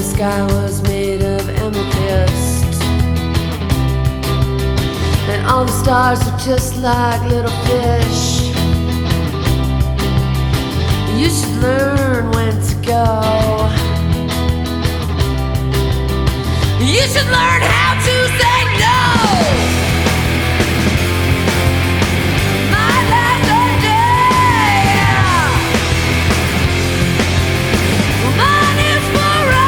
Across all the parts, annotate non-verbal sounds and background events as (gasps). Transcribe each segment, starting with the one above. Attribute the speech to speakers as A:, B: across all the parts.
A: sky was made of amethyst. And all the stars were just like little fish. You should learn when to go. You should learn how to say no. My last day. Mine is forever.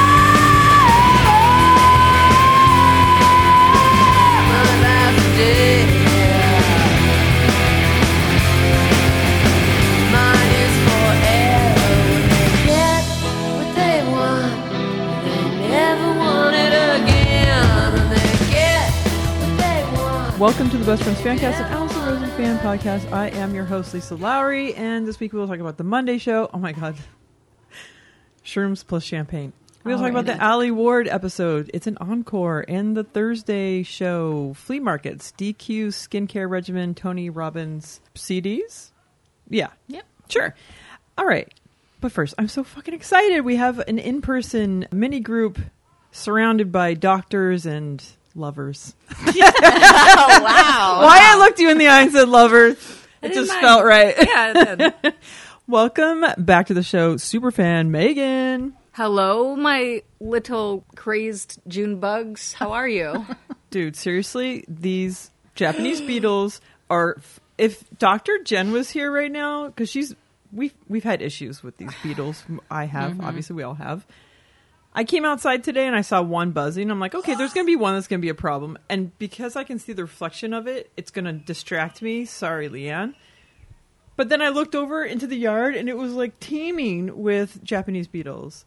A: My last day. Mine is forever. When they get what they want, they never want it again. When they get what they want.
B: Welcome to the Best Friends Fancast and Allison Rosen Fan Podcast. I am your host, Lisa Lowry, and this week we will talk about the Monday show. Oh my God. Shrooms plus champagne. We'll talk about the Ali Ward episode. It's an encore and the Thursday show, flea markets, DQ skincare regimen, Tony Robbins CDs. Yeah.
C: Yep.
B: Sure. All right. But first, I'm so fucking excited. We have an in person mini group surrounded by doctors and lovers.
C: Oh wow.
B: Why I looked you in the eye and said lovers. It
C: didn't
B: just
C: mind.
B: felt right.
C: yeah. it did.
B: Welcome back to the show, superfan Megan.
C: Hello, my little crazed June bugs. How are you?
B: Dude, seriously, these Japanese beetles are. If Dr. Jen was here right now, because she's. We've, we've had issues with these beetles. I have. Obviously, we all have. I came outside today and I saw one buzzing. I'm like, okay, there's going to be one that's going to be a problem. And because I can see the reflection of it, it's going to distract me. Sorry, Leanne. But then I looked over into the yard and it was like teeming with Japanese beetles.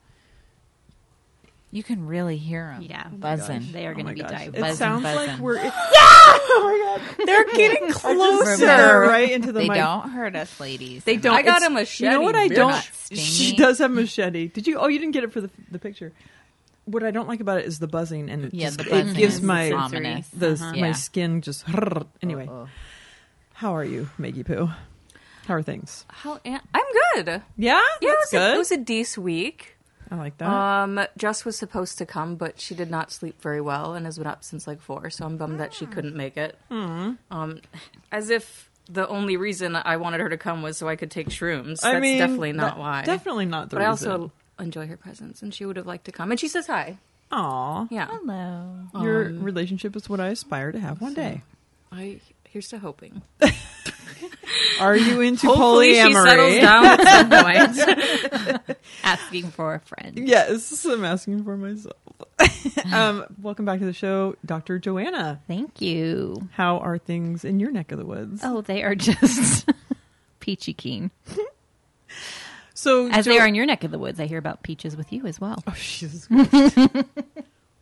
D: You can really hear them.
C: Yeah.
D: buzzing.
C: They are
B: Oh
C: going to
B: my
C: be
B: gosh.
C: diving.
B: It
D: buzzing,
B: sounds like
D: buzzing.
B: we're.
C: (laughs)
B: (laughs) oh my god! They're getting closer,
D: remember.
B: right into the
D: They
B: mic.
D: don't hurt us, ladies.
C: They don't. I got a machete.
B: You know what I
C: bitch.
B: don't?
D: Stingy.
B: She does have machete. Did you? Oh, you didn't get it for the the picture. What I don't like about it is the buzzing, and it,
D: Yeah,
B: just-
D: the
B: it
D: buzzing
B: gives
D: is
B: my
D: ominous.
B: the
D: Uh-huh.
B: my
D: Yeah.
B: skin just. Anyway, how are you, Maggie Poo? How are things?
C: How am- I'm good. Yeah,
B: Yeah,
C: it
B: that's
C: was, A,
B: good.
C: it was a decent week.
B: I like that.
C: Um, Jess was supposed to come, but she did not sleep very well and has been up since like four. So I'm bummed that
B: Ah.
C: she couldn't make it.
B: Hmm.
C: Um, as if the only reason I wanted her to come was so I could take shrooms.
B: I
C: That's
B: mean,
C: definitely not
B: that-
C: why.
B: Definitely not the
C: but I
B: reason.
C: also enjoy her presence, and she would have liked to come. And she says hi.
B: Aw,
C: Yeah,
D: Hello.
B: your relationship is what I aspire to have one day.
C: I here's to hoping.
B: Are you
C: (laughs)
B: into
C: Hopefully,
B: polyamory?
C: she settles down at some
B: (laughs)
C: point.
D: Asking for a friend.
B: Yes, I'm asking for
D: (laughs)
B: myself. um, welcome back to the show, Dr. Joanna.
D: Thank you.
B: How are things in your neck of the woods?
D: Oh, they are just (laughs) peachy keen.
B: So
D: As
B: Jo-
D: they are in your neck of the woods, I hear about peaches with you as well.
B: Oh,
D: (laughs)
B: Jesus Christ.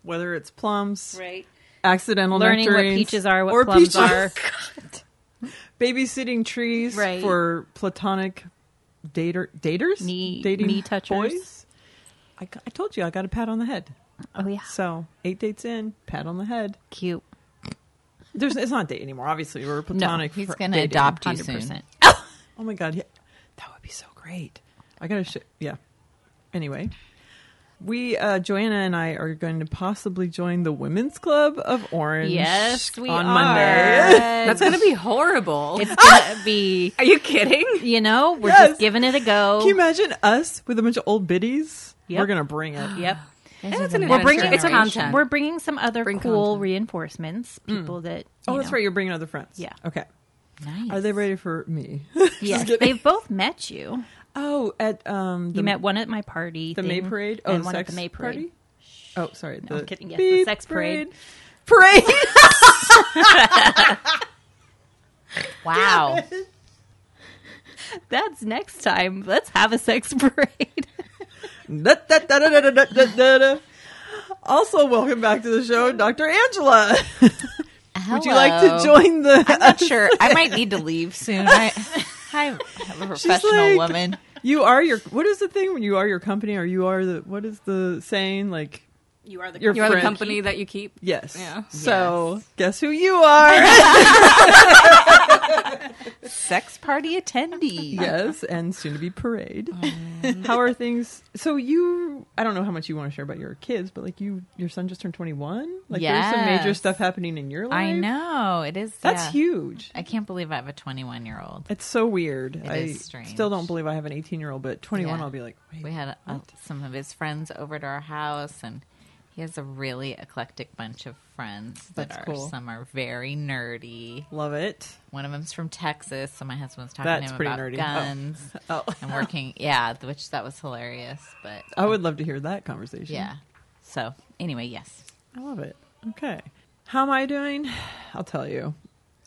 B: Whether it's plums,
D: Right.
B: accidental
D: Learning what
B: nectarines,
D: peaches are, what
B: or
D: plums
B: peaches, (laughs)
D: are.
B: babysitting trees
D: Right.
B: for platonic dater daters,
D: Knee-
B: dating
D: knee touchers.
B: boys. I, got- I told you I got a pat on the head.
D: Oh yeah.
B: So eight dates in, pat on the head.
D: Cute.
B: There's it's not a date anymore. Obviously, we're platonic.
D: no, he's
B: for-
D: going to
B: dating.
D: adopt you
B: 100%.
D: soon.
B: Oh my god, yeah. that would be so great. I gotta, sh- yeah. Anyway, we uh, Joanna and I are going to possibly join the Women's Club of Orange.
D: Yes, we
B: on
D: are.
B: Monday.
C: That's gonna be horrible.
D: It's going to be.
C: Are you kidding?
D: You know,
B: (laughs)
D: we're
B: Yes.
D: just giving it a go.
B: Can you imagine us with a bunch of old biddies?
D: Yep.
B: We're gonna bring it.
D: Yep.
C: And it's an
D: We're bringing
C: it's
D: some-
C: content.
D: We're bringing some other
C: Bring
D: cool
C: content.
D: reinforcements. People that. you
B: Oh, that's
D: know.
B: right. You're bringing other friends.
D: Yeah.
B: Okay.
D: Nice.
B: Are they ready for me? (laughs)
D: Yes,
B: kidding.
D: they've both met you.
B: oh, at um, the,
D: you met one at my party,
B: the May
D: thing,
B: Parade. Oh,
D: and
B: the
D: one
B: sex
D: at the May Parade.
B: party. Oh, sorry.
D: No,
B: the
D: I'm kidding. Yes, the
B: beep
D: sex parade.
B: Parade. (laughs)
D: Wow, that's next time. Let's have a sex (laughs) parade.
B: (laughs) Da, da, da, da, da, da, da, da, da. Also, welcome back to the show, Dr. Angela. (laughs) Would you like to join the? (laughs)
E: I'm not sure. I might need to
D: (laughs)
E: leave soon. I, I'm a professional
B: like-
E: woman.
B: You are your. What is the thing when you are your company, or you are the? What is the saying? Like
D: You are the
B: your
C: you are the
B: friend.
C: company that you keep.
B: Yes.
C: Yeah. (laughs)
B: So guess who you are?
E: Sex party
D: the
B: (laughs)
D: attendee.
B: yes, and soon to be parade.
C: Mm.
B: how are things? So you, I don't know how much you want to share about your kids, but like you, your son just turned twenty one. Like there's some major
D: Yes.
B: stuff happening in your life.
D: I know it is.
B: That's
D: yeah.
B: huge.
D: I can't believe I have a 21 year old.
B: It's so weird. I
D: is strange.
B: still don't believe I have an 18 year old, but 21,
D: Yeah.
B: I'll be like, wait.
D: We had uh some of his friends over to our house, and he has a really eclectic bunch of friends that
B: That's
D: are
B: cool.
D: some are very nerdy.
B: love it.
D: One of them's from Texas, so my husband was talking
B: That's
D: to him
B: pretty
D: about
B: nerdy. Oh. (laughs)
D: guns
B: Oh,
D: and working. Yeah, which that was hilarious, but
B: I would love to hear that conversation.
D: yeah. So anyway, yes,
B: I love it. Okay. How am I doing? (sighs) I'll tell you.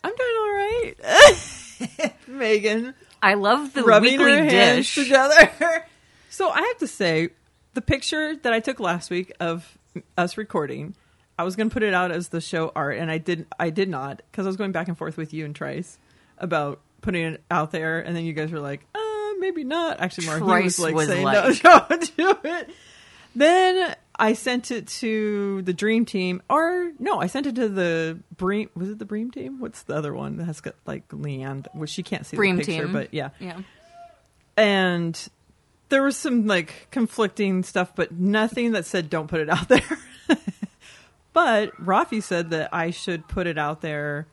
B: I'm doing all right. (laughs) Megan
F: I love the
B: rubbing her
F: weekly
B: hands
F: dish.
B: together. (laughs) so I have to say, the picture that I took last week of us recording, I was going to put it out as the show art, and I did. I did not because I was going back and forth with you and Trice about putting it out there, and then you guys were like, uh, maybe not. Actually, more he was
F: Trice
B: like
F: was
B: saying,
F: like-
B: no, (laughs) don't do it. Then I sent it to the Dream Team, or no, I sent it to the Bream. Was it the Bream Team? What's the other one that has got like Leanne? Well, she can't see
F: Bream
B: the picture,
F: Team.
B: but yeah
F: Yeah.
B: and there was some like conflicting stuff, but nothing that said don't put it out (laughs) there. but Rafi said that I should put it out there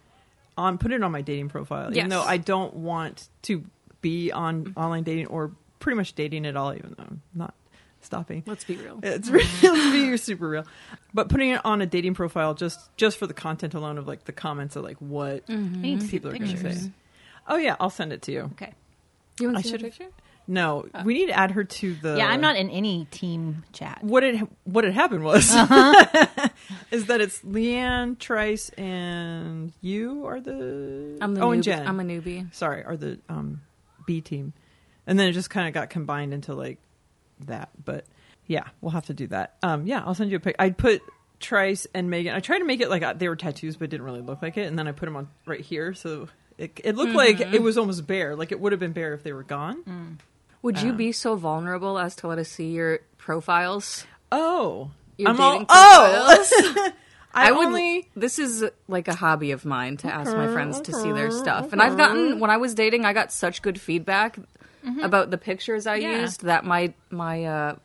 B: on put it on my dating profile, even
F: Yes.
B: though I don't want to be on online dating or pretty much dating at all, even though I'm not stopping.
F: Let's be real.
B: It's (laughs) real. It's being super real. But putting it on a dating profile just just for the content alone of like the comments of like what
G: need to see
B: people are going to
G: pictures.
B: say. Oh yeah, I'll send it to you.
G: Okay.
F: You want
B: I
F: to see
B: should-
F: the picture?
B: No, we need to add her to the.
G: yeah, I'm not in any team chat.
B: What it what had happened was
F: Uh-huh.
B: (laughs) is that it's Leanne, Trice, and you are the
F: I'm the
B: oh
F: newbie.
B: and Jen.
F: I'm a newbie.
B: Sorry, are the um, B team, and then it just kind of got combined into like that. But yeah, we'll have to do that. Um, yeah, I'll send you a pic. I put Trice and Megan. I tried to make it like uh, they were tattoos, but it didn't really look like it. And then I put them on right here, so it it looked like
F: Mm-hmm.
B: it was almost bare. Like it would have been bare if they were gone.
F: Would
A: Um,
F: you be so vulnerable as to let us see your profiles?
B: Oh,
F: Your
B: I'm all
F: dating
B: oh.
F: profiles?
B: (laughs)
A: (laughs)
B: I,
F: I would.
B: only
F: This is like a hobby of mine to ask my
B: Okay,
F: friends to see their
B: okay,
F: stuff, and I've
A: Uh-huh.
F: gotten when I was dating, I got such good feedback
A: Mm-hmm.
F: about the pictures I
G: Yeah.
F: used that my my uh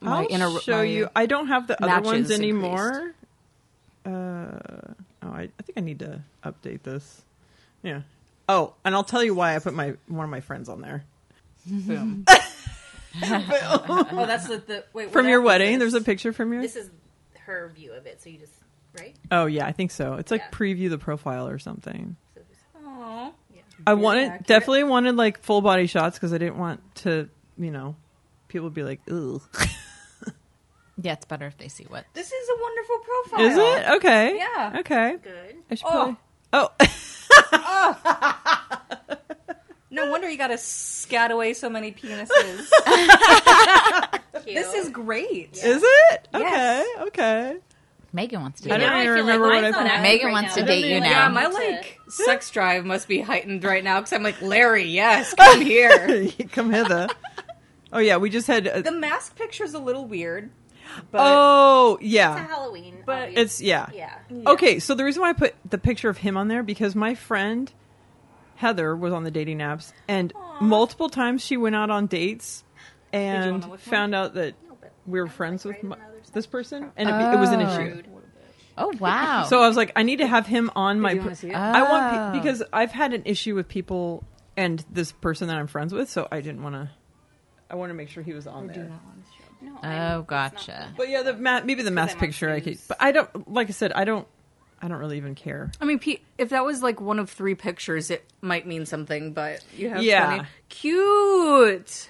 F: my
B: I'll
F: inter-
B: show
F: my-
B: you. I don't have the other ones
F: matches increased.
B: anymore. Uh, oh, I, I think I need to update this. Yeah. Oh, and I'll tell you why I put my one of my friends on there (laughs)
F: Boom.
D: Oh, that's the, the wait
B: from your wedding. There's a picture from your.
D: is her view of it. So you just right.
B: Oh yeah, I think so. It's like
D: Yeah.
B: preview the profile or something.
F: Aw.
B: I wanted
F: accurate.
B: definitely wanted like full body shots because I didn't want to, you know, people be like, "Ooh,
D: Yeah, it's better if they see what.
A: This is a wonderful profile.
B: is it okay?
A: Oh, Yeah.
B: okay.
A: Good.
B: I should
A: Oh.
B: probably. Oh, (laughs)
A: No wonder you got to scat away so many penises. this is great.
B: is it okay?
A: Yes.
B: Okay.
D: Megan wants to.
B: I
D: do
B: don't
D: it.
B: even remember what I thought.
D: Megan wants to date you
A: Yeah,
D: now.
A: my like sex drive must be heightened right now because I'm like Larry.
D: (laughs)
A: Yes, come here.
B: (laughs) Come
A: (laughs)
B: hither. oh yeah, we just had. A,
A: the mask picture's a little weird, but
B: oh yeah,
H: Halloween.
A: But
H: obviously.
B: it's yeah.
H: yeah.
B: Okay, so the reason why I put the picture of him on there because my friend Heather was on the dating apps, and multiple times she went out on dates and
A: wanna look
B: found out that
H: but
B: we were friends with
H: right
B: my,
H: on the other side.
B: this person, and it, it was an issue.
D: Oh wow.
B: So I was like, I need to have him on my.
F: you
B: pr-
F: wanna see it?
B: I want
D: Oh.
B: pe- because I've had an issue with people and this person that I'm friends with, so I didn't want to. I want to make sure he was on there.
H: No,
D: oh, gotcha.
B: But yeah, the ma- maybe the mass
H: I'm on
B: picture I could.
H: Teams.
B: But I don't. Like I said, I don't. I don't really even care.
F: I mean, Pete, if that was like one of three pictures, it might mean something. But you have
B: Yeah.
F: plenty. cute.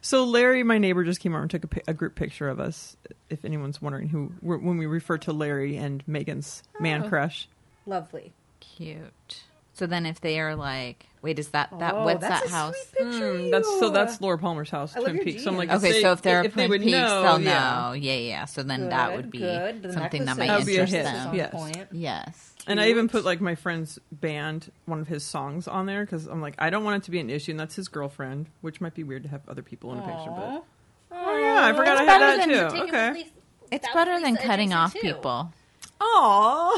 B: So Larry, my neighbor, just came over and took a, pi- a group picture of us. If anyone's wondering who we're- when we refer to Larry and Megan's
A: Oh,
B: man crush,
A: lovely.
D: Cute. So then, if they are like, wait, is that
F: Oh,
B: Oh,
D: that what's
A: that's
D: that
A: a
D: house? Hmm.
A: Sweet picture of
B: Mm, that's so
A: you.
B: that's Laura Palmer's house,
A: I love
B: Twin
A: your
B: Peaks. So I'm
A: jeans.
B: like,
D: Okay, so if they're
B: if they
D: Twin
B: would
D: Peaks,
B: know,
D: they'll
B: yeah.
D: know. Yeah, yeah. So then that would be
A: good. The
D: something that might
A: necklaces
B: That'd be a
D: interest
B: hit.
D: them.
B: Yes.
D: Yes.
B: And I even put like my friend's band, one of his songs, on there because I'm like, I don't want it to be an issue, and that's his girlfriend, which might be weird to have other people in a picture. But oh yeah, I forgot I had
D: better
B: that
D: than
B: too. Okay.
D: It's better than cutting off people.
B: Aww.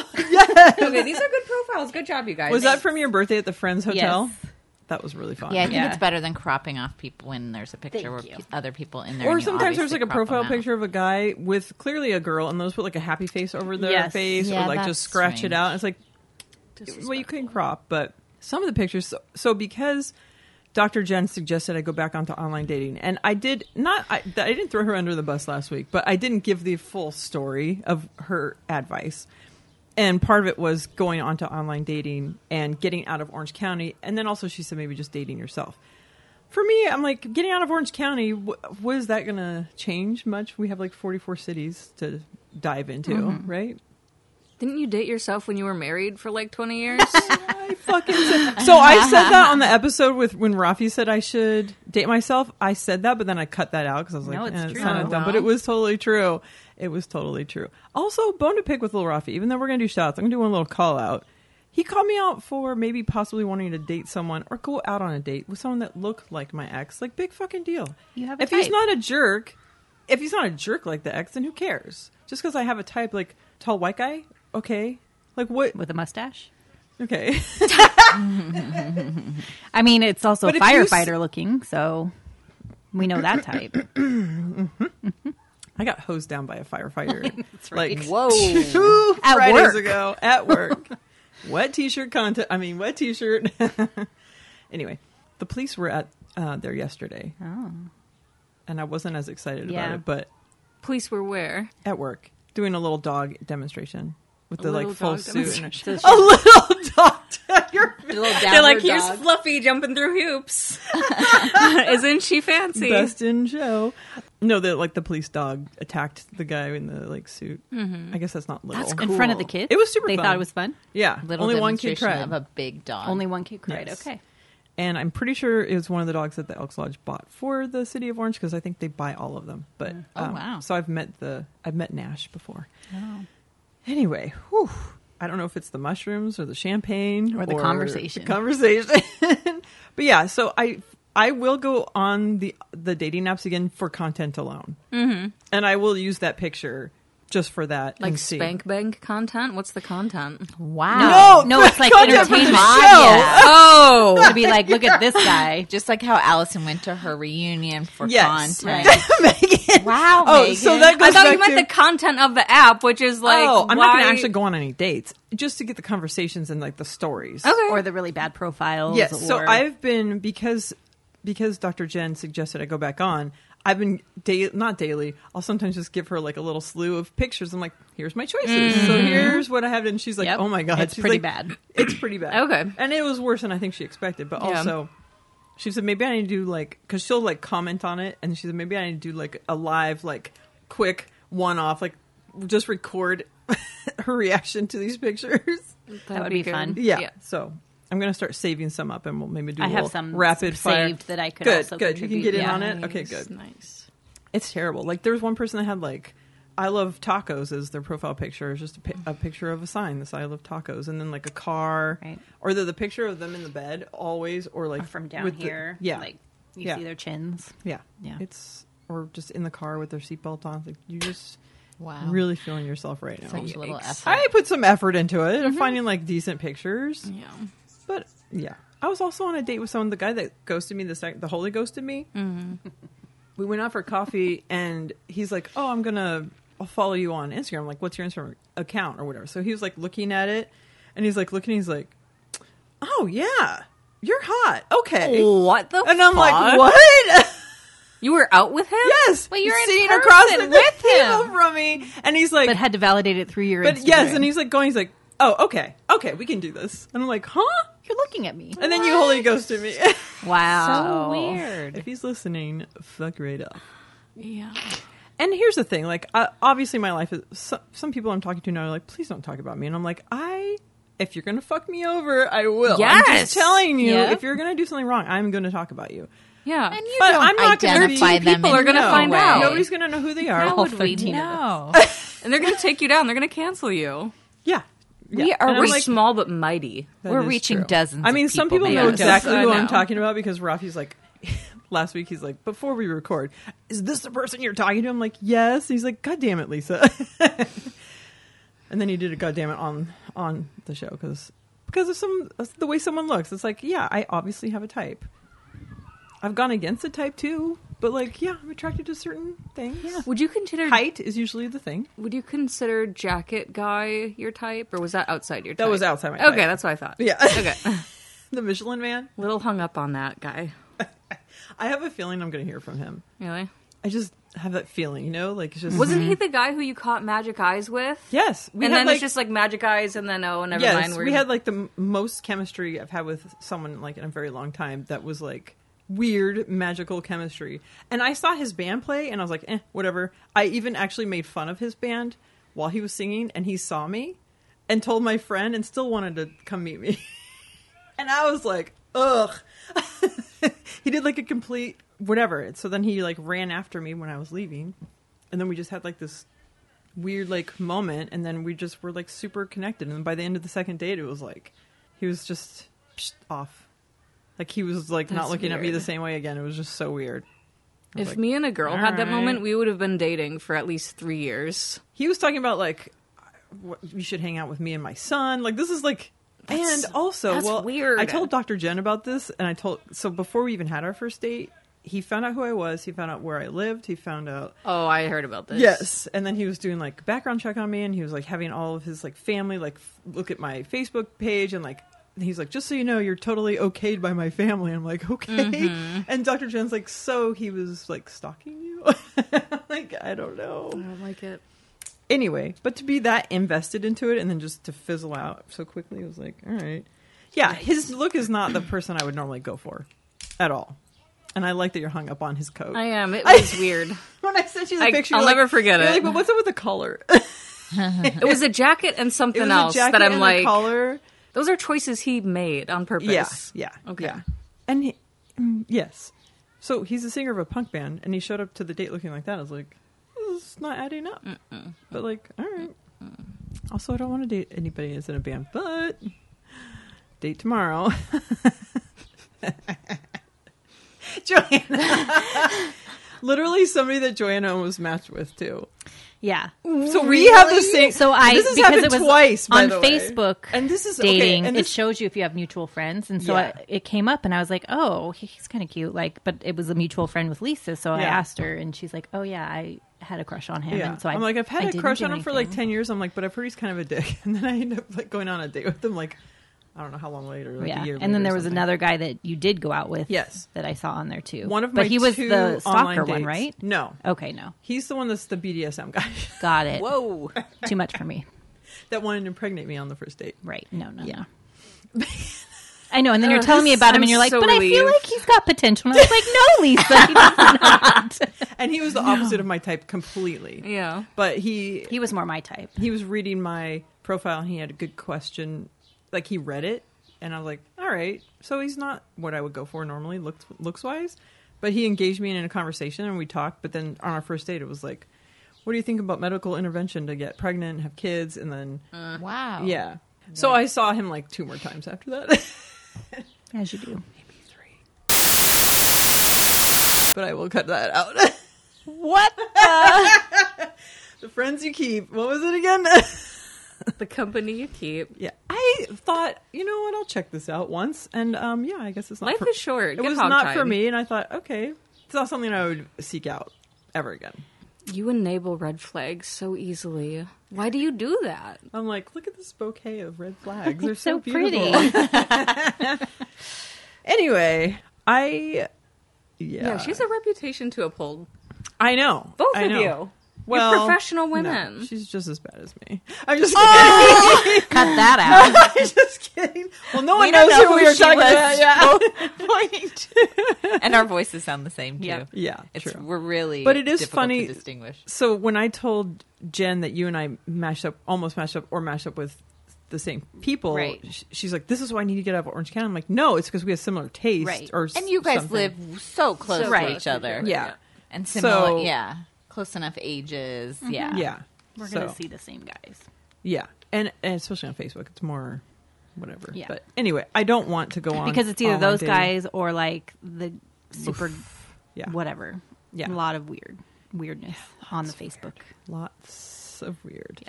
B: (laughs)
A: okay, these are good profiles. Good job, you guys.
B: Was that from your birthday at the Friends Hotel?
D: Yes.
B: That was really fun.
E: Yeah, I think
C: Yeah.
E: it's better than cropping off people when there's a picture where
D: you.
E: pe- other people in there.
B: Or
E: and you
B: sometimes there's
E: obviously
B: like a
E: crop 'em
B: profile
E: out.
B: picture of a guy with clearly a girl, and they'll just put like a happy face over their
F: Yes.
B: face,
D: Yeah,
B: or like
D: that's
B: just scratch
E: strange.
B: it out. It's like, well, you can crop, but some of the pictures. So, so because Dr. Jen suggested I go back onto online dating, and I did not. I, th- I didn't throw her under the bus last week, but I didn't give the full story of her advice. And part of it was going onto online dating and getting out of Orange County, and then also she said maybe just dating yourself for me, I'm like getting out of Orange County. Wh- was that going to change much? We have like 44 cities to dive into, right?
C: Didn't you date yourself when you were married for like 20 years?
B: I fucking said, so I
D: (laughs)
B: said that on the episode with when Rafi said I should date myself. I said that, but then I cut that out because I was like,
E: No, it's
B: eh, it
E: true.
D: Oh,
B: sounded dumb, but it was totally true. It was totally true. Also, bone to pick with little Rafi. Even though we're gonna do shots, I'm gonna do one little call out. He called me out for maybe possibly wanting to date someone or go out on a date with someone that looked like my ex. Like big fucking deal.
D: You have a
B: if he's
D: type.
B: not a jerk, if he's not a jerk like the ex, then who cares? Just because I have a type like tall white guy, okay. Like what?
D: with a mustache.
B: Okay. (laughs)
D: I mean, it's also
B: But if you s-
D: firefighter looking, so we know
B: (coughs)
D: that type.
B: I got hosed down by a
D: (laughs)
B: firefighter. Like (laughs)
F: Whoa.
B: two
D: At
B: Fridays
D: work.
B: ago at
D: (laughs)
B: work. wet t-shirt content. I mean, wet t-shirt. (laughs) anyway, the police were at uh, there yesterday,
D: Oh.
B: and I wasn't as excited
D: Yeah.
B: about it, but
C: Police were where?
B: at work doing a little dog demonstration with
C: A
B: the like
C: little
B: full
C: dog
B: suit. and-
C: demonstration.
B: (laughs) A little dog. (laughs) You're
C: They're like, here's Fluffy jumping through hoops. (laughs) Isn't she fancy?
B: best in show. No, that like the police dog attacked the guy in the like suit. I guess that's not little.
C: That's
D: Mm-hmm. In front of the
C: Cool.
D: kids?
B: It was super
D: They
B: fun.
D: thought it was fun?
B: Yeah,
E: Little
B: only one kid
E: demonstration
B: tried.
E: of a big dog.
D: Only one kid cried.
B: Yes.
D: Okay.
B: and I'm pretty sure it was one of the dogs that the Elks Lodge bought for the city of Orange because I think they buy all of them. But
E: Oh,
B: um,
E: wow.
B: So I've met the I've met Nash before. Anyway, whew, I don't know if it's the mushrooms or the champagne
D: Or the conversation.
B: the conversation. (laughs) but yeah, so I I will go on the the dating apps again for content alone, mm-hmm. and I will use that picture just for that.
C: Like
B: and see.
C: spank bank content? What's the content?
E: wow.
D: no, it's like
B: content for the (laughs)
D: entertainment.
E: Maya.
D: Oh, to be like, look at this guy.
E: Just like how Allison went to her reunion for
B: Yes.
E: content. Wow.
B: Oh, so
E: Megan.
B: that goes
C: I thought
B: back
C: you meant
B: to-
C: the content of the app, which is like,
B: oh, I'm
C: why...
B: not going to actually go on any dates just to get the conversations and like the stories.
C: Okay.
D: Or the really bad profiles.
B: Yes. So
D: or-
B: I've been because because Dr. Jen suggested I go back on. I've been da- not daily. I'll sometimes just give her like a little slew of pictures. I'm like, here's my choices. So here's what I have, and she's like,
D: Mm-hmm. Yep.
B: oh my god,
D: It's
B: She's
D: pretty
B: like,
D: bad.
B: It's pretty bad.
C: Okay.
B: And it was worse than I think she expected. But
C: Yeah.
B: also, she said maybe I need to do like because she'll like comment on it, and she said maybe I need to do like a live, like quick one off, like just record (laughs) her reaction to these pictures.
D: That would be
C: good.
D: fun.
B: Yeah. So I'm going to start saving some up, and we'll maybe do.
D: I
B: a
D: have
B: little
D: some
B: rapid
D: s-
B: fire.
D: saved that I could
B: Good,
D: also
B: good. You can
D: contribute.
B: get in
D: Yeah.
B: on it. Okay, good.
C: Nice.
B: It's terrible. Like there was one person that had like, "I love tacos" as their profile picture. It's just a, pi- a picture of a sign that says "I love tacos," and then like a car,
D: Right.
B: or the, the picture of them in the bed always, or like
D: from down
B: with the-
D: here.
B: yeah,
D: Like, you
B: Yeah.
D: see their chins.
B: yeah,
D: Yeah.
B: It's or just in the car with their seatbelt on. It's Like you just
E: Wow.
B: really feeling yourself right now.
E: Such little effort.
B: I put some effort into it.
D: Mm-hmm.
B: I'm finding like decent pictures.
C: Yeah.
B: But yeah, I was also on a date with someone. The guy that ghosted me, the sec- the holy ghosted me.
E: Mm-hmm.
B: We went out for coffee, and he's like, "Oh, I'm gonna, I'll follow you on Instagram. I'm like, what's your Instagram account or whatever?" So he was like looking at it, and he's like looking. He's like, "Oh yeah, you're hot. Okay."
E: Oh,
C: What the
B: And I'm like,
C: fuck?
B: "What?" (laughs)
C: You were out with him?
B: yes.
E: Well, you're in
B: sitting across the
E: person with
B: table
E: him.
B: from me, and he's like,
D: But had to validate it through your
B: "But
D: Instagram.
B: yes," and he's like going, he's like, "Oh, okay, okay, we can do this." And I'm like, "Huh?"
D: You're looking at me.
B: And then you holy ghosted me. (laughs)
D: Wow.
E: weird.
B: If he's listening, fuck right up.
C: Yeah.
B: And here's the thing: like, uh, obviously, my life is. So, some people I'm talking to now are like, "Please don't talk about me," and I'm like, "I, if you're gonna fuck me over, I will." I'm
C: Yes!
B: just telling you,
D: Yeah.
B: if you're gonna do something wrong, I'm gonna talk about you.
C: Yeah.
E: And you
B: But
E: don't
B: I'm not gonna
E: identify
B: be-
E: them.
C: people are
E: in
C: gonna
E: no
C: find
E: way.
C: out.
B: Nobody's gonna know who they are.
E: How
D: all
E: would we
D: 13 of us.
E: know?
C: And they're going to take you down. They're going to cancel you.
B: yeah. Yeah.
E: We are
B: And I'm
C: We're
B: like,
C: small but mighty.
B: that
E: we're
B: is
E: reaching dozens
B: I
E: of
B: mean, some
E: people,
B: people know
E: maybe.
B: exactly
C: Yes, I
B: who I'm
C: know.
B: talking about because Rafi's like. (laughs) Last week, he's like, before we record, is this the person you're talking to? I'm like, yes. He's like, God damn (laughs) it, Lisa. and then he did a goddamn it on on the show because because of some the way someone looks. It's like, yeah, I obviously have a type. I've gone against a type too, but like, yeah, I'm attracted to certain things.
C: Would you consider
B: Height is usually the thing.
C: Would you consider jacket guy your type, or was that outside your?
B: That
C: type?
B: was outside my
C: Okay,
B: type.
C: that's what I thought.
B: Yeah.
C: Okay.
B: (laughs)
C: (laughs)
B: The Michelin Man.
C: Little hung up on that guy.
B: I have a feeling I'm going to hear from him.
C: Really?
B: I just have that feeling, you know, like it's just
C: Wasn't he the guy who you caught magic eyes with?
B: yes.
C: and then it's just like magic eyes, and then oh, never
B: yes,
C: mind.
B: we had like the m- most chemistry I've had with someone like in a very long time. That was like weird magical chemistry. And I saw his band play, and I was like, eh, whatever. I even actually made fun of his band while he was singing, and he saw me and told my friend, and still wanted to come meet me. (laughs) and I was like, ugh. he did like a complete whatever. So then he like ran after me when I was leaving, and then we just had like this weird like moment and then we just were like super connected and by the end of the second date it was like he was just psh, off like he was like not
C: That's
B: looking at me
C: weird.
B: the same way again it was just so weird I
C: if
B: was like,
C: me and a girl had that
B: "Alright."
C: moment, we would have been dating for at least three years.
B: he was talking about like what, you should hang out with me and my son like this is like
C: That's-
B: and also
C: that's
B: well
C: weird.
B: i told dr jen about this and i told so before we even had our first date he found out who i was he found out where i lived he found out
C: Oh, I heard about this.
B: Yes, and then he was doing like background check on me, and he was like having all of his like family like f- look at my Facebook page, and like and he's like, just so you know, you're totally okayed by my family. I'm like, okay.
C: Mm-hmm.
B: And Dr. Jen's like, so he was like stalking you. (laughs) like I don't know.
C: don't like it.
B: Anyway, but to be that invested into it and then just to fizzle out so quickly, it was like, all right, yeah. His look is not the person I would normally go for, at all. And I like that you're hung up on his coat
C: I am.
B: (laughs)
C: It was weird.
B: when I sent you the
C: I-
B: picture,
C: I'll
B: you're like-
C: never forget
B: you're
C: it.
B: Like, but what's up with the collar?
C: It was a jacket and
B: it
C: something
B: was
C: else
B: a jacket
C: that I'm
B: and a
C: like.
B: collar.
C: Those are choices he made on purpose.
B: Yeah, yeah,
C: Okay.
B: yeah. And he, mm, yes, so he's a singer of a punk band, and he showed up to the date looking like that. I was like, this is not adding up. But like, all right. Also, I don't want to date anybody that's in a band, but date tomorrow. (laughs) Joanna, (laughs) literally somebody that Joanna was matched with too.
D: Yeah.
B: So we have the
D: Really?
B: same.
D: So I
B: this has
D: because
B: happened
D: it was
B: twice by
D: on
B: the way.
D: Facebook.
B: and this is
D: dating.
B: Okay, and
D: it
B: this,
D: shows you if you have mutual friends, and so
B: Yeah.
D: I, it came up, and I was like, "Oh, he- he's kind of cute." Like, but it was a mutual friend with Lisa, so I
B: Yeah.
D: asked her, and she's like, "Oh yeah, I had a crush on him."
B: yeah.
D: And so I,
B: I'm like, I've
D: I
B: had a
D: didn't
B: crush
D: do
B: on him for like
D: anything.
B: ten years. I'm like, but I've heard he's kind of a dick, (laughs) and then I end up like going on a date with him. Like, I don't know how long later. Like
D: yeah,
B: a year
D: and
B: later or
D: then there was
B: something.
D: another guy that you did go out with.
B: Yes.
D: that I saw on there too.
B: one of my.
D: but he was
B: two
D: the
B: online
D: stalker one,
B: dates.
D: right?
B: No,
D: Okay, no,
B: he's the one that's the BDSM guy (laughs)
D: got it.
C: Whoa.
D: Too much for me.
B: that wanted to impregnate me on the first date.
D: Right? No, no, no.
B: (laughs)
D: I know, and
B: Oh,
D: then you're telling me
C: this-
D: about him,
C: I'm
D: and you're like,
C: so
D: "But I feel
C: relieved."
D: like he's got potential." And I was like, "No, Lisa, he does not."
B: (laughs) And he was the opposite of my type completely.
C: Yeah.
B: But he
D: he was more my type.
B: he was reading my profile and he had a good question like he read it and i was like all right so he's not what i would go for normally looks looks wise but he engaged me in a conversation and we talked but then on our first date it was like what do you think about medical intervention to get pregnant and have kids and then
E: Wow.
B: yeah so i saw him like two more times after that (laughs)
D: As you do.
B: but i will cut that out
E: What?
B: (laughs) the friends you keep what was it again
C: (laughs)
B: (laughs)
C: The company you keep.
B: yeah i thought you know what i'll check this out once and um yeah i guess it's not
C: Life
B: for-
C: is short.
B: it
C: Get
B: was
C: hog
B: not
C: tied.
B: for me, and I thought, okay, it's not something I would seek out ever again.
C: You enable red flags so easily. Why do you do that?
B: I'm like, look at this bouquet of red
C: (laughs)
B: flags; they're
D: It's
B: so,
D: so
B: beautiful. anyway, I yeah,
C: Yeah, she has a reputation to uphold.
B: I know
C: Both
B: I
C: of
B: know.
C: you.
B: Well,
C: professional
B: no,
C: women. Oh!
B: she's just as bad as me. I'm just
E: Cut
B: (laughs)
E: that out.
B: kidding. I'm just kidding. Well, no one
E: don't
B: knows
E: know
B: who we
E: who
B: were
E: she
B: talking
E: was.
B: about. Yeah,
E: Point. and our voices sound the same too.
D: Yeah.
B: yeah,
E: It's
B: true.
E: we're really
B: But it is
E: difficult
B: funny-
E: to distinguish.
B: So when I told Jen that you and I mashed up, almost mashed up, or mashed up with the same people,
E: Right.
B: sh- she's like, "This is why I need to get out of Orange County." I'm like, "No, it's because we have similar taste."
D: Right.
B: Or s-
E: And you guys
B: something."
E: live so close to
D: Right.
E: each other.
B: yeah,
E: And
B: So-
E: similar. yeah. Close enough ages. Yeah.
B: yeah.
D: We're
B: So,
D: going to see the same guys.
B: Yeah, and, and especially on Facebook, it's more whatever.
D: Yeah.
B: But anyway, I don't want to go on
D: Because it's either
B: online
D: those
B: dating.
D: guys or like the super
B: Yeah.
D: whatever.
B: Yeah.
D: A lot of weird weirdness on the Facebook.
B: Lots of weird.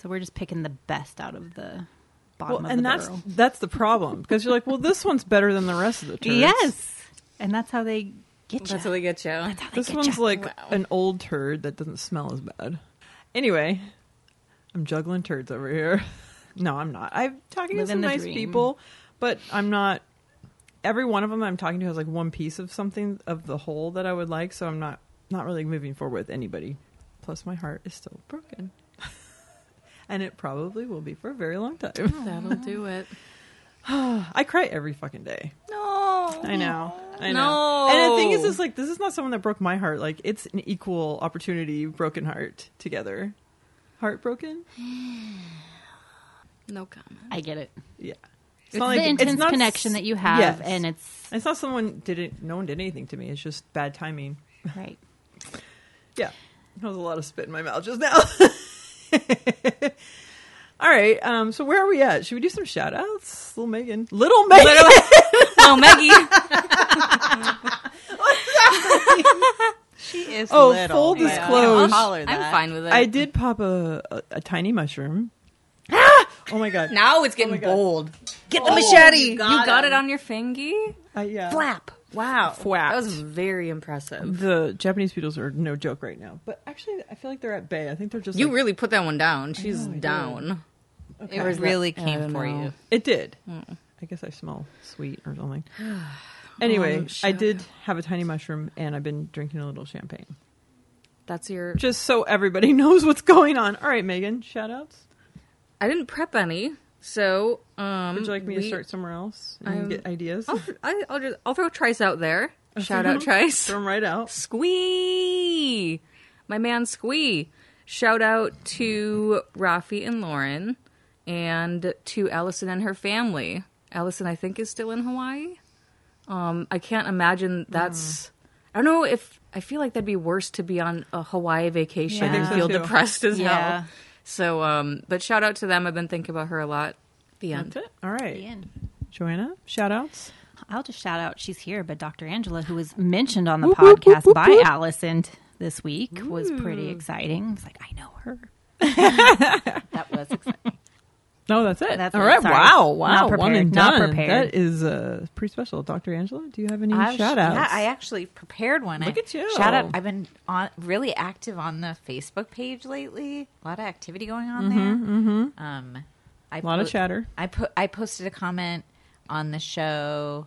D: So we're just picking the best out of the bottom
B: Well,
D: of the
B: and that's
D: barrel.
B: that's the problem because you're like, well, this one's better than the rest
E: (laughs)
B: of the turds.
D: Yes, and that's how they get you.
F: That's how they get you.
B: this one's like an old turd that doesn't smell as bad. Anyway, I'm juggling turds over here. (laughs) No, I'm not. I'm talking to
D: Living
B: some
D: the
B: nice
D: dream.
B: people, but I'm not. Every one of them I'm talking to has like one piece of something of the whole that I would like, so I'm not not really moving forward with anybody. Plus, my heart is still broken, (laughs) and it probably will be for a very long time.
D: (sighs)
F: That'll do it.
B: I cry every fucking day.
I: No.
B: I know. I know.
F: No.
B: And the thing is, is like this is not someone that broke my heart. Like it's an equal opportunity broken heart together. Heartbroken?
F: No comment.
D: I get it.
B: Yeah. It's,
D: It's
B: not
D: the
B: like-
D: intense
B: not
D: connection
B: s-
D: that you have,
B: Yes.
D: and it's
B: It's not someone didn't. No one did anything to me. It's just bad timing.
D: right.
B: Yeah. That was a lot of spit in my mouth just now. (laughs) All right. Um, so where are we at? Should we do some shout outs? Little Megan. Little Megan.
C: (laughs)
F: No, Maggie.
E: She is
B: (laughs) Oh,
E: little.
B: full
E: but I'll
B: disclosure.
E: holler
F: I'm
E: that.
F: fine with it.
B: I did pop a, a, a tiny mushroom. oh my god.
I: Now it's getting
B: God.
I: bold.
E: Get the
C: Oh,
E: machete.
F: You got it on your fingy?
B: I- yeah.
F: Flap. Wow.
B: Flapped.
F: That was very impressive.
B: The Japanese beetles are no joke right now, but actually, I feel like they're at bay. I think they're just.
F: You
B: like-
F: really put that one down. She's
B: I did.
F: down.
E: It really came
F: don't
E: for
F: know.
E: you.
B: It did.
F: Hmm.
B: I guess I smell sweet or
F: (sighs)
B: something.
F: Oh,
B: Anyway, I did have a tiny mushroom, and I've been drinking a little champagne,
F: That's your.
B: just so everybody (laughs) knows what's going on. All right, Megan, shout outs.
F: I didn't prep any, so um.
B: Would you like me to
F: we-
B: start somewhere else and
F: I'm- Oh.
B: get ideas?
F: I'll, I, I'll just I'll throw Trice
B: (laughs)
F: out there. Shout out Trice.
B: Mm-hmm. Throw them right out.
F: Squee, my man Squee. Shout out to Rafi and Lauren, and to Allison and her family. Allison, I think, is still in Hawaii. Um, I can't imagine that's. I don't know if I feel like that'd be worse to be on a Hawaii vacation
D: I think
F: and
D: so,
F: feel
B: too.
F: depressed as
D: Yeah.
F: hell. So, um, but shout out to them. I've been thinking about her a lot. The end.
B: All
D: The
B: right,
D: end.
B: Joanna, shout outs.
D: I'll just shout out she's here, but Dr. Angela, who was mentioned on the
B: Whoop, whoop,
D: podcast
B: whoop,
D: by
B: whoop.
D: Allison t- this week, was pretty exciting. It's like I know her.
E: That was
B: (laughs) Mm,
E: exciting.
B: No, that's it.
D: That's
B: All
D: it.
B: right.
D: Sorry.
B: Wow.
D: Not
B: Wow. One
D: prepared.
B: and
D: Not
B: done.
D: prepared.
B: That is uh, pretty special. Dr. Angela, do you have any
E: I've-
B: shout outs?
E: Yeah, I actually prepared one.
B: Look
E: I-
B: at you.
E: Shout out. I've been on, really active on the Facebook page lately. A lot of activity going on there. Mm-hmm. Um, I
B: A lot of
E: po-
B: chatter.
E: I put. I posted a comment on the show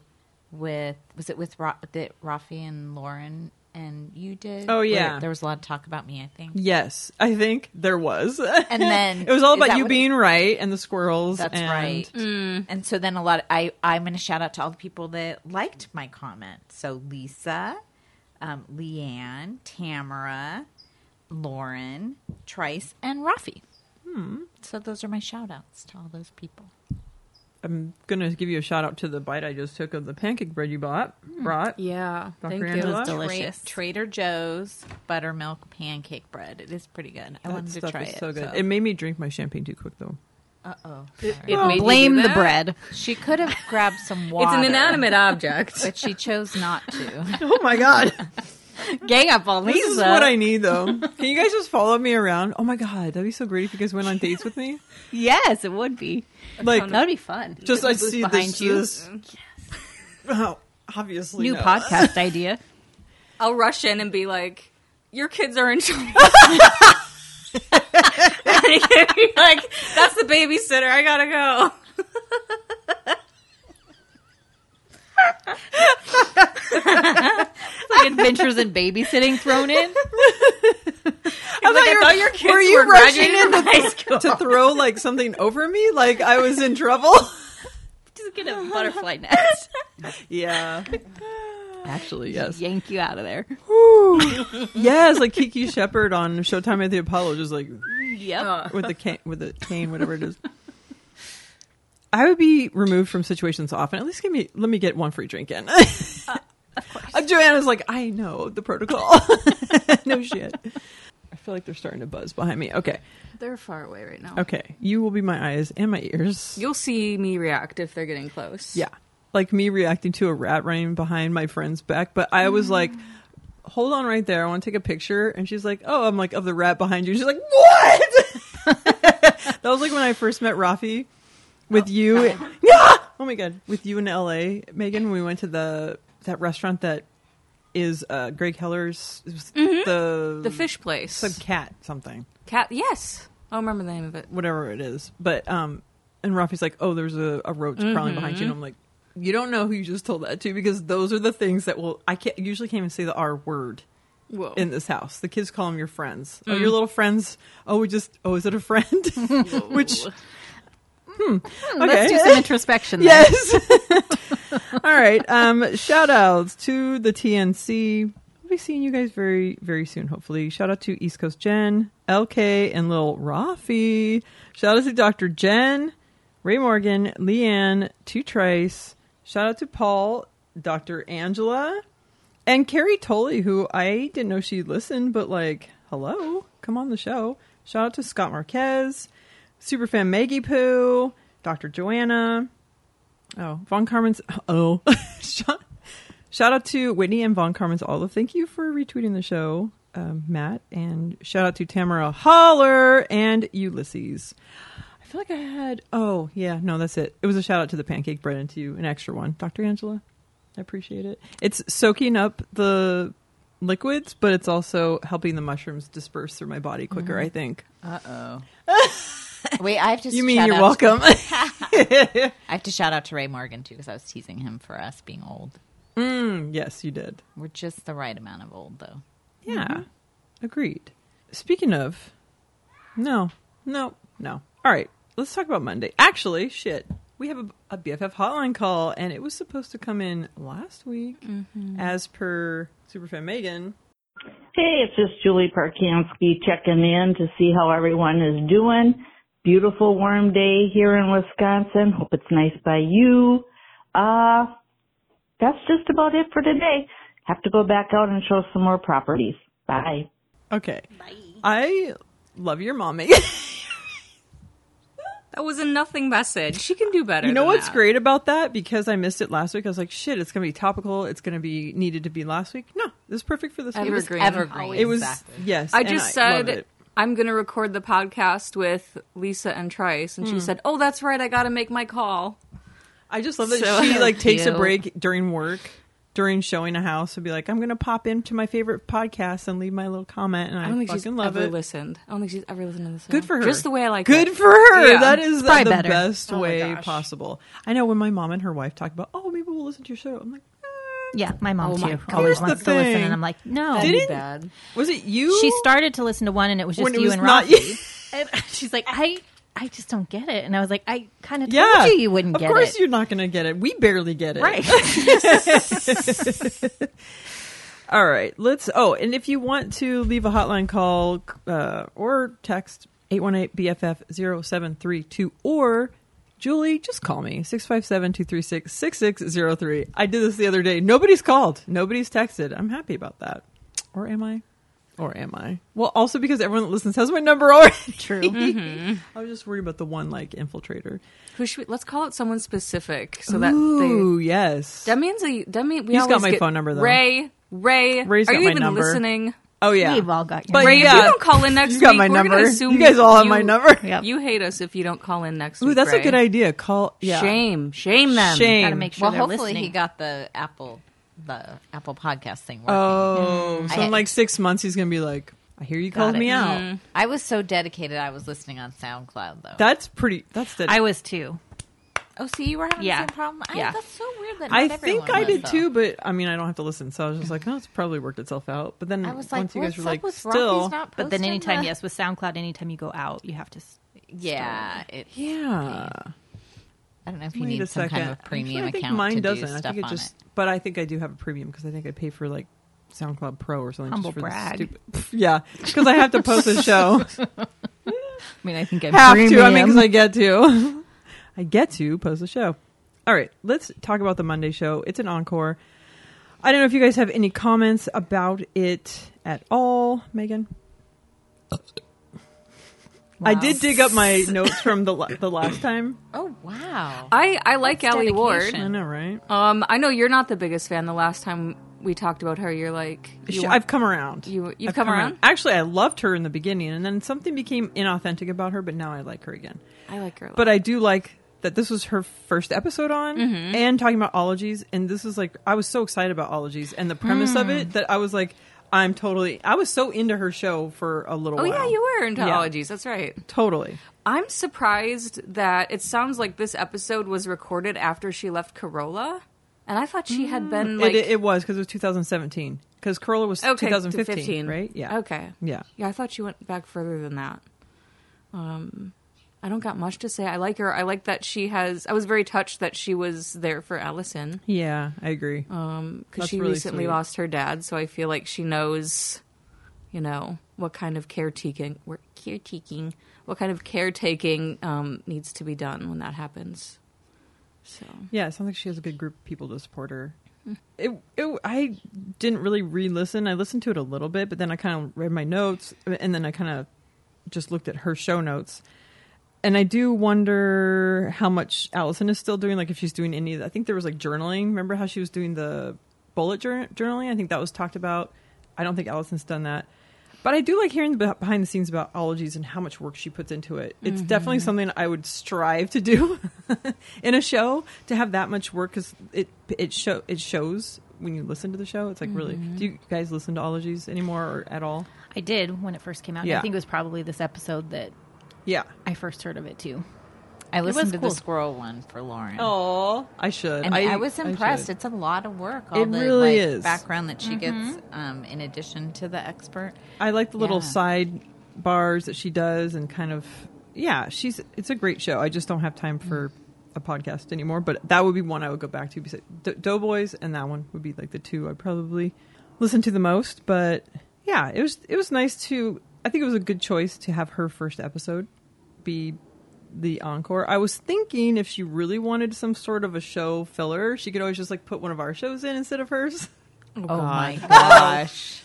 E: with was it with Ra- that Rafi and Lauren and you did.
B: Oh,
E: Where
B: yeah.
E: there was a lot of talk about me. I
B: (laughs)
E: think.
B: Yes, I think there was. (laughs) And
E: then-
B: it was all
E: is
B: about
E: that
B: you
E: what it-
B: being right and the squirrels.
E: That's
B: and-
E: right. Mm. And so then a lot. I I'm going to shout out to all the people that liked my comment. So Lisa, um, Leanne, Tamara, Lauren, Trice, and Rafi.
B: Hmm.
E: So those are my shout outs to all those people.
B: I'm gonna give you a shout out to the bite I just took of the pancake bread you bought.
E: Hmm.
B: Brought.
F: Yeah.
B: Dr.
F: Thank
B: Angela?
F: you.
B: That's
E: Tra-
D: Delicious.
E: Trader Joe's buttermilk pancake bread. It is pretty good. I
B: That
E: wanted to
B: stuff
E: try
B: is
E: it.
B: so good. It made me drink my champagne too quick though. (laughs)
E: Uh oh.
F: It made you do
D: Blame the
F: that?
D: bread.
E: She could have grabbed some water.
F: It's an inanimate object.
E: but she chose not
B: (laughs)
E: to.
B: Oh my
E: (laughs)
B: god.
E: Gang up on Lisa.
B: this is what I need though. Can you guys just follow me around? Oh my god, that'd be so great if you guys went on dates with
E: (laughs)
B: me.
D: Yes, it would be.
B: Like
D: That would be fun.
B: just I
D: Little booth
B: see
D: behind
B: this,
D: you.
B: this- Oh, obviously
D: New
B: no. (laughs)
D: podcast idea.
F: I'll rush in and be like, "Your kids are in
C: (laughs)
F: trouble." and he can be like, "That's the babysitter. I gotta go."
D: It's like adventures in babysitting thrown in.
B: I
F: Like, I
B: you
F: thought your kids
B: were you
F: were
B: rushing
F: graduating
B: in
F: from
B: to-
F: high school.
B: to throw like something over me like I was in trouble.
D: (laughs) Just get a butterfly nest.
B: yeah. Actually, yes.
D: Yank you out of there.
B: yes, like Kiki Shepard on Showtime at the Apollo, just like
D: Yep.
B: with the cane, with the cane, whatever it is. I would be removed from situations often. At least give me, let me get one free drink in. Uh, Joanna's like, I know the protocol. (laughs) no shit. I feel like they're starting to buzz behind me. Okay,
F: They're far away right now.
B: okay. You will be my eyes and my ears.
F: You'll see me react if they're getting close.
B: Yeah. Like me reacting to a rat running behind my friend's back. But I was like, hold on right there. I want to take a picture. And she's like, oh, I'm like, of (laughs) the rat behind you. She's like, what? that was like when I first met Rafi. with you. (laughs) Yeah! Oh my god, with you in L.A., Megan. We went to the that restaurant that is uh, Greg Heller's it was the
C: The fish place.
B: some cat something
C: Cat. Yes. I don't remember the name of it.
B: whatever it is. But um, and Rafi's like, oh, there's a, a roach crawling behind you, and I'm like. You don't know who you just told that to because those are the things that will. I can't usually can't even say the R word
C: Whoa.
B: in this house. The kids call them your friends. Oh, your little friends. Oh, we just. Oh, is it a friend? (laughs) Which. Hmm. Okay.
D: Let's do
B: (laughs)
D: some introspection. Then.
B: Yes. All right. Um, shout outs to the TNC. We'll be seeing you guys very, very soon, hopefully. Shout out to East Coast Jen, LK, and Lil Rafi. Shout out to Dr. Jen, Ray Morgan, Leanne, Two Trice. Shout out to Paul, Dr. Angela, and Carrie Tolley, who I didn't know she listened, but like, hello, come on the show. Shout out to Scott Marquez, Superfan Maggie Poo, Dr. Joanna, Oh, Von Carmen's. Oh, (laughs) shout, shout out to Whitney and Von Carmen's Olive. Thank you for retweeting the show, um, Matt. And shout out to Tamara Holler and Ulysses. I feel like I had. Oh, yeah. No, that's it. It was a shout out to the pancake bread and to you, an extra one. Dr. Angela, I appreciate it. It's soaking up the liquids, but it's also helping the mushrooms disperse through my body quicker,
E: Mm-hmm.
B: I think.
E: Wait, I have to.
B: You mean
E: shout
B: you're
E: out-
B: welcome? (laughs)
E: I have to shout out to Ray Morgan too because I was teasing him for us being old.
B: Mm, yes, you did.
E: We're just the right amount of old though.
B: Yeah. Mm-hmm. Agreed. Speaking of, no, no, no. All right, let's talk about Monday. Actually, shit, we have a, a BFF hotline call, and it was supposed to come in last week,
C: Mm-hmm.
B: as per Superfan Megan.
J: Hey, it's just Julie Parkansky checking in to see how everyone is doing. Beautiful warm day here in Wisconsin. Hope it's nice by you. Uh, that's just about it for today. Have to go back out and show some more properties. Bye.
B: Okay, I love your mommy.
C: That was a nothing message. She can do better.
B: (laughs) you know
C: than
B: what's
C: that.
B: great about that? Because I missed it last week, I was like, shit, it's gonna be topical. It's gonna be needed to be last week. No, this is perfect for this week.
C: Evergreen.
E: Evergreen.
B: It was
E: Exactly.
B: yes.
C: I
B: and
C: just
B: love
C: said
B: it.
C: I'm going to record the podcast with Lisa and Trice,
B: Hmm.
C: and she said, "Oh, that's right. I got to make my call."
B: I just love that
C: So
B: she like takes a
D: cute.
B: break during work, during showing a house, and be like, "I'm going to pop into my favorite podcast and leave my little comment." And I,
C: I don't think she's
B: fucking love
C: ever
B: it.
C: listened. I don't think she's ever listened to this.
B: Good for her.
C: Just the way I like.
B: Good
C: it.
B: for her.
C: Yeah.
B: That is the,
D: probably
B: the
D: better.
B: best
D: Oh my
B: way
D: gosh.
B: possible. I know when my mom and her wife talk about, "Oh, maybe we'll listen to your show." I'm like,
D: Yeah, my mom
C: Oh my
D: too.
C: God.
B: Here's
D: Always
B: the
D: wants to listen,
B: thing.
D: and I'm like, no.
C: That'd be
B: Didn't-
C: bad.
B: "Was it you?"
D: She started to listen to one, and it was just
B: when it
D: you
B: was
D: and
B: not
D: Rob.
B: you.
D: (laughs) And she's like, I, I just don't get it. And I was like, I kind of told
B: yeah,
D: you you wouldn't
B: of
D: get
B: course
D: it. (laughs)
B: you're not going to get it. We barely get it.
D: right.
B: (laughs) All right, let's. Oh, and if you want to leave a hotline call uh, or text 818 BFF 0732 or Julie, just call me 657 236 6603. I did this the other day. Nobody's called, nobody's texted. I'm happy about that. Or am I? Or am I? Well, also because everyone that listens has my number already. (laughs) True. I was just worried about the one like infiltrator.
C: Who should we, let's call it someone specific so
F: Uh,
C: that
B: Ooh,
C: they.
B: yes.
C: That means a, that mean we
B: He's got
C: always
B: my
C: get-
B: phone number, though.
C: Ray, Ray,
B: Ray's
C: are
B: got
C: you
B: my
C: even
B: number.
C: listening?
B: oh (laughs) yeah.
D: We've all got your
B: But
D: number.
C: Ray, if
B: yeah.
C: you don't call in next
B: You got
C: week,
B: my
C: we're
B: number.
C: gonna assume
B: You guys all have
C: (laughs)
B: my
E: (laughs)
B: number.
D: Yep.
C: You hate us if you don't call in next week.
B: Ooh, that's a
C: Ray.
B: good idea. Call yeah.
C: Shame, shame them.
B: Shame.
D: Gotta make sure
E: well,
D: they're
E: hopefully
D: listening.
E: he got the Apple the Apple podcast thing working.
B: Oh, so
E: I-
B: in like six months, he's gonna be like, "I hear you
E: Got
B: called
E: it. Mm.
B: me out."
E: I was so dedicated. I was listening on SoundCloud though.
B: That's pretty. That's the.
D: I
B: I,
D: was too.
E: oh, see, you were having
D: Yeah.
E: the same problem. I,
D: Yeah.
E: that's so weird. That not
B: think
E: everyone
B: I
E: was,
B: did
E: though.
B: too, but I mean, I don't have to listen, so I was just like, "Oh, it's probably worked itself out." But then
E: I was
B: once
E: like,
B: you guys
E: what's
B: were
E: up
B: like,
E: with
B: "Still,
E: Rocky's not
D: But then
E: posting
D: anytime,
E: the-
D: yes, with SoundCloud, anytime you go out, you have to. s-
E: yeah, it,
B: yeah."
E: I don't know if you
B: Wait a
E: need some
B: second.
E: kind of a premium
B: Actually, I think
E: account
B: mine
E: to
B: doesn't.
E: do
B: I
E: stuff
B: think it
E: on
B: just.
E: it.
B: But I think I do have a premium because I think I pay for like SoundCloud Pro or something.
D: Humble
B: just for this
D: brag.
B: Stupid, (laughs) yeah, because I have to post
E: (laughs)
B: a show.
D: I mean, I think I
B: have to. I mean, because I get to. (laughs) I get to post the show. All right, let's talk about the Monday show. It's an encore. I don't know if you guys have any comments about it at all, Megan. I did dig up my notes from the la- the last time.
E: Oh wow!
C: I I like
E: That's
C: Allie
E: dedication.
C: Ward.
B: I know, right?
C: Um, I know you're not the biggest fan. The last time we talked about her, you're like, you
B: Sh-
C: want-
B: I've come around.
C: you- you've
B: I've
C: come around?
B: Actually, I loved her in the beginning, and then something became inauthentic about her. But now I like her again.
C: I like her. a lot.
B: But I do like that this was her first episode on
F: Mm-hmm.
B: and talking about ologies. And this is like, I was so excited about ologies and the premise
F: Mm.
B: of it that I was like, I'm totally, I was so into her show for a little
F: Oh
B: while.
F: yeah, you were into ologies. That's right.
B: Totally.
F: I'm surprised that it sounds like this episode was recorded after she left Corolla, and I thought she had been like
B: Mm. it, it, it was because it was 2017. Because Corolla was
F: okay,
B: 2015,
F: 15.
B: right? Yeah.
F: Okay.
B: Yeah.
F: Yeah, I thought she went back further than that. Um, I don't got much to say. I like her. I like that she has. I was very touched that she was there for Allison
B: Yeah, I agree.
F: because
B: That's
F: she
B: really
F: recently
B: sweet.
F: lost her dad, so I feel like she knows, you know, what kind of caretaking, where- caretaking, what kind of caretaking um, needs to be done when that happens. So
B: Yeah, it sounds like she has a good group of people to support her. It, it, I didn't really re-listen. I listened to it a little bit, but then I kind of read my notes, and then I kind of just looked at her show notes. And I do wonder how much Allison is still doing. Like, if she's doing any, of the- I think there was like journaling. Remember how she was doing the bullet jour- journaling? I think that was talked about. I don't think Allison's done that, but I do like hearing the beh- behind the scenes about ologies and how much work she puts into it. It's
E: Mm-hmm.
B: definitely something I would strive to do (laughs) in a show to have that much work because it it show it shows when you listen to the show. It's like really.
E: Mm-hmm.
B: Do you guys listen to ologies anymore or at all?
D: I did when it first came out.
B: Yeah.
D: I think it was probably this episode that
B: Yeah.
D: I first heard of it too.
E: I listened
D: was
E: to
D: cool.
E: the squirrel one for Lauren.
B: Oh, I should.
E: And I, was impressed.
B: should.
E: it's a lot of work. All
B: It
E: the,
B: really
E: like,
B: is.
E: background that she
F: Mm-hmm.
E: gets, um, in addition to the expert.
B: I like the little
E: Yeah.
B: side bars that she does and kind of yeah, she's it's a great show. I just don't have time for a podcast anymore, but that would be one I would go back to because D- Doughboys and that one would be like the two I'd probably listen to the most, but yeah, it was it was nice to I think it was a good choice to have her first episode be the encore. I was thinking if she really wanted some sort of a show filler, she could always just like put one of our shows in instead of hers. (laughs)
E: Oh, my gosh.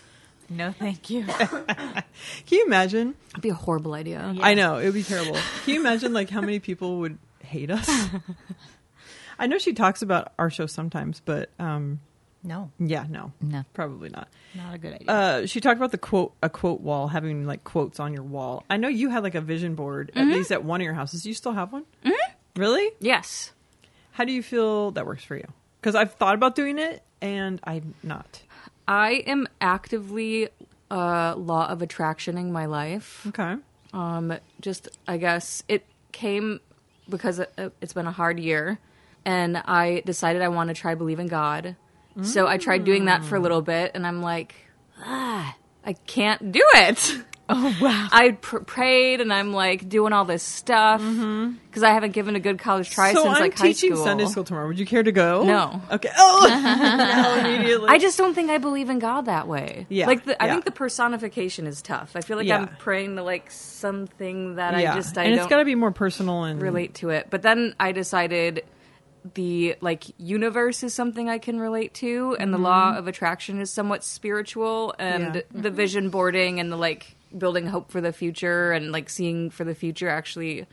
E: no, thank you.
B: Can you imagine?
F: that'd be a horrible idea.
B: I know it would be terrible. Can you imagine like how many people would hate us? (laughs) I know she talks about our show sometimes, but um,
E: No,
B: yeah, no,
E: No.
B: probably not.
D: Not a good idea.
B: Uh, she talked about the quote a quote wall having like quotes on your wall. I know you had like a vision board
F: Mm-hmm.
B: at least at one of your houses. Do you still have one? Mm-hmm. Really?
F: Yes.
B: How do you feel that works for you? Because I've thought about doing it and I'm not.
F: I am actively uh, law of attractioning my life.
B: Okay.
F: Um, just I guess it came because it, it's been a hard year, and I decided I want to try believe in God. So I tried doing that for a little bit, and I'm like, ah, I can't do
B: (laughs)
F: it. Oh wow! I pr- prayed, and I'm like doing all this stuff because I haven't given a good college try
B: Mm-hmm. so
F: since
B: I'm
F: like
B: teaching
F: high school.
B: Sunday school tomorrow. Would you care to go?
F: No.
B: Okay.
F: (laughs)
B: Oh, (laughs) no, immediately.
F: I just don't think I believe in God that way.
B: Yeah,
F: like the, I
B: yeah.
F: think the personification is tough. I feel like
B: Yeah.
F: I'm praying to like something that I just I
B: and
F: don't
B: it's got to be more personal and
F: relate to it. But then I decided the like universe is something I can relate to, and the law of attraction is somewhat spiritual, and
B: Yeah.
F: the vision boarding and the like building hope for the future and like seeing for the future actually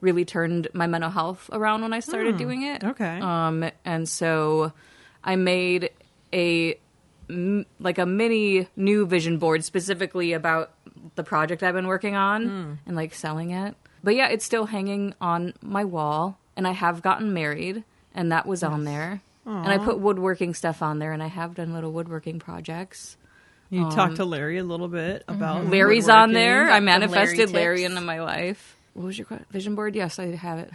F: really turned my mental health around when I started doing it.
B: Okay.
F: Um, and so I made a m- like a mini new vision board specifically about the project I've been working on
B: Hmm.
F: and like selling it. But yeah, it's still hanging on my wall, and I have gotten married, and that was on there. And I put woodworking stuff on there, and I have done little woodworking projects.
B: You talked to Larry a little bit about
F: Mm-hmm. Larry's
B: woodworking.
F: on there. I manifested
D: Larry
F: Larry,
D: tips.
F: into my life. What was your que- vision board? Yes, I have it.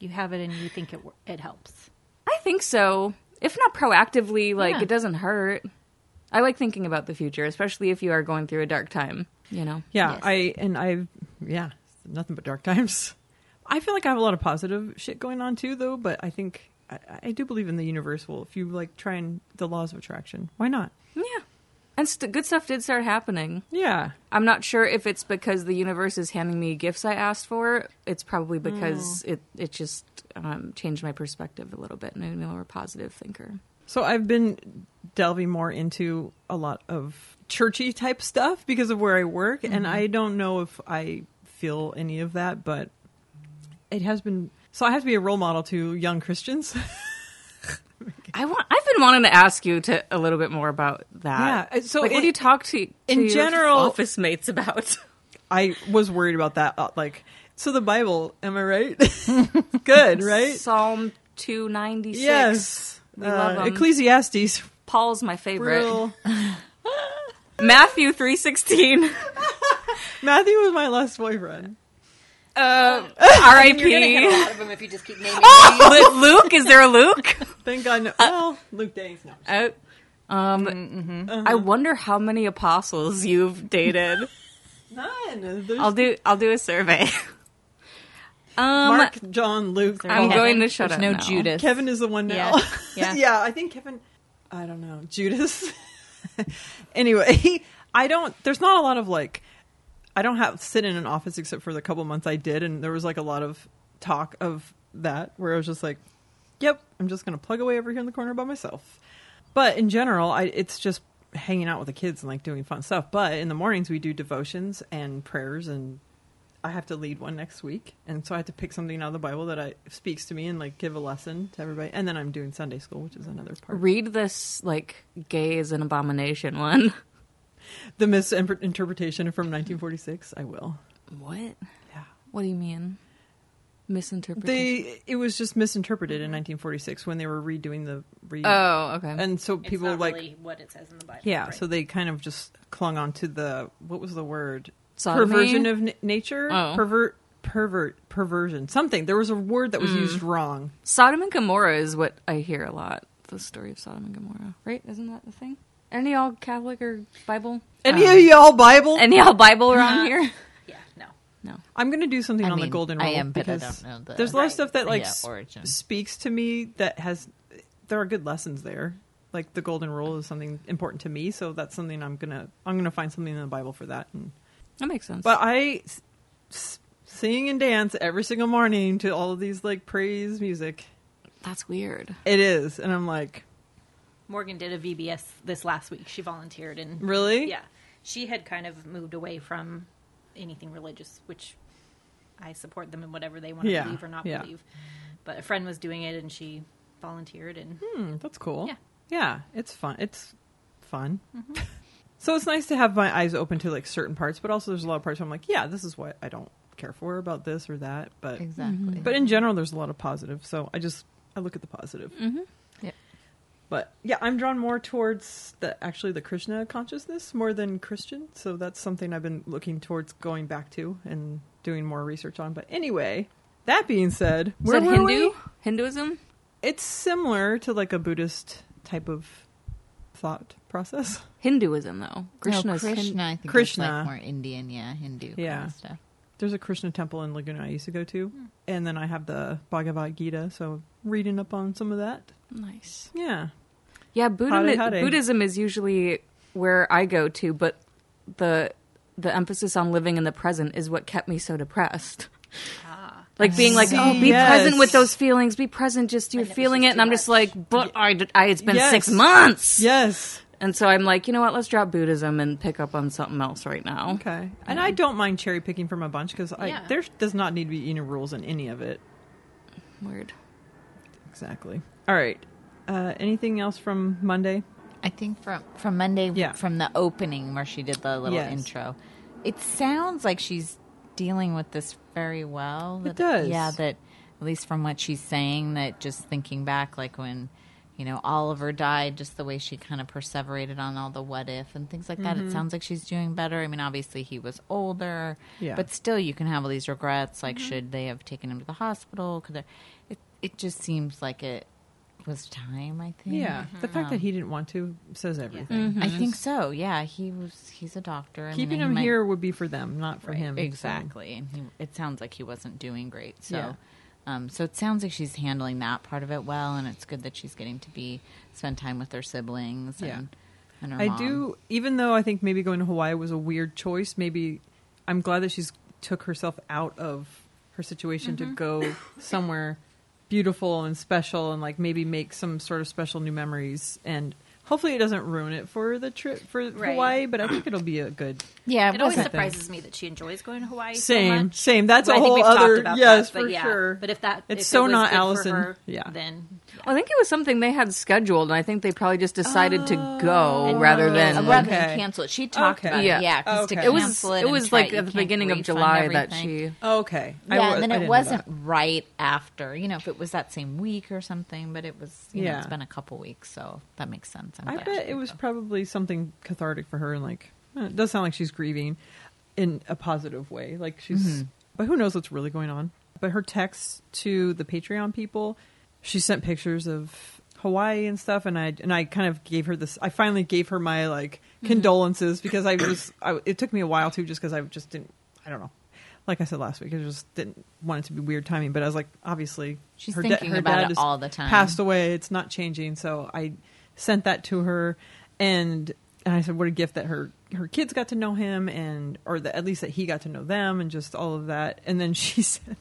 D: you have it and you think it wor- it helps.
F: I think so. If not proactively, like
D: Yeah.
F: it doesn't hurt. I like thinking about the future, especially if you are going through a dark time. You know.
B: Yeah,
D: Yes.
B: I and I yeah, nothing but dark times. (laughs) I feel like I have a lot of positive shit going on too, though. But I think I, I do believe in the universal. If you like try and the laws of attraction, why not?
F: Yeah. And st- good stuff did start happening.
B: Yeah,
F: I'm not sure if it's because the universe is handing me gifts I asked for. It's probably because
B: Mm.
F: it it just um, changed my perspective a little bit and made me a more positive thinker.
B: So I've been delving more into a lot of churchy type stuff because of where I work,
F: Mm-hmm.
B: and I don't know if I feel any of that, but it has been. So I have to be a role model to young Christians. (laughs)
F: I want. I've been wanting to ask you to a little bit more about that.
B: Yeah, uh, so
F: like, what
B: it-
F: do you talk to, to
B: in
F: your
B: general-
F: office mates about?
B: I was worried about that. uh, Like, So the Bible, am I right? (laughs) (laughs)
F: (laughs)
B: Good, right?
F: Psalm 296.
B: Yes.
F: We love 'em.
B: Uh, Ecclesiastes.
F: Paul's my favorite.
B: Real.
K: (laughs)
F: Matthew 316.
B: Matthew was my last boyfriend.
F: Uh,
K: You're gonna hit a
F: R.I.P.
K: lot of them if you just keep naming.
F: Lu- Oh, Luke, is there
K: (laughs)
F: a Luke?
B: Thank God.
F: Uh,
B: No. Well, Luke Danes. No.
F: Oh. Um,
K: Mm-hmm.
F: I wonder how many apostles you've dated.
K: (laughs)
B: None. There's
F: I'll do. I'll do a survey. (laughs) um,
B: Mark, John, Luke.
F: I'm
B: Paul.
F: going to shut
E: There's
F: up.
E: no
F: now.
E: Judas.
B: Kevin is the one now. (laughs)
E: Yeah. Yeah.
B: I think Kevin. I don't know. Judas. (laughs) anyway, (laughs) I don't. There's not a lot of like. I don't have sit in an office except for the couple months I did, and there was like a lot of talk of that where I was just like, "Yep, I'm just going to plug away over here in the corner by myself." But in general, I, it's just hanging out with the kids and like doing fun stuff. But in the mornings, we do devotions and prayers and I have to lead one next week, and so I have to pick something out of the Bible that I speaks to me and like give a lesson to everybody. And then I'm doing Sunday school, which is another part.
F: Read this like gay is an abomination one.
B: The misinterpretation from 1946. I will.
F: What?
B: Yeah.
F: What do you mean? Misinterpretation.
B: They it was just misinterpreted in 1946 when they were redoing the re.
F: oh, okay.
B: and so people like
D: what it says in the Bible.
B: yeah, so they kind of just clung on to the what was the word
F: Sodomy?
B: perversion of n- nature
F: Oh.
B: pervert pervert perversion something there was a word that was
E: Mm.
B: used wrong
F: Sodom and Gomorrah is what I hear a lot. The story of Sodom and Gomorrah, right? Isn't that the thing? Any y'all Catholic or Bible?
E: Um,
B: any of y'all bible
F: Any y'all Bible around here?
E: Yeah, no.
B: I'm gonna do something
E: I
B: on the
E: mean,
B: golden
E: I
B: rule.
E: am, but I
B: because
E: don't know the-
B: there's a lot of stuff that like
E: Yeah,
B: s-
E: origin.
B: speaks to me that has. There are good lessons there. Like the golden rule is something important to me, so that's something I'm gonna I'm gonna find something in the Bible for that. And,
F: That makes sense.
B: but I s- s- sing and dance every single morning to all of these like praise music.
F: That's weird.
B: It is, and I'm like,
D: Morgan did a VBS this last week. She volunteered and
B: really?
D: yeah, she had kind of moved away from anything religious, which I support them in whatever they want to
B: Yeah,
D: believe or not
B: yeah.
D: believe. But a friend was doing it and she volunteered and
B: Hmm, that's cool.
D: Yeah.
B: Yeah, Mm-hmm. it's fun. It's fun. (laughs) so it's nice to have my eyes open to like certain parts, but also there's a lot of parts where I'm like, yeah, this is what I don't care for about this or that. But
E: Exactly.
B: but in general, there's a lot of positive. So I just I look at the positive. Mm-hmm.
E: Yep.
B: But yeah, I'm drawn more towards the actually the Krishna consciousness more than Christian. So that's something I've been looking towards going back to and doing more research on. But anyway, that being said,
F: Is
B: where
F: that
B: were
F: Hindu?
B: we?
F: Hinduism?
B: it's similar to like a Buddhist type of thought process. (laughs)
F: Hinduism, though. Krishna's
E: no,
F: Hin-
E: Krishna, I think Krishna.
B: Krishna.
E: like more Indian, yeah, Hindu kind
B: Yeah.
E: of stuff.
B: There's a Krishna temple in Laguna I used to go to,
E: Hmm.
B: and then I have the Bhagavad Gita, so reading up on some of that.
F: Nice.
B: Yeah,
F: Yeah, Buddhism,
B: Hare Hare.
F: Buddhism is usually where I go to, but the the emphasis on living in the present is what kept me so depressed.
E: Ah.
F: Like being like,
B: See,
F: oh, be
B: yes.
F: present with those feelings. Be present, just you're feeling it, and I'm just like, but I, d- I- it's been
B: Yes.
F: six months,
B: yes,
F: and so I'm like, you know what? Let's drop Buddhism and pick up on something else right now.
B: okay. And
E: Um,
B: I don't mind cherry picking from a bunch because
D: Yeah.
B: there does not need to be any rules in any of it.
F: Weird.
B: Exactly. All right. Uh, anything else from Monday?
E: I think from from Monday
B: Yeah.
E: from the opening where she did the little
B: Yes.
E: intro. It sounds like she's dealing with this very well.
B: It
E: That,
B: does.
E: Yeah, that at least from what she's saying that just thinking back like when you know Oliver died just the way she kind of perseverated on all the what if and things like
B: Mm-hmm.
E: that. It sounds like she's doing better. I mean, obviously he was older,
B: Yeah. Mm-hmm.
E: but still you can have all these regrets like should they have taken him to the hospital? Could they, it it just seems like it was time, I think.
B: Yeah, the fact that he didn't want to says everything.
E: I think so. Yeah, he was. He's a doctor. I mean,
B: Keeping
E: he
B: him
E: might-
B: here would be for them, not for him. So-
E: exactly. And he, it sounds like he wasn't doing great. So,
B: Yeah.
E: um, so it sounds like she's handling that part of it well, and it's good that she's getting to be spend time with her siblings.
B: Yeah.
E: And, and her
B: I
E: mom.
B: do, even though I think maybe going to Hawaii was a weird choice. Maybe I'm glad that she's took herself out of her situation
D: Mm-hmm.
B: to go somewhere beautiful and special, and like maybe make some sort of special new memories. And Hopefully, it doesn't ruin it for the trip for
D: Right.
B: Hawaii, but I think it'll be a good
E: Yeah,
D: It always
E: wasn't-
D: surprises me that she enjoys going to Hawaii. so
B: same.
D: much.
B: Same. That's
D: But I
B: a
D: think
B: whole
D: we've talked
B: other
D: about
B: yes
D: that, but
B: for
D: yeah.
B: sure.
D: But if that
B: it's
D: if
B: so
D: it was
B: not
D: good for
B: Allison.
D: her,
B: yeah,
D: then
F: I think it was something they had scheduled, and I think they probably just decided
E: Oh.
F: to go rather than.
E: rather than
B: Okay.
E: cancel it. She talked
B: Okay.
E: about
F: Yeah.
E: it. Yeah, 'cause to
B: Okay.
F: It was
E: cancel it,
F: it
E: and
F: was
E: try
F: like
E: you
F: at the
E: can't
F: beginning of
E: refund
F: July that
E: everything.
F: she.
B: okay. I
E: Yeah,
B: wa-
E: and then
B: I
E: it
B: didn't know that.
E: wasn't right after. You know, if it was that same week or something, but it was. You know, it's
B: Yeah.
E: been a couple weeks, so that makes sense. I'm
B: I
E: glad
B: bet
E: she
B: it
E: did
B: was
E: go.
B: probably something cathartic for her, and like eh, it does sound like she's grieving in a positive way. Like she's,
E: Mm-hmm.
B: but who knows what's really going on? But her texts to the Patreon people, she sent pictures of Hawaii and stuff, and I and I kind of gave her this. I finally gave her my like
E: Mm-hmm.
B: condolences because I was. I, it took me a while too, just because I just didn't. I don't know. Like I said last week, I just didn't want it to be weird timing, but I was like, obviously,
E: She's
B: da-
E: thinking about it
B: is
E: all the time.
B: Passed passed away. It's not changing. So I sent that to her, and and I said, what a gift that her her kids got to know him, and or that at least that he got to know them, and just all of that. And then (laughs) she said.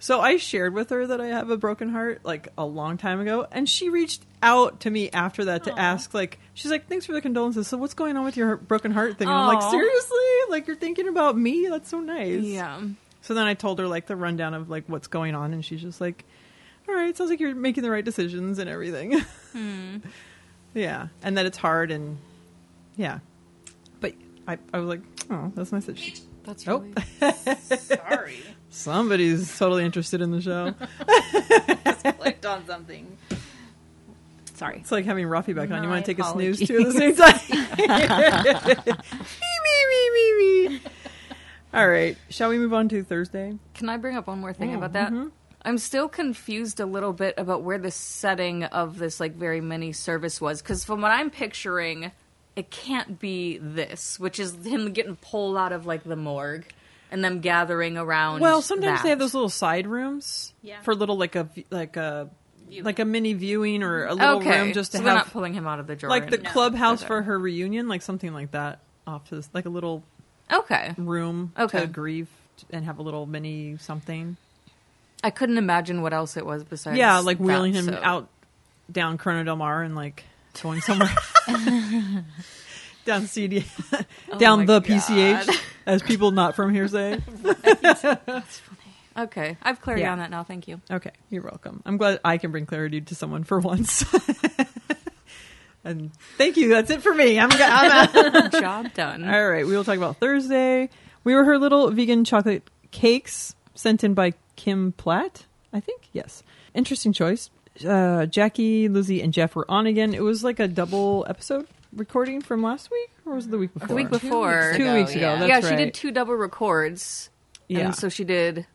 B: So I shared with her that I have a broken heart like a long time ago and she reached out to me after that to ask like she's like thanks for the condolences so what's going on with your broken heart thing and I'm like
F: Aw.
B: seriously like you're thinking about me that's so nice
F: Yeah.
B: so then I told her like the rundown of like what's going on, and she's just like, "All right, sounds like you're making the right decisions and everything." (laughs)
D: Hmm.
B: yeah, and that it's hard and yeah, but I I was like, "Oh, that's nice that she."
F: That's
B: Nope.
F: really.
B: (laughs)
D: sorry,
B: Somebody's totally interested in the
D: (laughs)
B: show.
D: clicked on something. Sorry.
B: It's like having Rafi back on. you
D: My
B: want to take a snooze too at the same time?
D: (laughs)
B: (laughs) me, me, me, me. All right. Shall we move on to Thursday?
F: Can I bring up one more thing about
B: Mm-hmm.
F: that? I'm still confused a little bit about where the setting of this like very mini service was because from what I'm picturing, it can't be this, which is him getting pulled out of like the morgue and them gathering around.
B: Well, sometimes they have
F: that.
B: those little side rooms
D: Yeah.
B: for little like a like a
D: Viewing.
B: like a mini viewing or a little room just to
F: so they're not
B: have
F: pulling him out of the drawer.
B: like the
F: and-
B: clubhouse
F: Okay.
B: for her reunion, like something like that. Off to this, like a little
F: Okay,
B: room
F: Okay.
B: to grieve and have a little mini something.
F: I couldn't imagine what else it was besides.
B: yeah, like wheeling
F: that,
B: him
F: so-
B: out down Corona Del Mar and like going
F: (laughs)
B: somewhere. (laughs) down CD,
F: Oh my
B: down the
F: God.
B: PCH, as people not from here say.
F: Okay, I've clarity
B: Yeah.
F: on that now. Thank
B: (laughs)
F: you.
B: Okay, you're welcome. I'm glad I can bring clarity to someone for (laughs) once. and thank you. That's it for me. I'm, go-
F: (laughs)
B: I'm out.
F: Job done.
B: All right, we will talk about Thursday. We were her little vegan chocolate cakes sent in by Kim Platt, I think. Yes. Interesting choice. Uh, Jackie, Lizzie, and Jeff were on again. It was like a double episode recording from last week, or was it the week before?
F: the week before,
B: Two weeks ago.
F: yeah,
B: That's
F: she did
B: right.
F: two double records.
B: Yeah.
F: And so she did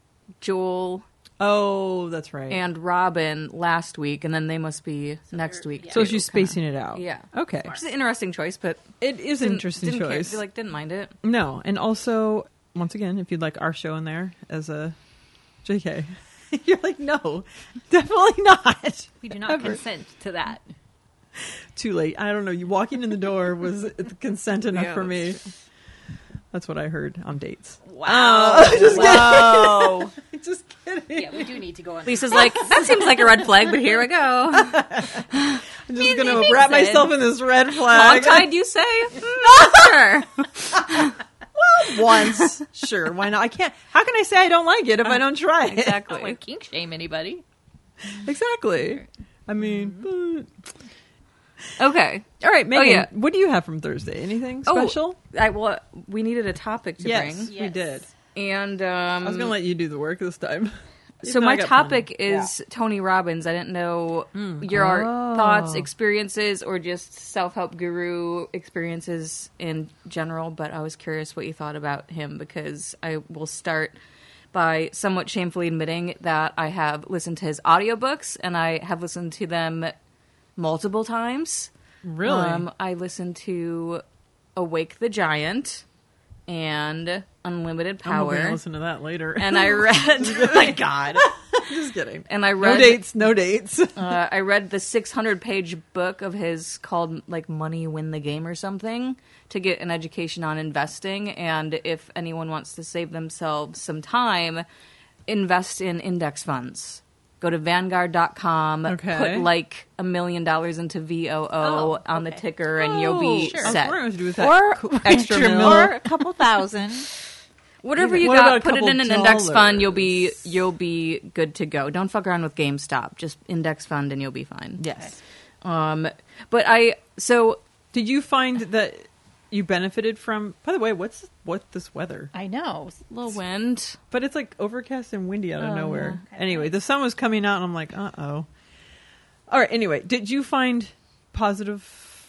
F: Joel
B: oh, that's right.
F: and Robin last week, and then they must be next week.
B: so
F: too,
B: she's
F: kinda.
B: spacing it out.
F: Yeah.
B: Okay.
F: Which is an interesting choice, but
B: It is an
F: didn't-
B: interesting
F: didn't care-
B: choice.
F: like didn't mind it.
B: No, and also once again, if you'd like our show in there as a JK, (laughs) you're like, no, (laughs) definitely not.
D: We do not
B: Ever.
D: consent to that.
B: Too late. I don't know. You walking in the door was (laughs) consent enough
F: Yeah,
B: for me. That's what I heard on dates. Oh, (laughs)
D: Wow.
B: Wow. (laughs) Just kidding.
D: yeah, we do need to go on.
F: Lisa's
D: (laughs)
F: like that seems like a red flag,
B: (laughs)
F: but here we go.
B: I'm just gonna wrap myself in this red flag.
F: Long tied, you say? Mm, sure.
B: (laughs) once. Sure, why not? I can't how can I say I don't like it if I don't try it?
D: I don't
F: Exactly.
D: wanna kink shame anybody.
B: (laughs) Exactly. I mean
D: Mm-hmm.
B: but-
F: Okay.
B: All right,
D: Oh,
B: Megan,
F: yeah.
B: what do you have from Thursday? Anything
F: Oh,
B: special?
F: I well, we needed a topic to
B: yes, we
D: Yes.
B: did.
F: bring, and um,
B: I was gonna let you do the work this time.
F: (laughs) So my topic is Tony Robbins. I didn't know your thoughts, experiences, or just self-help guru experiences in general. But I was curious what you thought about him because I will start by somewhat shamefully admitting that I have listened to his audiobooks and I have listened to them multiple times.
B: really
F: Um, I listened to Awake the Giant and Unlimited
B: I'm hoping
F: Power.
B: I listen to that later.
F: and I read (laughs)
B: my God, (laughs) just kidding.
F: and I
B: no
F: read
B: dates, no (laughs) dates.
F: uh, I read the 600 page book of his called like Money Win the Game or something to get an education on investing. And if anyone wants to save themselves some time, invest in index funds. Go to vanguard.com,
B: Okay.
F: put like a million dollars into VOO
D: Oh,
F: on the
D: okay.
F: ticker, and
B: Oh,
F: you'll be
B: I was
F: set.
B: wondering what to do with that
E: (laughs) Or
B: co- (laughs) extra mil.
E: or a couple thousand.
F: Whatever you
B: What about a
F: got, put it
B: couple
F: in an index fund. You'll be you'll be good to go. Don't fuck around with GameStop. Just index fund, and you'll be fine.
E: Yes.
F: Um, but I so
B: Did you find that you benefited from? By the way, what's what this weather?
D: I know.
F: low wind.
B: But it's like overcast and windy
F: Oh,
B: out of nowhere. Anyway, the sun was coming out, and I'm like, uh oh. All right. Anyway, did you find positive?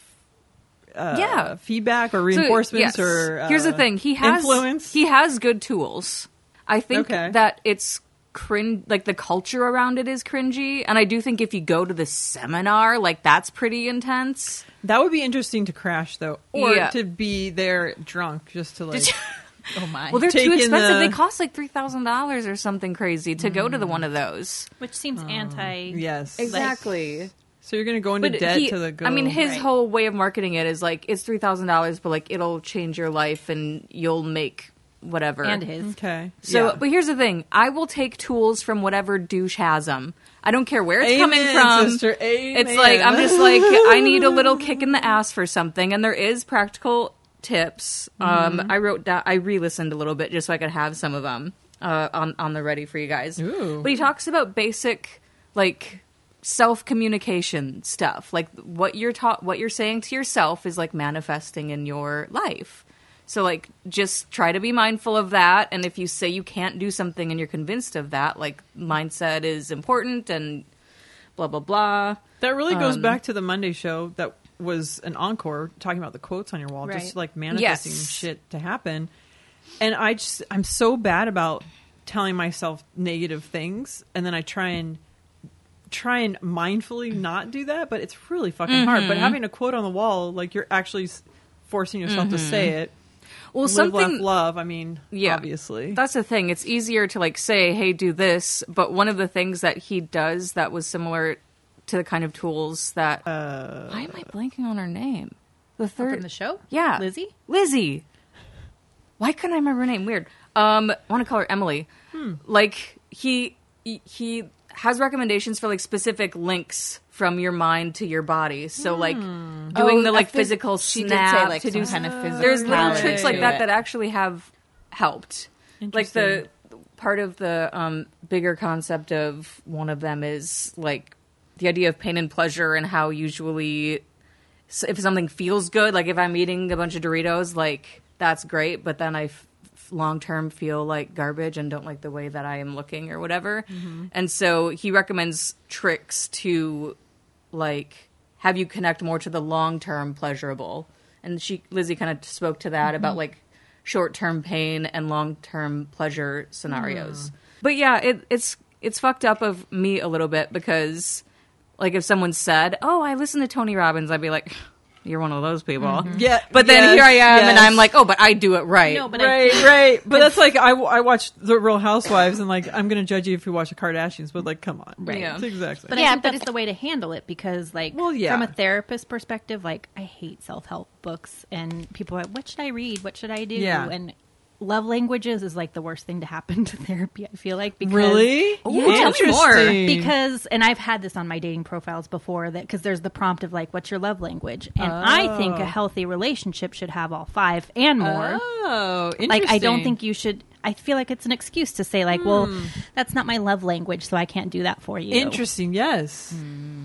B: Uh,
F: Yeah.
B: feedback or
F: So,
B: reinforcements
F: yes.
B: or uh,
F: here's the thing he has
B: influence.
F: he has good tools i think
B: Okay.
F: that it's cringe like the culture around it is cringy and i do think if you go to the seminar like that's pretty intense
B: that would be interesting to crash though, or
F: Yeah.
B: to be there drunk just to like.
E: (laughs)
F: (laughs)
E: Oh my.
F: well they're
B: Take
F: too
B: in
F: expensive
B: the- Hmm.
F: they cost like $3000 or something crazy to go to the one of those
D: Which seems
B: Um,
D: anti.
B: yes,
F: exactly
B: So you're going to go into
F: But
B: debt
F: he-
B: to the go.
F: I mean, his
D: Right.
F: whole way of marketing it is like it's three thousand dollars, but like it'll change your life and you'll make whatever.
D: And his.
B: okay.
F: So,
B: Yeah.
F: but here's the thing: I will take tools from whatever douche has them. I don't care where it's coming
B: Amen,
F: from.
B: sister,
F: It's like I'm just like I need a little kick in the ass for something, and there is practical tips. Um, I wrote down, I re-listened a little bit just so I could have some of them uh, on on the ready for you guys.
B: Ooh.
F: But he talks about basic like self communication stuff, like what you're taught, what you're saying to yourself is like manifesting in your life. So like just try to be mindful of that and if you say you can't do something and you're convinced of that like mindset is important and blah blah blah.
B: That really goes
F: Um,
B: back to the Monday show that was an encore talking about the quotes on your wall,
D: Right.
B: just like manifesting
F: Yes.
B: shit to happen. And I just, I'm so bad about telling myself negative things, and then I try and try and mindfully not do that, but it's really fucking hard.
F: Mm-hmm.
B: But having a quote on the wall, like you're actually s- forcing yourself to say it.
F: Mm-hmm. Well,
B: Live,
F: something
B: laugh, love. I mean,
F: Yeah.
B: obviously.
F: That's the thing. It's easier to like say, "Hey, do this," but one of the things that he does that was similar to the kind of tools that. why am I blanking on her name? The third
D: From the show?
F: Yeah,
D: Lizzie?
F: Lizzie. Why couldn't I remember her name? Weird. Um, I want to call her Emily. Like he he- he has recommendations for like specific links from your mind to your body. So like doing
E: Oh,
F: the
E: I
F: like
E: think
F: physical
E: she did say,
F: snap
E: like,
F: to do
E: some kind of physical
F: There's little
E: palette
F: tricks
E: to
F: like that
E: it.
F: that actually have helped. Like the part of the um, bigger concept of one of them is like the idea of pain and pleasure and how usually s- if something feels good, like if I'm eating a bunch of Doritos, like that's great, but then I f- long term feel like garbage and don't like the way that I am looking or whatever. And so he recommends tricks to like have you connect more to the long term pleasurable. And she Lizzie kind of spoke to that about like short term pain and long term pleasure scenarios. But yeah, it, it's it's fucked up of me a little bit because like if someone said, "Oh, I listen to Tony Robbins," I'd be like, "You're one of those people."
B: Yeah,
F: But then
B: yes,
F: here I am, and
B: yes.
F: I'm like, "Oh, but I do it right."
D: No, but I
B: right, right. But that's like I, I watched The Real Housewives, and like I'm gonna judge you if you watch the Kardashians, but like, come on, right?
F: Yeah.
B: Exactly.
D: But I
E: Yeah,
D: think
E: but
D: that's the way to handle it because, like,
B: Well, yeah.
D: from a therapist perspective, like, I hate self help books and people are like, what should I read? What should I do?
B: Yeah.
D: And love languages is like the worst thing to happen (laughs) to therapy, I feel like. Because,
B: really?
F: Ooh, tell me more.
B: Interesting.
D: Because, and I've had this on my dating profiles before that because there's the prompt of, like, what's your love language? And I think a healthy relationship should have all five and more
B: oh, interesting. Hmm.
D: like i don't think you should i feel like it's an excuse to say like well that's not my love language so i can't do that for you
B: interesting. Yes,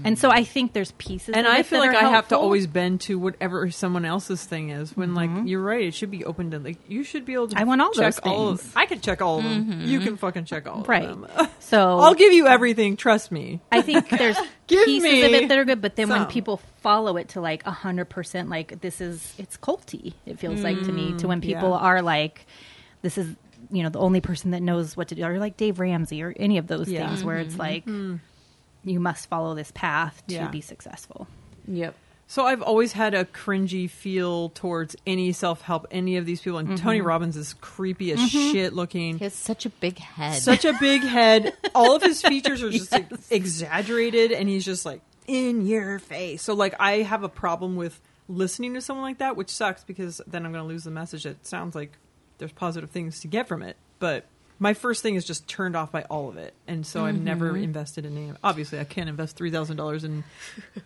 D: and so i think there's pieces
B: and
D: of
B: I
D: it
B: feel
D: that
B: like I
D: are
B: have to
D: helpful.
B: always bend to whatever someone else's thing is. When like you're right, it should be open to like you should be able to.
D: I want all
B: check
D: those
B: Mm-hmm. all Mm-hmm. of-
D: things.
B: I can check all of them. You can fucking check all
D: right
B: (laughs) of them.
D: so
B: I'll give you everything. Trust me. (laughs)
D: i think there's
B: Give
D: pieces
B: me
D: of it that are good but then
B: some.
D: when people follow it to like 100% like this is it's culty it feels like to me to when people
B: Mm, yeah.
D: are like this is you know the only person that knows what to do or like dave ramsey or any of those
B: Yeah. Mm-hmm. Mm.
D: things where it's like you must follow this path to
B: Yeah.
D: be successful
F: Yep.
B: So I've always had a cringy feel towards any self help, any of these people, and Tony Robbins is creepy as shit looking.
E: He has such a big head.
B: Such a big head. All of his features are just like, exaggerated, and he's just like in your face. So like I have a problem with listening to someone like that, which sucks because then I'm going to lose the message. It sounds like there's positive things to get from it, but my first thing is just turned off by all of it, and so I'm never invested in any. of- Obviously, I can't invest three thousand dollars in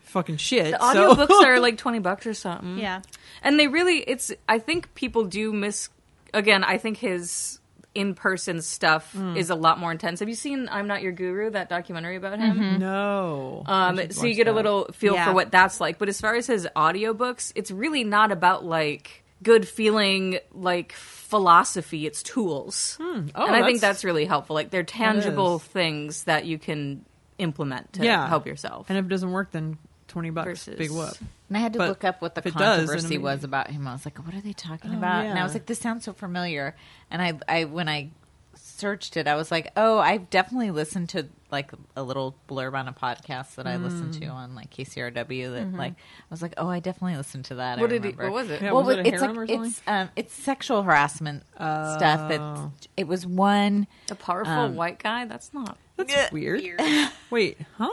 B: fucking shit.
F: The
B: so-
F: audiobooks (laughs) are like 20 bucks or
B: Mm.
F: something.
D: Yeah.
F: And they really it's I think people do miss again, I think his in-person stuff is a lot more intense. Have you seen I'm Not Your Guru that documentary about him?
E: Mm-hmm.
B: no. I
F: Um
B: should
F: so you
B: watch
F: get a
B: Mm-hmm. that.
F: little feel
D: Yeah.
F: for what that's like. But as far as his audiobooks, it's really not about like good feeling like philosophy, it's tools.
B: Oh,
F: and I
B: that's-
F: think that's really helpful. Like they're tangible things that you can implement to
B: Yeah.
F: help yourself.
B: and if it doesn't work, then twenty bucks,
F: Versus-
B: big whoop.
E: And I had to
B: But
E: look up what the
B: if it does, then
E: controversy
B: I mean-
E: was about him. I was like, "What are they talking about?" And I was
B: yeah.
E: like, "This sounds so familiar." And I, I when I searched it, I was like, "Oh, I've definitely listened to like a little blurb on a podcast that I listened
B: Mm.
E: to on like KCRW." That
B: Mm-hmm.
E: like I was like, "Oh, I definitely listened to that."
F: what
E: I
F: did he,
E: remember.
F: what was it?
B: Yeah,
E: well,
B: was it a
E: it's
B: harem or
E: like
B: something?
E: it's um, it's sexual harassment stuff.
B: Oh.
E: That it was one.
F: A powerful
E: Um,
F: white guy? That's not.
B: That's weird. Wait, huh?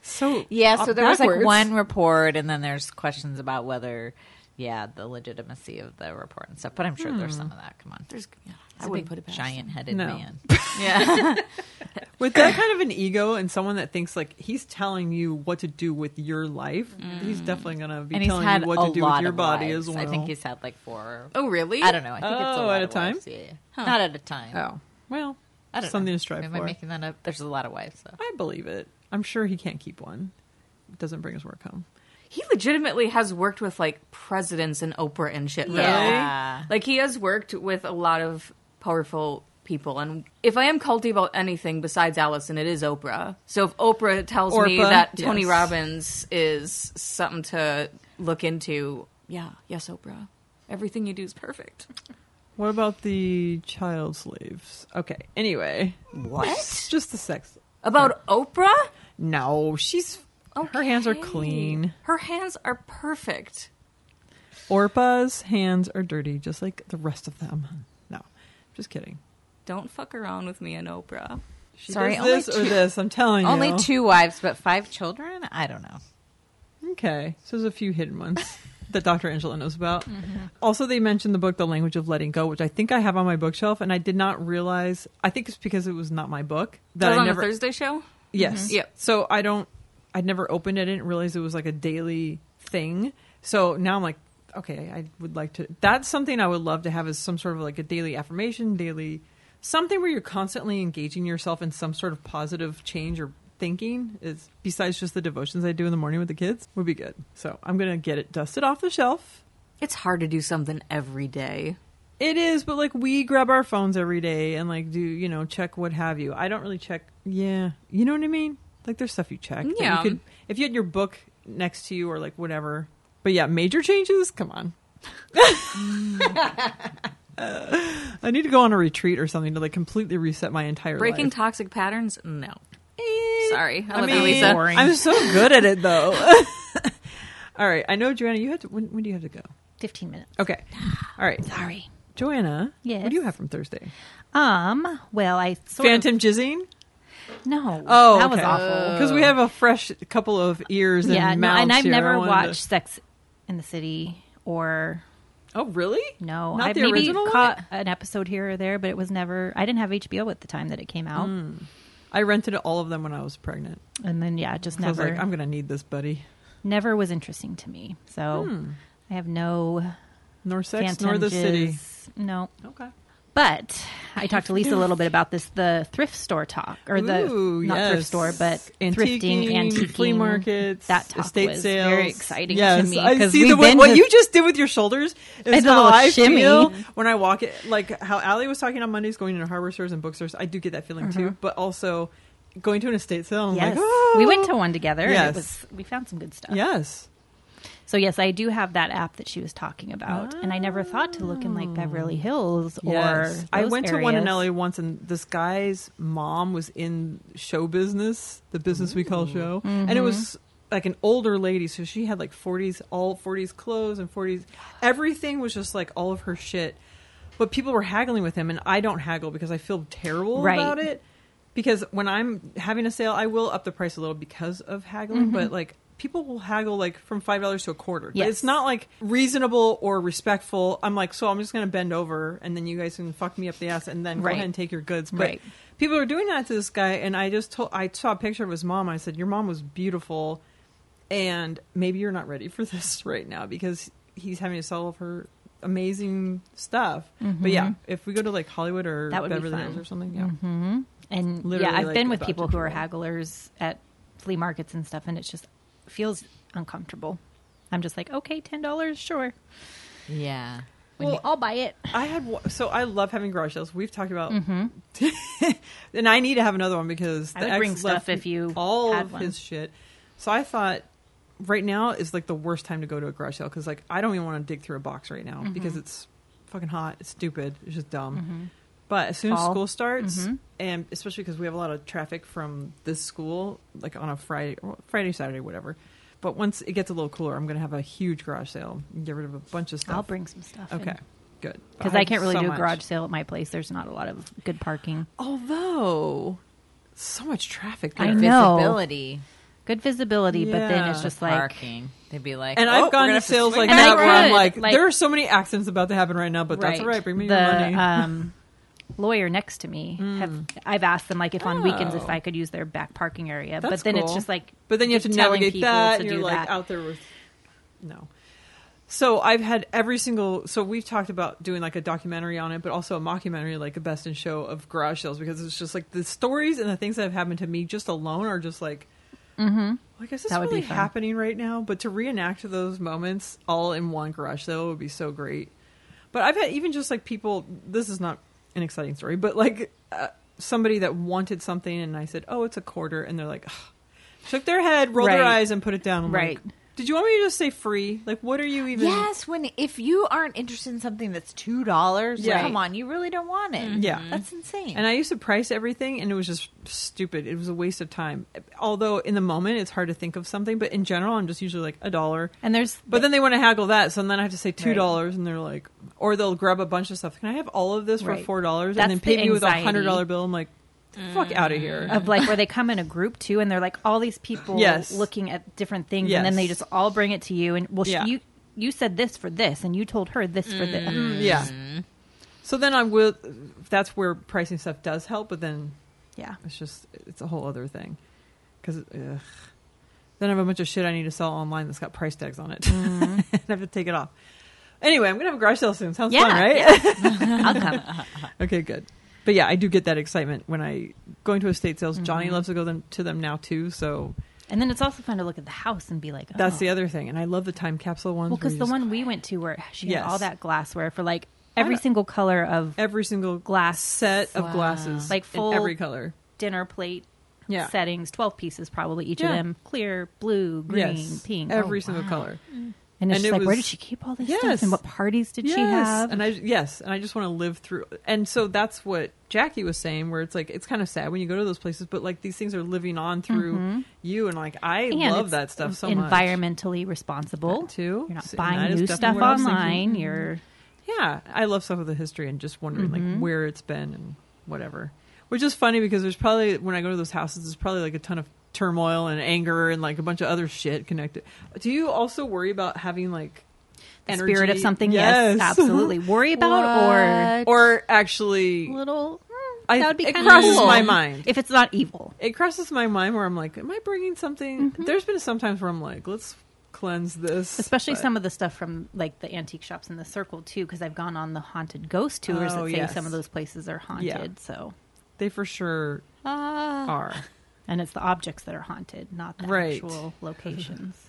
B: So
E: Yeah, so
B: uh,
E: there was like
B: backwards.
E: one report, and then there's questions about whether, yeah, the legitimacy of the report and stuff. But I'm sure there's
B: Hmm.
E: some of that. Come on, there's
F: I wouldn't put it past.
E: giant headed
B: No. (laughs)
E: man.
B: with that kind of an ego and someone that thinks like he's telling you what to do with your life. He's definitely gonna be
E: Mm. and he's
B: telling
E: had
B: you what
E: a
B: to do
E: lot
B: with your
E: of
B: body
E: wives.
B: as well.
E: I think he's had like four.
F: Oh, really?
E: I don't know. I think it's a
B: Oh,
E: lot
B: at a
E: of wives,
B: time?
E: yeah. Not at a time.
B: oh well,
E: I don't
B: something
E: know.
B: to strive
E: Am
B: for.
E: I making that up? There's a lot of wives. So.
B: I believe it. I'm sure he can't keep one. It doesn't bring his work home.
F: He legitimately has worked with like presidents and Oprah and shit. though.
E: Yeah.
F: Like he has worked with a lot of powerful people. And if I am culty about anything besides Allison, it is Oprah. So if Oprah tells me
B: Orpa,
F: that Tony
B: yes.
F: Robbins is something to look into, yeah, yes, Oprah. Everything you do is perfect.
B: What about the child slaves? Okay. Anyway, what? Just the sex.
F: About Oprah?
B: No, she's her hands are
F: Okay.
B: clean.
F: Her hands are perfect.
B: Orpa's hands are dirty, just like the rest of them. No, just kidding.
F: Don't fuck around with me and Oprah.
B: She
E: Sorry,
B: does
E: only
B: this or this. I'm telling you.
E: Only two wives, but five children. I don't know.
B: Okay, so there's a few hidden
F: (laughs)
B: ones that Dr. Angela knows about.
F: Mm-hmm.
B: Also, they mentioned the book The Language of Letting Go, which I think I have on my bookshelf, and I did not realize. I think it's because it was not my book that
F: That was
B: I
F: on
B: never.
F: the Thursday show?
B: Yes.
F: Yep.
B: So I don't. I'd never opened it. I didn't realize it was like a daily thing. So now I'm like, okay, I would like to. That's something I would love to have as some sort of like a daily affirmation, daily something where you're constantly engaging yourself in some sort of positive change or thinking is besides just the devotions I do in the morning with the kids would be good. So I'm gonna get it dusted off the shelf.
F: It's hard to do something every day.
B: It is, but like we grab our phones every day and like do you know check what have you. I don't really check. Yeah, you know what I mean. Like there's stuff you check. that
F: Yeah.
B: You could, if you had your book next to you or like whatever. But yeah, major changes. Come on. (laughs) I need to go on a retreat or something to like completely reset my entire
F: Breaking
B: life.
F: toxic patterns? No. Sorry. I,
B: I
F: love
B: mean,
F: you, Lisa.
B: I'm so good at it though. (laughs) All right, I know Joanna. You have to. When, when do you have to go?
D: 15 minutes.
B: Okay. All right,
D: Sorry.
B: Joanna. What
D: Yes.
B: do you have from Thursday?
D: Um, well, I sort of-
B: Phantom jizzing.
D: No.
B: Oh,
D: that was awful.
B: Because we have a fresh couple of ears and
D: yeah, no,
B: mouths
D: and I've
B: here. I
D: never
B: wanted to-
D: watched Sex in the City or
B: Oh, really?
D: no.
B: not
D: I
B: the
D: maybe
B: original. one?
D: caught an episode here or there, but it was never. I didn't have HBO at the time that it came out,
B: Hmm. I rented all of them when I was pregnant.
D: and then yeah, just
B: So I was
D: never.
B: like, I'm gonna need this, buddy.
D: never was interesting to me. So I have no
B: Nor Hmm. sex,
D: Phantom
B: nor the city.
D: jizz. No.
B: Okay.
D: But I talked to Lisa a little bit about this the thrift store talk or the
B: Ooh,
D: not
B: yes.
D: thrift store but thrifting antiquing
B: flea markets,
D: that talk
B: estate
D: was
B: sales.
D: very exciting
B: Yes,
D: to me
B: I
D: because
B: see the
D: we've
B: way,
D: been
B: what
D: to-
B: you just did with your shoulders is
D: did a
B: how
D: little
B: I
D: shimmy.
B: feel when I walk it. Like how Allie was talking on Mondays, going into hardware stores and bookstores. I do get that feeling too, but also going to an estate sale. I'm
D: Uh-huh. yes
B: like, oh.
D: we went to one together and
B: Yes.
D: it was we found some good stuff
B: Yes.
D: so yes I do have that app that she was talking about and I never thought to look in like Beverly Hills or
B: Ah. Yes. I
D: those
B: went to one in
D: areas.
B: LA once, and this guy's mom was in show business, the business we call
D: Mm-hmm.
B: show, and it was like an older lady, so she had like 40s, all 40s clothes and 40s. Everything was just like all of her shit, but people were haggling with him, and I don't haggle because I feel terrible
D: Right.
B: about
D: Mm-hmm.
B: it. Because when I'm having a sale, I will up the price a little because of haggling, but like people will haggle like from five dollars to a quarter. But
D: Yes.
B: It's not like reasonable or respectful. I'm like, so I'm just gonna bend over and then you guys can fuck me up the ass and then go
D: Right.
B: ahead and take your goods. But
D: Right.
B: people are doing that to this guy and I just told I saw a picture of his mom. I said, Your mom was beautiful and maybe you're not ready for (laughs) this right now because he's having to sell her amazing stuff. But yeah, if we go to like Hollywood or
D: Mm-hmm. That would be
B: Beverly
D: fun. Mm-hmm.
B: Hills or something, yeah.
D: And
B: Literally,
D: yeah, I've
B: like,
D: been with
B: about
D: people
B: to
D: who are hagglers at flea markets and stuff, and it just feels uncomfortable. I'm just like, okay, ten dollars, sure.
E: Yeah.
D: Well, I'll buy it.
B: I had one- so I love having garage sales. We've talked about, (laughs) and I need to have another one because
D: Mm-hmm. I
B: the
D: would
B: ex
D: bring stuff
B: left
D: if you
B: all
D: had
B: of
D: one.
B: his shit. So I thought right now is like the worst time to go to a garage sale because like I don't even want to dig through a box right
D: Mm-hmm.
B: now because it's fucking hot. It's stupid. It's just dumb. But as soon as
D: Fall. Mm-hmm.
B: school starts, and especially because we have a lot of traffic from this school, like on a Friday, or Friday, Saturday, whatever. But once it gets a little cooler, I'm going to have a huge garage sale. and Get rid of a bunch of stuff.
D: I'll bring some stuff.
B: Okay, good.
D: Because
B: have
D: I can't really
B: so
D: do a
B: much.
D: garage sale at my place. There's not a lot of good parking.
B: Although, so much traffic. There.
D: I know.
E: Visibility.
D: Good visibility, but then it's
B: Yeah.
D: just like
E: Parking. They'd be like,
B: And
E: oh,
B: I've
E: we're
B: gone
E: gonna
B: to
E: have to
B: sales
E: swing
B: like
D: And
B: that
D: I
B: where I'm
D: could,
B: like,
D: like-
B: there are so many accidents about to happen right now, but that's all right. Bring me
D: the
B: your money.
D: (laughs)
B: Mm.
D: um, lawyer next to me. Have, I've asked them like if on weekends if I could use their back parking area,
B: Oh. That's
D: but then it's
B: cool.
D: just like
B: but then you have to
D: keep telling
B: navigate
D: people
B: that.
D: to
B: and you're
D: do
B: like
D: that.
B: out there with no. So I've had every single. So we've talked about doing like a documentary on it, but also a mockumentary, like a best in show of garage sales, because it's just like the stories and the things that have happened to me just alone are just like, like is this
D: Mm-hmm. That would be
B: really
D: fun.
B: happening right now? But to reenact those moments all in one garage sale would be so great. But I've had even just like people. This is not an exciting story, but like uh, somebody that wanted something, and I said, "Oh, it's a quarter," and they're like, "Ugh." shook their head, rolled their
D: Right.
B: eyes, and put it down. I'm like,
D: Right.
B: Did you want me to just say free? Like, what are you even?
E: Yes, when if you aren't interested in something that's two dollars,
B: Yeah. Mm-hmm.
E: come on, you really don't want it.
B: Yeah.
E: that's insane.
B: And I used to price everything, and it was just stupid. It was a waste of time. Although in the moment, it's hard to think of something, but in general, I'm just usually like a dollar.
D: and there's
B: But then they want to haggle that, so then I have to say two dollars, and they're like, or they'll grab a bunch of stuff. Can I have all of this for
D: Right.
B: four dollars,
D: That's
B: and then
D: the
B: pay me with a
D: anxiety.
B: hundred dollar bill? I'm like, fuck out of here.
D: of like where they come in a group too, and they're like all these people
B: Yes.
D: looking at different things, and then they
B: Yes.
D: just all bring it to you, and well, sh
B: Yeah. Mm.
D: you you said this for this, and you told her this for this.
B: yeah.
D: Mm-hmm.
B: So then I will. That's where pricing stuff does help, but then
D: Yeah,
B: It's just it's a whole other thing because then I have a bunch of shit I need to sell online that's got price tags on it.
D: Mm-hmm.
B: (laughs) and I have to take it off. Anyway, I'm gonna have a garage sale soon. Sounds
D: Yeah,
B: fun, right? (laughs)
D: I'll come.
B: okay, good. But yeah, I do get that excitement when I going to estate sales.
D: Mm-hmm.
B: Johnny loves to go them, to them now too, so
D: and then it's also fun to look at the house and be like, oh.
B: that's the other thing. And I love the time capsule ones.
D: Well,
B: where
D: because
B: you
D: the
B: just-
D: one we went to where she had all
B: Yes.
D: that glassware for like every
B: don't-
D: single color of
B: every single
D: Glass.
B: set of glasses,
D: Like full-
B: in every color.
D: dinner plate
B: Yeah.
D: settings, 12 pieces probably, each
B: Yeah.
D: of them clear, blue, green,
B: yes,
D: pink.
B: every
D: Oh,
B: single
D: wow.
B: color.
D: And it's
B: And
D: just
B: it
D: like, where
B: was-
D: did she keep all this
B: Yes.
D: stuff? And what parties did
B: yes.
D: she have?
B: And I yes, and I just want to live through. And so that's what Jackie was saying, where it's like it's kind of sad when you go to those places, but like these things are living on through you, and like I
D: Mm-hmm. And
B: love
D: it's
B: that stuff so much.
D: environmentally responsible
B: That too.
D: You're not
B: So- and that
D: buying
B: is
D: new
B: definitely
D: stuff
B: what I was thinking.
D: online. You're
B: Yeah, I love stuff with the history and just wondering
D: Mm-hmm.
B: like where it's been and whatever. Which is funny because there's probably when I go to those houses, there's probably like a ton of turmoil and anger and like a bunch of other shit connected. Do you also worry about having like
D: the spirit of
B: energy-
D: something. Yes,
B: (laughs)
D: (laughs) absolutely. Worry about or
B: or actually
D: little. mm,
B: I-
D: that would be
B: it
D: kind
B: crosses
D: of cool.
B: my mind.
D: if it's not evil.
B: it crosses my mind where I'm like, am I bringing something?
D: Mm-hmm.
B: There's been some times where I'm like, let's cleanse this,
D: especially
B: but-
D: some of the stuff from like the antique shops in the circle too because i've gone on the haunted ghost tours
B: Oh,
D: that say
B: yes.
D: some of those places are haunted so
B: They for sure
D: Ah.
B: are.
D: and it's the objects that are haunted not the
B: Right.
D: actual
E: (laughs)
D: locations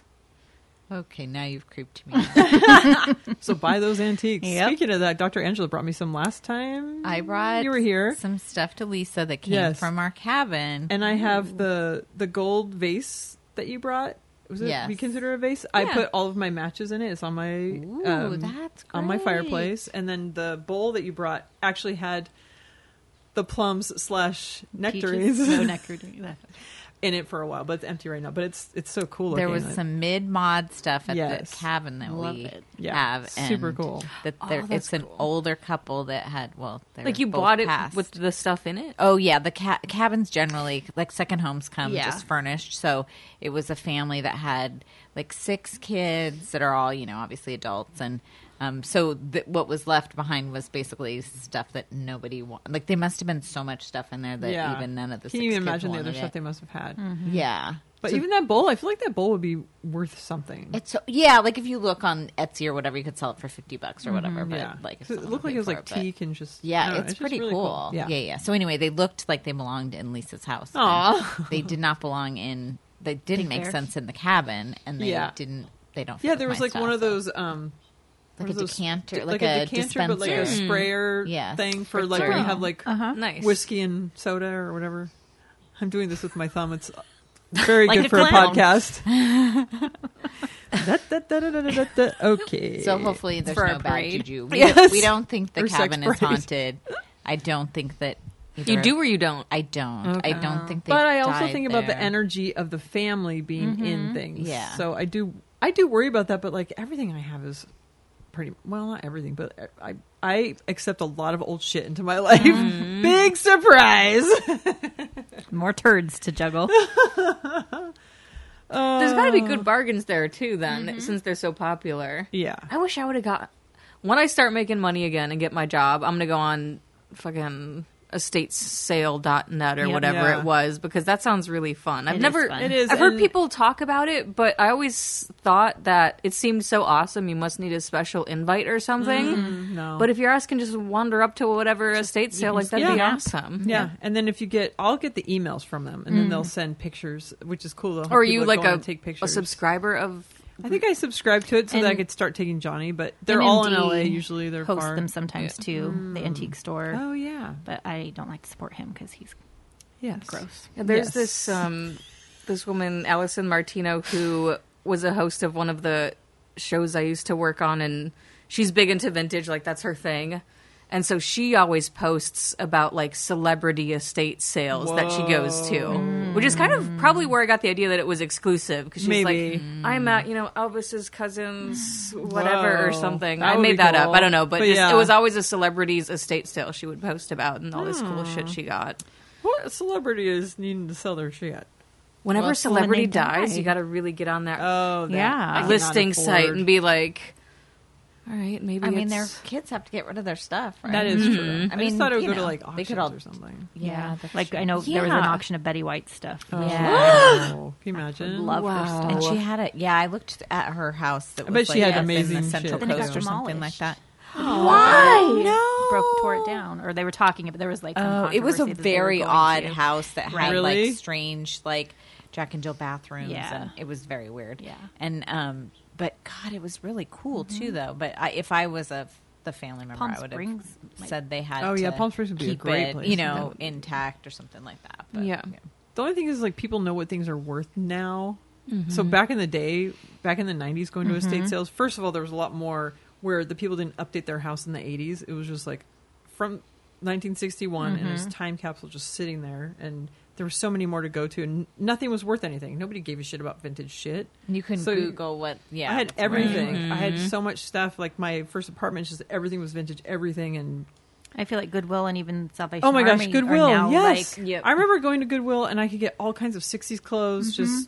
E: okay, now you've creeped
B: (laughs)
E: me. out.
B: So buy
D: (laughs)
B: those antiques.
D: Yep.
B: Speaking of that, Dr. Angela brought me some last time.
E: I brought
B: you were here,
E: some stuff to Lisa that came
B: Yes.
E: from our cabin.
B: and I have the the gold vase that you brought. Was it
E: Yes.
B: we consider it a vase? I put all of my matches in it. It's on my
E: Ooh,
B: um,
E: that's
B: on my
E: great.
B: fireplace, and then the bowl that you brought actually had the plums slash nectarines. (laughs)
E: (laughs)
D: Peaches, no nectarine
B: in it for a while, but it's empty right now. But it's it's so cool.
E: There
B: looking.
E: was
B: Like,
E: some mid mod stuff at
B: Yes.
E: the cabin that
D: Love
E: we
D: it.
B: Yeah.
E: have. And
B: Super cool.
E: That there, it's an older couple that had well, they
F: Like
E: were
F: you
E: both
F: bought it
E: passed.
F: with the stuff in it.
E: Oh yeah, the ca- cabins generally like second homes come
D: Yeah.
E: just furnished. So it was a family that had like six kids that are all you know obviously adults, and um, so th- what was left behind was basically stuff that nobody wanted. Like they must have been so much stuff in there that
B: yeah.
E: even none of the
B: Can
E: six
B: you
E: kids
B: imagine the other
E: wanted it. Mm-hmm.
B: stuff they must have had?
E: Yeah,
B: But even that bowl, I feel like that bowl would be worth something.
E: It's so, yeah, like if you look on Etsy or whatever, you could sell it for fifty bucks or whatever. But
B: Mm-hmm. yeah,
E: like, if
B: 'Cause it
E: someone
B: looked like
E: paid
B: it was
E: for
B: like
E: but-
B: teak and just I
E: Yeah,
B: don't know,
E: it's,
B: Oh, just
E: pretty
B: really
E: cool.
B: Yeah,
E: Yeah. yeah, So anyway, they looked like they belonged in Lisa's house. and
B: Aw.
E: they did not belong in. They didn't make
D: fair.
E: sense in the cabin, and they
B: Yeah.
E: didn't. They don't. fit
B: Yeah,
E: with
B: there was
E: my
B: like one
E: style,
B: of
E: so-
B: those um,
E: Like
B: one of
E: a
B: those-
E: decanter,
B: d-
E: like a
B: decanter, but like a
E: dispenser. Mm.
B: sprayer
E: Yes,
B: thing for
E: for Uh-huh.
B: like where you
E: tea.
B: have like
F: Nice.
B: whiskey and soda or whatever. I'm doing this with my thumb. It's
E: (laughs)
B: very
D: Like
B: good
D: a
B: for
D: clown.
B: a podcast. Da, da, da, da, da, da, da, da. Okay.
E: So hopefully there's
F: For a
E: no bad
B: (laughs)
F: parade.
E: juju. We,
B: Yes.
E: don't- we don't think the
B: Or sex
E: cabin is
B: parade.
E: haunted. I don't think that either
F: You
E: of-
F: do or you don't.
E: I don't. I don't think. They
B: but I also
E: died
B: think about the
E: there.
B: energy of the family being in things.
E: Yeah.
B: So I do I do worry about that, but like everything I have is pretty well not everything, but I I accept a lot of old shit into my (laughs) life. Big surprise.
D: More turds to juggle.
F: There's got to be
B: Uh,
F: good bargains there too, then, since they're so popular.
B: yeah.
F: I wish I would have got. When I start making money again and get my job, I'm gonna go on fucking estatesale.net or
D: Yep.
F: whatever
B: Yeah.
F: it was because that sounds really fun. I've
D: is
F: never.
D: fun.
B: It is
F: I've heard
B: and-
F: people talk about it, but I always thought that it seemed so awesome. You must need a special invite or something.
B: No.
F: But if you're asking, just wander up to whatever estate sale, like that'd
B: yeah.
F: be
B: Yeah.
F: awesome.
B: yeah. and then if you get, I'll get the emails from them, and then they'll send pictures, which is cool. They'll have
F: Or are
B: people
F: you
B: that
F: like
B: go on
F: a,
B: and take
F: a
B: pictures?
F: subscriber of?
B: I think I subscribed to it so that I
F: And-
B: could start taking Johnny, but they're
D: NMD
B: all in LA usually. They're
D: Hosts
B: far.
D: them sometimes too,
E: Mm.
D: the antique store.
B: Oh yeah,
D: But I don't like to support him because he's
B: yes.
D: gross.
F: Yeah, There's
B: Yes.
F: this um, this woman, Allison Martino, who was a host of one of the shows I used to work on, and she's big into vintage, like that's her thing. And so she always posts about like celebrity estate sales that she goes to,
B: Hmm.
F: which is kind of probably where I got the idea that it was exclusive because she's
B: Maybe.
F: like, I'm at you know Elvis's cousin's whatever or
B: Whoa.
F: something.
B: That
F: I
B: would be
F: made that
B: cool.
F: up. I don't know, but,
B: But
F: just-
B: yeah.
F: it was always a celebrity's estate sale she would post about and all this cool shit she got.
B: What celebrity is needing to sell their shit?
F: Whenever
D: Well,
F: a
D: it's when they
F: celebrity
D: die.
F: dies, you got to really get on that
B: Oh, that
E: Yeah.
B: I cannot
F: listing site
B: afford.
F: and be like, all right, maybe.
E: I mean,
F: it's-
E: their kids have to get rid of their stuff. Right?
B: that is true. I, just
E: Mm-hmm. mean,
B: thought it would
E: you
B: go to
E: know,
B: like
E: they
B: auctions
E: could all- (gasps)
B: or something.
E: Yeah,
D: Like I know there was an
E: Yeah.
D: auction of Betty White stuff.
E: Yeah.
B: Oh, can you imagine?
D: Love her stuff.
E: And she had it. Yeah, I looked at her house.
B: Oh,
E: That
B: I
E: was
B: bet she
E: like
B: had
E: up in
B: amazing
E: the Central
B: shit.
D: Then it got
E: Coast or something like
D: demolished.
E: that.
D: Why? No. Broke tore it down, or they were talking, but there was like some
E: Oh, it was a
D: controversy that they were
E: very
D: going
E: odd
D: to.
E: house that had
B: Really?
E: like strange, like Jack and Jill bathrooms.
D: Yeah.
E: and it was very weird.
D: Yeah.
E: and um, but God, it was really cool too, though. But I, if I was a the family member,
D: Palm
E: I would
D: Springs
E: have
D: might-
E: said they had.
B: Oh,
E: to
B: yeah, Palm Springs would be a
E: keep
B: great
E: it,
B: place.
E: you know, intact or something like that. But,
F: Yeah.
B: The only thing is, like, people know what things are worth now. So
E: Mm-hmm.
B: back in the day, back in the 90s, going to estate sales, first of all, there was a lot more where the people didn't update their house in the 80s. It was just like from 1961 and
E: Mm-hmm.
B: this time capsule just sitting there. And there were so many more to go to, and nothing was worth anything. Nobody gave a shit about vintage shit.
E: You can
B: So-
E: Google what. Yeah,
B: I had oh
E: what's around.
B: everything. I had so much stuff. Like my first apartment, just everything was vintage. Everything and
D: I feel like Goodwill and even Salvation
B: oh my gosh,
D: Army
B: Goodwill.
D: Are now,
B: yes,
D: like,
F: Yep.
B: I remember going to Goodwill and I could get all kinds of '60s clothes, just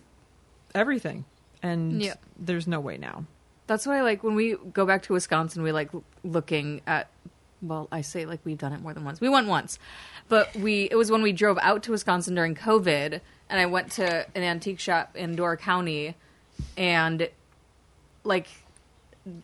B: everything. And
F: Yep.
B: there's no way now.
F: That's why, like, when we go back to Wisconsin, we like l- looking at. Well, I say like we've done it more than once. We went once, but we it was when we drove out to Wisconsin during COVID, and I went to an antique shop in Door County, and like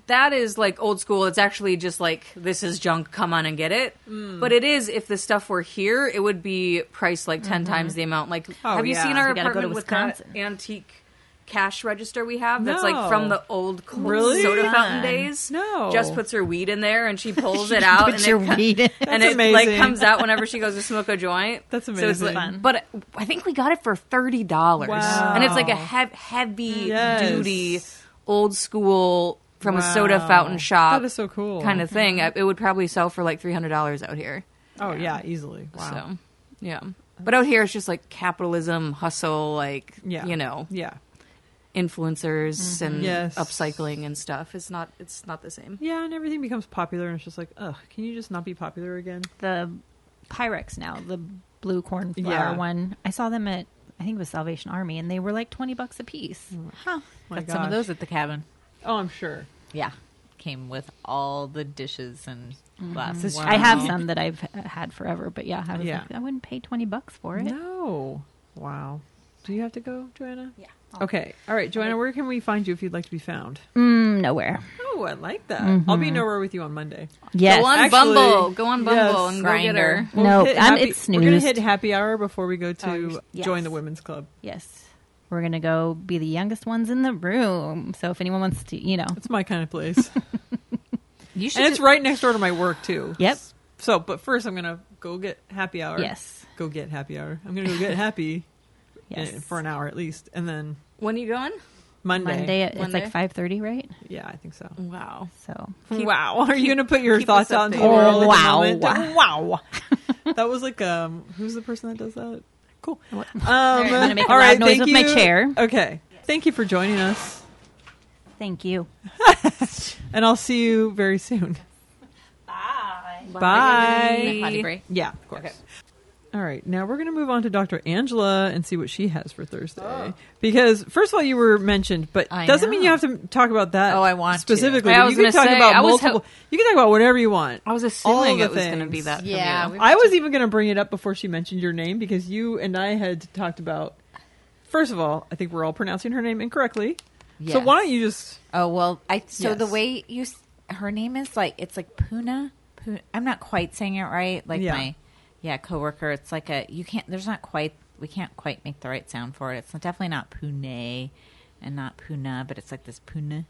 F: that is like old school. It's actually just like this is junk. Come on and get it.
D: Mm.
F: But it is if the stuff were here, it would be priced like
D: Mm-hmm.
F: 10 times the amount. Like, have you
B: yeah.
F: seen our
D: We Oh, gotta go to
F: apartment with that
D: Wisconsin.
F: antique cash register we have? That's like
B: No.
F: from the old cold
B: Really?
F: soda
D: Fun.
F: fountain days.
B: No.
F: Jess puts her weed in there
B: (laughs)
F: and she pulls it out and, it, co- (laughs) and
B: That's
F: it like
B: amazing.
F: comes out whenever she goes to smoke a joint.
B: (laughs) That's
F: So it's
B: amazing.
F: like,
B: Fun.
F: But I think we got it for thirty dollars,
B: Wow.
F: and it's like a hev- heavy
B: Yes.
F: duty old school from a soda
B: Wow.
F: fountain shop
B: That is so cool.
F: kind of thing. I- It would probably sell for like three hundred dollars out here.
B: Oh yeah, easily. Wow.
F: So yeah. But out here, it's just like capitalism, hustle, like
B: Yeah.
F: you know,
B: Yeah.
F: influencers and
B: Yes.
F: upcycling and stuff. It's not. It's not the same.
B: Yeah, and everything becomes popular, and it's just like, ugh, can you just not be popular again?
D: the Pyrex now, the blue corn flour
B: Yeah.
D: one. I saw them at I think it was Salvation Army, and they were like twenty bucks a piece.
B: My
E: Got some of
B: gosh.
E: those at the cabin.
B: Oh, I'm sure.
E: Yeah. Came with all the dishes and glasses.
D: I have some that I've uh, had forever, but yeah, I was
B: Yeah.
D: like, I wouldn't pay twenty bucks for it.
B: No. Wow. Do you have to go, Joanna?
D: Yeah.
B: Okay. All right, Joanna, where can we find you if you'd like to be found?
D: Mm, nowhere.
B: Oh, I like that. I'll
D: Mm-hmm.
B: be nowhere with you on Monday.
D: Yes.
F: Go on
B: Actually,
F: Bumble. Go on Bumble
B: yes.
F: and go get her. Oh,
D: Grindr. No,
B: hit
D: I'm-
B: happy-
D: it's
B: We're going to
D: snoozed.
B: hit happy hour before we go to
D: you're- yes.
B: join the women's club.
D: Yes. We're gonna go be the youngest ones in the room. So if anyone wants to, you know,
B: It's my kind of
D: (laughs)
B: place.
E: You should
B: and it's right next door to my work, too.
D: Yep.
B: So, but first I'm going to go get happy hour.
D: yes,
B: Go get happy hour. I'm going to go
D: (laughs)
B: get happy eh,
D: yes.
B: for an hour at least. And then
F: When are you going?
B: Monday.
D: Monday, at it's
F: Monday.
D: like five thirty, right?
B: Yeah, I think so.
F: Wow.
D: So
B: wow. (laughs) Are you going to put your thoughts out into the
D: updated.
B: world? at
D: Wow.
B: the moment? (laughs) Wow. that was like, um, who's the person that does that? (laughs) Cool. Um, I'm
D: gonna make a loud noise with my chair.
B: Okay. Thank you for joining us.
D: thank you.
B: And I'll see you very soon. Bye.
E: potty break.
B: Yeah, of course. All right, now we're going to move on to Dr. Angela and see what she has for Thursday.
F: Oh.
B: Because first of all, you were mentioned, but
E: I
B: doesn't mean you
E: know.
B: have to talk about that.
E: Oh, I want to.
B: specifically.
F: I
B: but
F: was
B: you can
F: gonna
B: talk
F: say,
B: about
F: I was
B: multiple. you can talk about whatever you want.
F: I was
B: All
F: assuming
B: the
F: it was going to be
B: things.
F: that. from
E: Yeah.
F: you.
E: we-
B: I was even going to bring it up before she mentioned your name because you and I had talked about. First of all, I think we're all pronouncing her name incorrectly. So
E: Yes.
B: why don't you just?
E: Oh well, I so the
B: Yes.
E: way you s- her name is like it's like Puna. Puna. I'm not quite saying it right. Like
B: Yeah.
E: my yeah coworker, it's like a you can't. There's not quite we can't quite make the right sound for it. It's definitely not Pune and not Puna, but it's like this Puna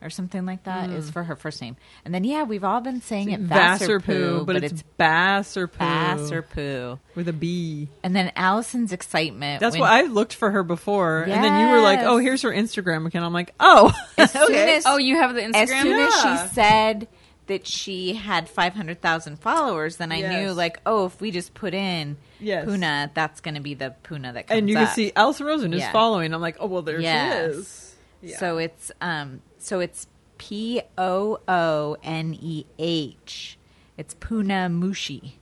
E: or something like that is for her first name. And then yeah, we've all been saying it Vasserpoo,
B: Vasserpoo, but it's Basserpoo
E: Vasserpoo.
B: with a B.
E: And then Allison's excitement.
B: That's
E: when-
B: what I looked for her before, and then you were like,
E: Yes.
B: "Oh, here's her Instagram account." I'm like, "Oh, (laughs)
E: As soon as-
F: Oh, you have the
E: as
F: Instagram.
E: soon as
B: Yeah.
E: she said that she had 500,000 followers, then I knew,
B: Yes.
E: like, oh, if we just put in
B: Yes.
E: Puna, that's going to be the Puna that comes
B: and you can
E: up.
B: see Alison Rosen is
E: Yeah.
B: following. I'm like, "Oh, well, there
E: Yes.
B: she is." Yeah.
E: So it's um, so it's P O O N E H. It's Puna Mushi,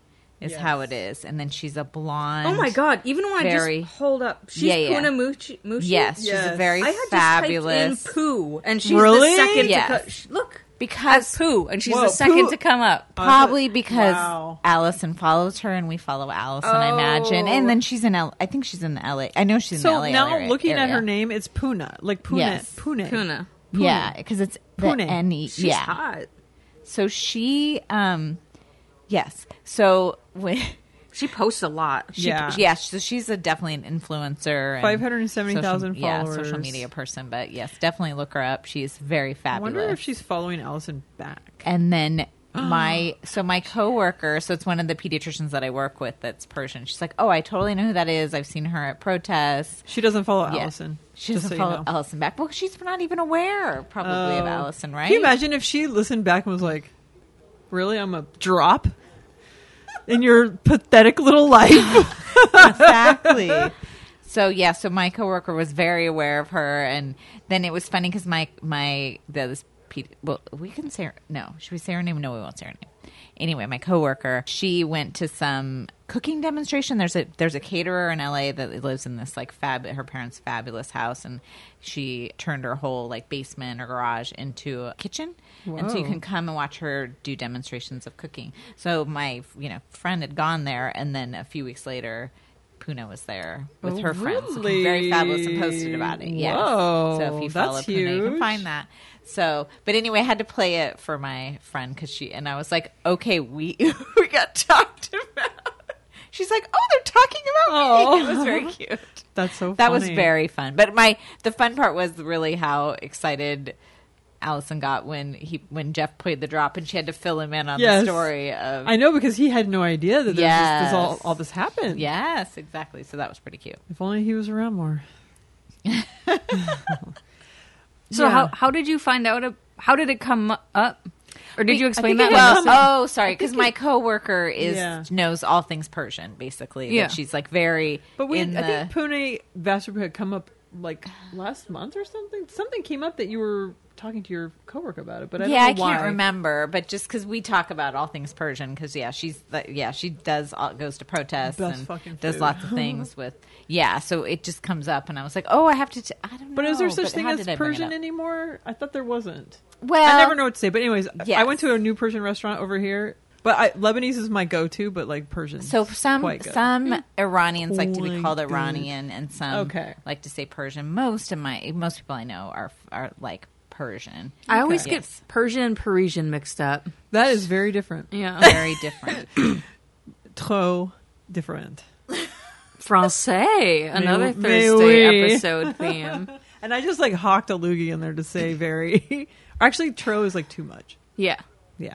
E: is
B: Yes.
E: how it is. And then she's a
F: (laughs)
E: blonde.
F: Oh my god! Even when I
E: Very-
F: just hold up, she's
E: Yeah, yeah.
F: Puna Mushi. Mushi?
E: Yes, she's
B: Yes.
E: a very
F: I had
E: fabulous.
F: just typed in poo, and she's
B: Really?
F: the second.
E: Yes.
F: To co- sh- look,
E: because
F: as poo, and she's
B: Whoa,
F: the second
B: poo.
F: to come up.
E: Probably because
B: wow.
E: Allison follows her, and we follow Allison, I imagine. And then she's in L. I think she's in the LA. I know she's in
B: Oh. So
E: the LA.
B: now
E: area-
B: looking at her
E: area.
B: name, it's Puna, like Pune,
E: Yes.
B: Pune,
F: Puna,
E: yeah, because it's the
B: Pune.
E: N-E-
F: she's
E: yeah.
F: hot.
E: So she, um, yes. So when (laughs)
F: She posts a lot.
E: she,
B: Yeah.
E: yeah. so she's a definitely an influencer. and
B: 570,000
E: social- Yeah, social
B: followers.
E: media person, but yes, definitely look her up. She's very
B: I
E: fabulous.
B: wonder if she's following Allison back. (gasps)
E: and then my so my coworker so it's one of the pediatricians that i work with that's persian she's like oh i totally know who that is i've seen her at protests
B: She doesn't follow
E: Yeah.
B: Allison.
E: she
B: just
E: doesn't
B: so you
E: follow
B: know. Oh.
E: allison back well she's not even aware probably of allison right
B: Can you
E: (laughs)
B: imagine if she listened back and was like, "Really, I'm a drop in your pathetic little
E: (laughs)
B: life."
E: exactly. So yeah, so my coworker was very aware of her, and then it was funny because my my the, this pe- well we can say her, no should we say her name no we won't say her name anyway my coworker she went to some cooking demonstration there's a there's a caterer in LA that lives in this like fab her parents fabulous house and she turned her whole like basement or garage into a kitchen and so you
B: Whoa.
E: can come and watch her do demonstrations of cooking. So my you know friend had gone there, and then a few weeks later, Puna was there with her friends,
B: really?
E: very fabulous, and posted about it. Yes.
B: Whoa,
E: so if you
B: that's
E: follow Puna, you
B: huge.
E: can find that. So, but anyway, I had to play it for my friend because she and I was like, okay, we (laughs) we got talked about. She's like, oh, they're talking about me. (laughs)
B: Oh.
E: It was very cute.
B: That's so.
E: That was
B: funny.
E: very fun. But my the fun part was really how excited Allison got when he when Jeff played the drop and she had to fill him in on
B: Yes.
E: the story of
B: I know because he had no idea that this, this,
E: Yes.
B: all, all this happened.
E: Yes, exactly. So that was pretty cute.
B: If only he was around more.
F: So
B: Yeah.
F: how how did you find out? ab- How did it come up? Or did you explain that?
E: Well, oh, sorry, because my coworker is
B: Yeah.
E: knows all things Persian, basically. that
F: Yeah.
E: she's like very.
B: But we,
E: in
B: I
E: the,
B: think Pune Vassarpu had come up like last month or something. Something came up that you were talking to your coworker about it, but I
E: yeah, I
B: don't know why.
E: can't remember, but just because we talk about all things Persian, because yeah, she's the, yeah, she does all, goes to protests
B: Best fucking
E: and does
B: food.
E: lots
B: (laughs)
E: of things with yeah. So it just comes up, and I was like, oh, I have to. T- I don't know.
B: But is there such
E: but
B: thing
E: how
B: as
E: did I bring it
B: Persian
E: up?
B: anymore? I thought there wasn't.
E: Well,
B: I never know what to say. But anyways, I
E: yes.
B: went to a new Persian restaurant over here. But I, Lebanese is my go-to, but like Persian.
E: So some
B: quite good.
E: some Iranians like to
B: Quite
E: be called
B: good.
E: Iranian, and some
B: Okay.
E: like to say Persian. Most of my most people I know are are like Persian.
F: I always
E: Okay.
F: get
E: Yes.
F: Persian and Parisian mixed up.
B: that is very different.
F: Yeah.
E: Very different.
B: Trop different.
F: Francais,
B: Mais
F: another Thursday
B: oui.
F: episode theme.
B: And I just like hawked a loogie in there to
E: (laughs)
B: say very. (laughs) Actually, tro is like too much.
F: Yeah.
B: Yeah.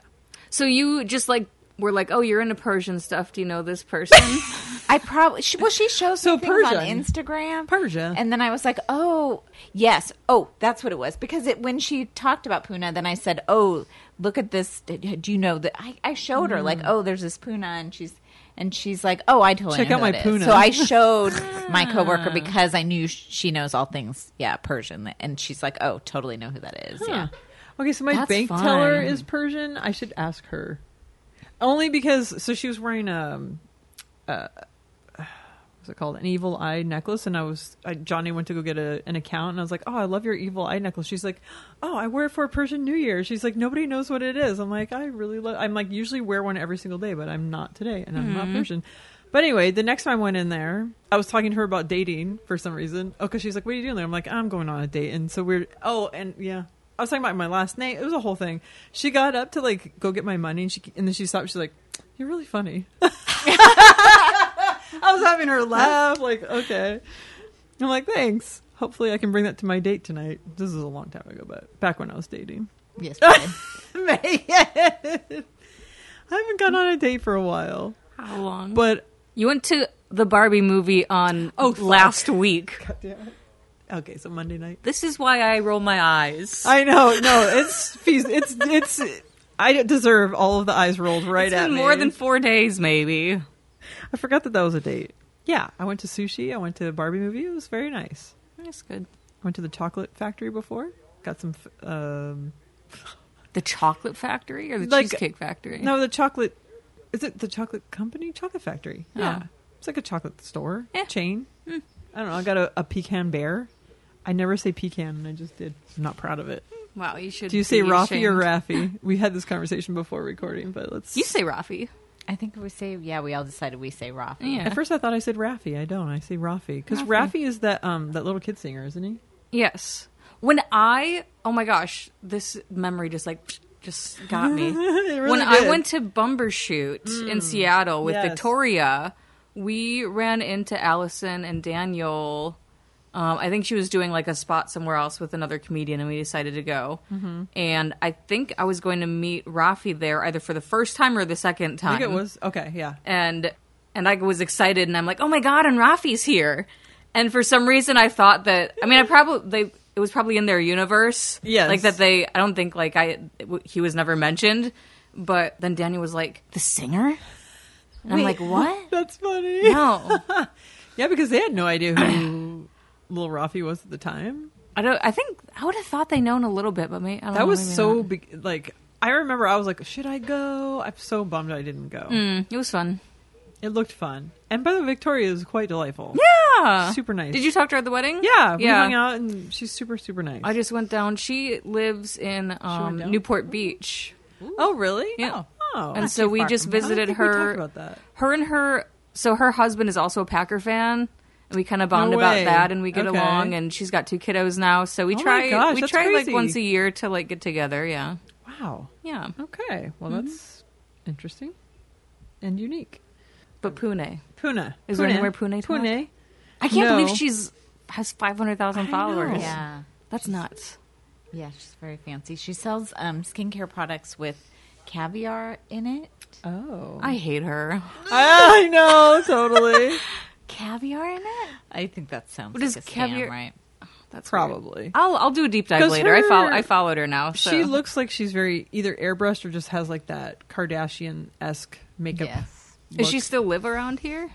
F: So you just like were like, oh, you're into Persian stuff. Do you know this person?
E: I probably she, well she shows
B: So
E: so things on
B: Persian.
E: Instagram
B: Persia.
E: and then I was like, oh yes, oh that's what it was because it when she talked about Puna, then I said, oh look at this. Do you know that I, I showed her like, oh there's this Puna and she's and she's like, oh I totally
B: Check
E: know
B: out
E: who
B: my
E: that is."
B: Puna.
E: So I showed my coworker because I knew sh- she knows all things yeah Persian and she's like, oh totally know who that is yeah.
B: Okay, so my
F: That's
B: bank teller
F: fun.
B: is Persian. I should ask her. Only because so she was wearing um uh what's it called? An evil eye necklace and I was I, Johnny went to go get a, an account and I was like, "Oh, I love your evil eye necklace." She's like, "Oh, I wear it for Persian New Year." She's like, "Nobody knows what it is." I'm like, "I really love I'm like usually wear one every single day, but I'm not today and I'm not Persian." But anyway, the next time I went in there, I was talking to her about dating for some reason. Oh, because she's like, "What are you doing there?" I'm like, "I'm going on a date." And so we're oh, and yeah, I was talking about my last name. It was a whole thing. She got up to like go get my money, and she and then she stopped. She's like, "You're really funny." I was having her (laughs) laugh. Like, okay, I'm like, thanks. Hopefully, I can bring that to my date tonight. This is a long time ago, but back when I was dating. (laughs)
E: Yes, Puna.
B: I haven't gone on a date for a while,
F: (laughs) How long?
B: but
F: you went to the Barbie movie on
B: Oh,
F: oh,
B: fuck.
F: last week.
B: okay. So Monday night.
F: This is why I roll my eyes.
B: I know. No, it's feas- it's it's. I deserve all of the eyes rolled right
F: it's
B: at
F: been
B: me.
F: more than four days, maybe.
B: I forgot that that was a date. Yeah, I went to sushi. I went to a Barbie movie. It was very nice.
F: That's good.
B: I went to the chocolate factory before. Got some. f- Um,
F: The chocolate factory or the
B: Like-
F: cheesecake factory?
B: no, the chocolate. Is it the chocolate company? Chocolate factory. Yeah, it's like a chocolate store
F: Yeah.
B: chain. I don't know. I got a, a pecan bear. I never say pecan, and I just did. I'm not proud of it.
F: Wow, you should.
B: Do you say
F: be
B: Rafi or Raffy?
F: ashamed.
B: We had this conversation before recording, but let's.
F: You say Rafi.
E: I think we say yeah. We all decided we say Rafi.
F: Yeah.
B: At first, I thought I said Raffy. I don't. I say Rafi because Raffy is that um that little kid singer, isn't he?
F: Yes. When I oh my gosh, this memory just like just
B: (laughs)
F: got me. when I
B: did. Mm.
F: went to Bumbershoot in Seattle with
B: yes.
F: Victoria, we ran into Allison and Daniel. Um, I think she was doing like a spot somewhere else with another comedian, and we decided to go.
B: Mm-hmm.
F: And I think I was going to meet Rafi there either for the first time or the second
B: I
F: time
B: think it was okay. Yeah,
F: and and I was excited and I'm like, "Oh my god, and Rafi's here." And for some reason I thought that I mean, I probably they it was probably in their universe.
B: Yes.
F: Like that they I don't think like I he was never mentioned, but then Daniel was like, "The singer?" And I'm like, "What?"
B: that's funny. (laughs)
F: No.
B: Yeah, because they had no idea who Little Rafi was at the time.
F: I don't I think I would have thought they known a little bit, but maybe I don't
B: That
F: know,
B: was
F: Oh, maybe
B: so
F: not.
B: big. Like, I remember I was like, should I go? I'm so bummed I didn't go.
F: Mm, it was fun.
B: It looked fun. And by the way, Victoria is quite delightful.
F: Yeah.
B: Super nice.
F: Did you talk to her at the wedding?
B: Yeah, we hung out and she's super, super nice.
F: I just went down. She lives in um,
B: down?
F: Newport Beach.
B: oh, really?
F: Yeah.
B: Oh.
F: and so we just visited her.
B: about that.
F: Her and her. So her husband is also a Packer fan, and we kind of bond
B: way.
F: about that, and we get
B: Okay. Oh
F: along. And she's got two kiddos now, so we
B: my
F: try.
B: gosh,
F: we
B: that's
F: try
B: crazy.
F: like once a year to like get together. Yeah,
B: Wow.
F: yeah.
B: Okay. Well, that's interesting and unique.
F: But Pune,
B: Pune.
F: Is
B: Pune.
F: there anywhere Pune talked?
B: Pune.
F: I can't
B: No.
F: believe she's has five hundred thousand followers.
E: (laughs) Yeah.
F: that's nuts.
E: Yeah, she's very fancy. She sells um, skincare products with caviar in it.
B: Oh.
F: I hate her.
B: I know, totally.
F: (laughs)
E: Caviar in it? I think that sounds
F: What
E: like
F: is
E: a scam,
F: caviar-
E: right?
F: That's weird.
B: probably.
F: I'll I'll do a deep dive
B: 'Cause
F: later. I follow
B: her-
F: I followed her now. So.
B: She looks like she's very either airbrushed or just has like that Kardashian esque makeup.
E: Yes.
F: Does she still live around here?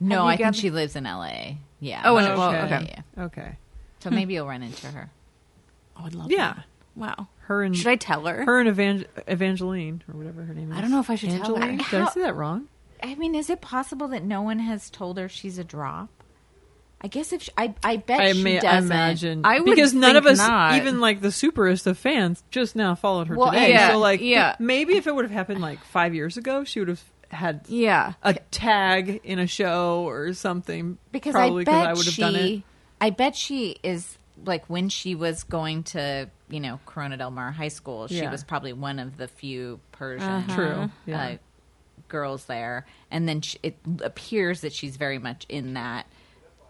E: No,
F: you
E: I think
F: gathered-
E: she lives in L.A. Yeah.
F: Oh, in-
E: Yeah,
F: well,
E: yeah,
F: okay.
E: yeah.
B: Okay.
E: So maybe you'll run into her.
F: I would love.
B: Yeah.
F: Wow.
B: Her and
F: Should I tell her?
B: her and Evang- Evangeline or whatever her name is.
F: I don't know if I should tell her.
B: Angeline? Did I say that wrong?
E: I mean, is it possible that no one has told her she's a drop? I guess if she, I, I bet
B: I
E: she
B: may I
E: doesn't.
B: imagine
F: I would
B: because none of
F: think
B: us,
F: not.
B: even like the superest of fans, just now followed her
E: Well,
B: today.
F: yeah,
B: so like,
F: yeah.
B: maybe if it would have happened like five years ago, she would have had
F: Yeah.
B: a tag in a show or something.
E: because
B: probably
E: I bet
B: would have
E: she,
B: done it.
E: I bet she is like when she was going to you know Corona Del Mar High School, she
B: Yeah.
E: was probably one of the few Persian
B: True,
E: uh,
B: yeah.
E: girls there, and then she, it appears that she's very much in that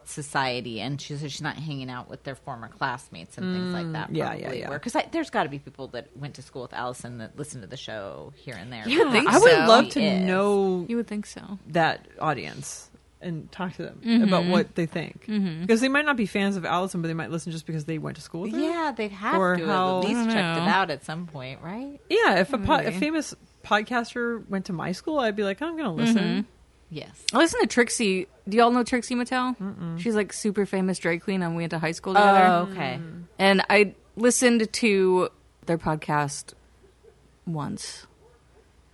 E: society, and she's so she's not hanging out with their former classmates and things like that.
B: Mm, yeah, yeah,
E: probably
B: yeah.
E: Because there's got to be people that went to school with Allison that listen to the show here and there.
F: You would think
B: I would
F: so.
B: love to
E: Is.
B: know
F: You would think so.
B: that audience and talk to them about what they think because they might not be fans of Allison, but they might listen just because they went to school with her.
E: Yeah, they'd have
B: Or
E: to
B: how-
E: have at
B: I
E: least
F: don't
E: checked it
F: know.
E: out at some point, right?
B: Yeah, if a, po- a famous podcaster went to my school, I'd be like, I'm going to listen.
E: Yes.
F: I listened to Trixie. Do y'all know Trixie Mattel? She's like super famous drag queen, and we went to high school together.
E: Oh, okay.
F: And I listened to their podcast once.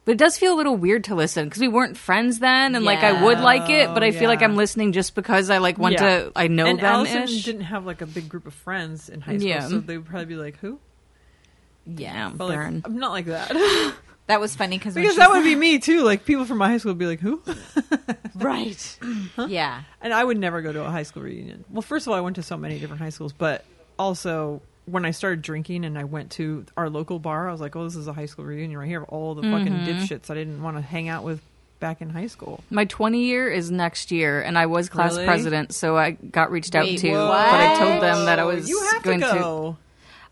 F: But it does feel a little weird to listen because we weren't friends then, and like I would like it, but I feel like
B: Yeah.
F: I'm listening just because I like want
B: Yeah.
F: to. I know
B: and
F: them
B: Allison
F: ish.
B: didn't have like a big group of friends in high school,
F: Yeah.
B: so they would probably be like, "Who?"
F: Yeah,
B: But like,
F: burn.
B: I'm not like that
E: That was funny cause
B: because
E: when
B: that would be me too. Like people from my high school would be like, "Who?"
E: right. Yeah,
B: And I would never go to a high school reunion. Well, first of all, I went to so many different high schools, but also when I started drinking and I went to our local bar, I was like, "Oh, this is a high school reunion right here of all the fucking
F: Mm-hmm.
B: dipshits I didn't want to hang out with back in high school."
F: My 20 year is next year, and I was class
B: Really?
F: president, so I got reached out
E: Wait,
F: to,
E: what?
F: but I told them that I was
B: Oh, you have
F: going
B: to go.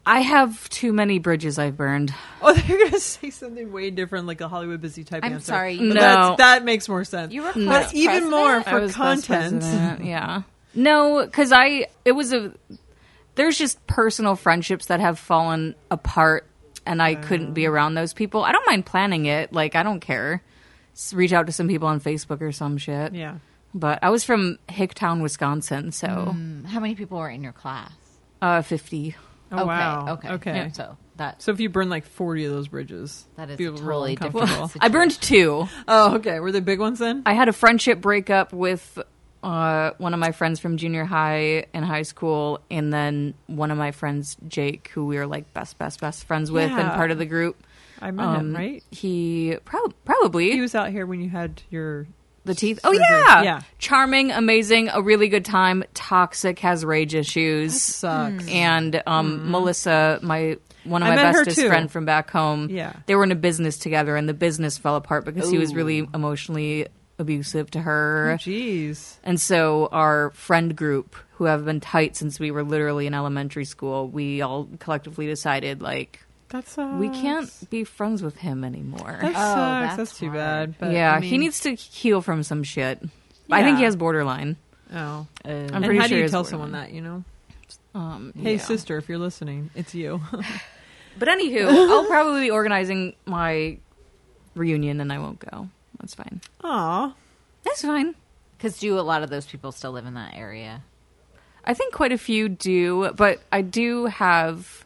F: I have too many bridges I've burned.
B: Oh, (laughs) they're gonna say something way different, like a Hollywood busy type.
E: I'm
B: answer.
E: sorry.
B: But
E: No.
B: that's- that makes more sense.
E: you were
F: No.
E: class
B: But even
E: president?
B: more
F: I
B: for
F: was class
B: content.
F: president, yeah. No, because I it was a there's just personal friendships that have fallen apart, and I couldn't be around those people. I don't mind planning it. Like I don't care. S reach out to some people on Facebook or some shit.
B: Yeah.
F: But I was from Hicktown, Wisconsin, so
E: Mm. How many people were in your class?
F: uh, fifty.
B: Oh
E: okay,
B: wow.
E: Okay.
B: Okay.
E: Yeah, So that
B: So if you burn like forty of those bridges,
E: that is a
B: be real
E: totally different.
B: uncomfortable.
E: situation.
F: I burned two.
B: oh, okay. Were they big ones then?
F: I had a friendship breakup with uh, one of my friends from junior high and high school, and then one of my friends, Jake, who we were like best, best, best friends with and
B: Yeah.
F: part of the group. Um,
B: I met him, right?
F: He prob- probably
B: He was out here when you had your
F: the teeth. Oh
B: surgery.
F: yeah,
B: yeah.
F: charming, amazing, a really good time. Toxic has rage issues.
B: sucks. Hmm.
F: And um, Melissa, my one of
B: I
F: my
B: met her,
F: bestest
B: too.
F: friend from back home.
B: Yeah.
F: they were in a business together, and the business fell apart because he was really emotionally abusive to her.
B: Jeez.
F: And so our friend group, who have been tight since we were literally in elementary school, we all collectively decided like
B: That's uh,
F: we can't be friends with him anymore.
B: That sucks.
E: that's
B: That's, too
E: hard.
B: bad. But,
F: yeah,
B: I mean,
F: he needs to heal from some shit. I think he
B: Yeah.
F: has borderline.
B: Oh,
F: I'm
B: and
F: pretty
B: how
F: sure.
B: do
F: he
B: you
F: has
B: tell someone
F: borderline.
B: that? You know,
F: Um,
B: hey
F: yeah.
B: sister, if you're listening, it's you. (laughs)
F: But anywho, I'll probably be organizing my reunion, and I won't go. That's fine.
B: Aw,
F: That's fine.
E: Because do a lot of those people still live in that area?
F: I think quite a few do, but I do have.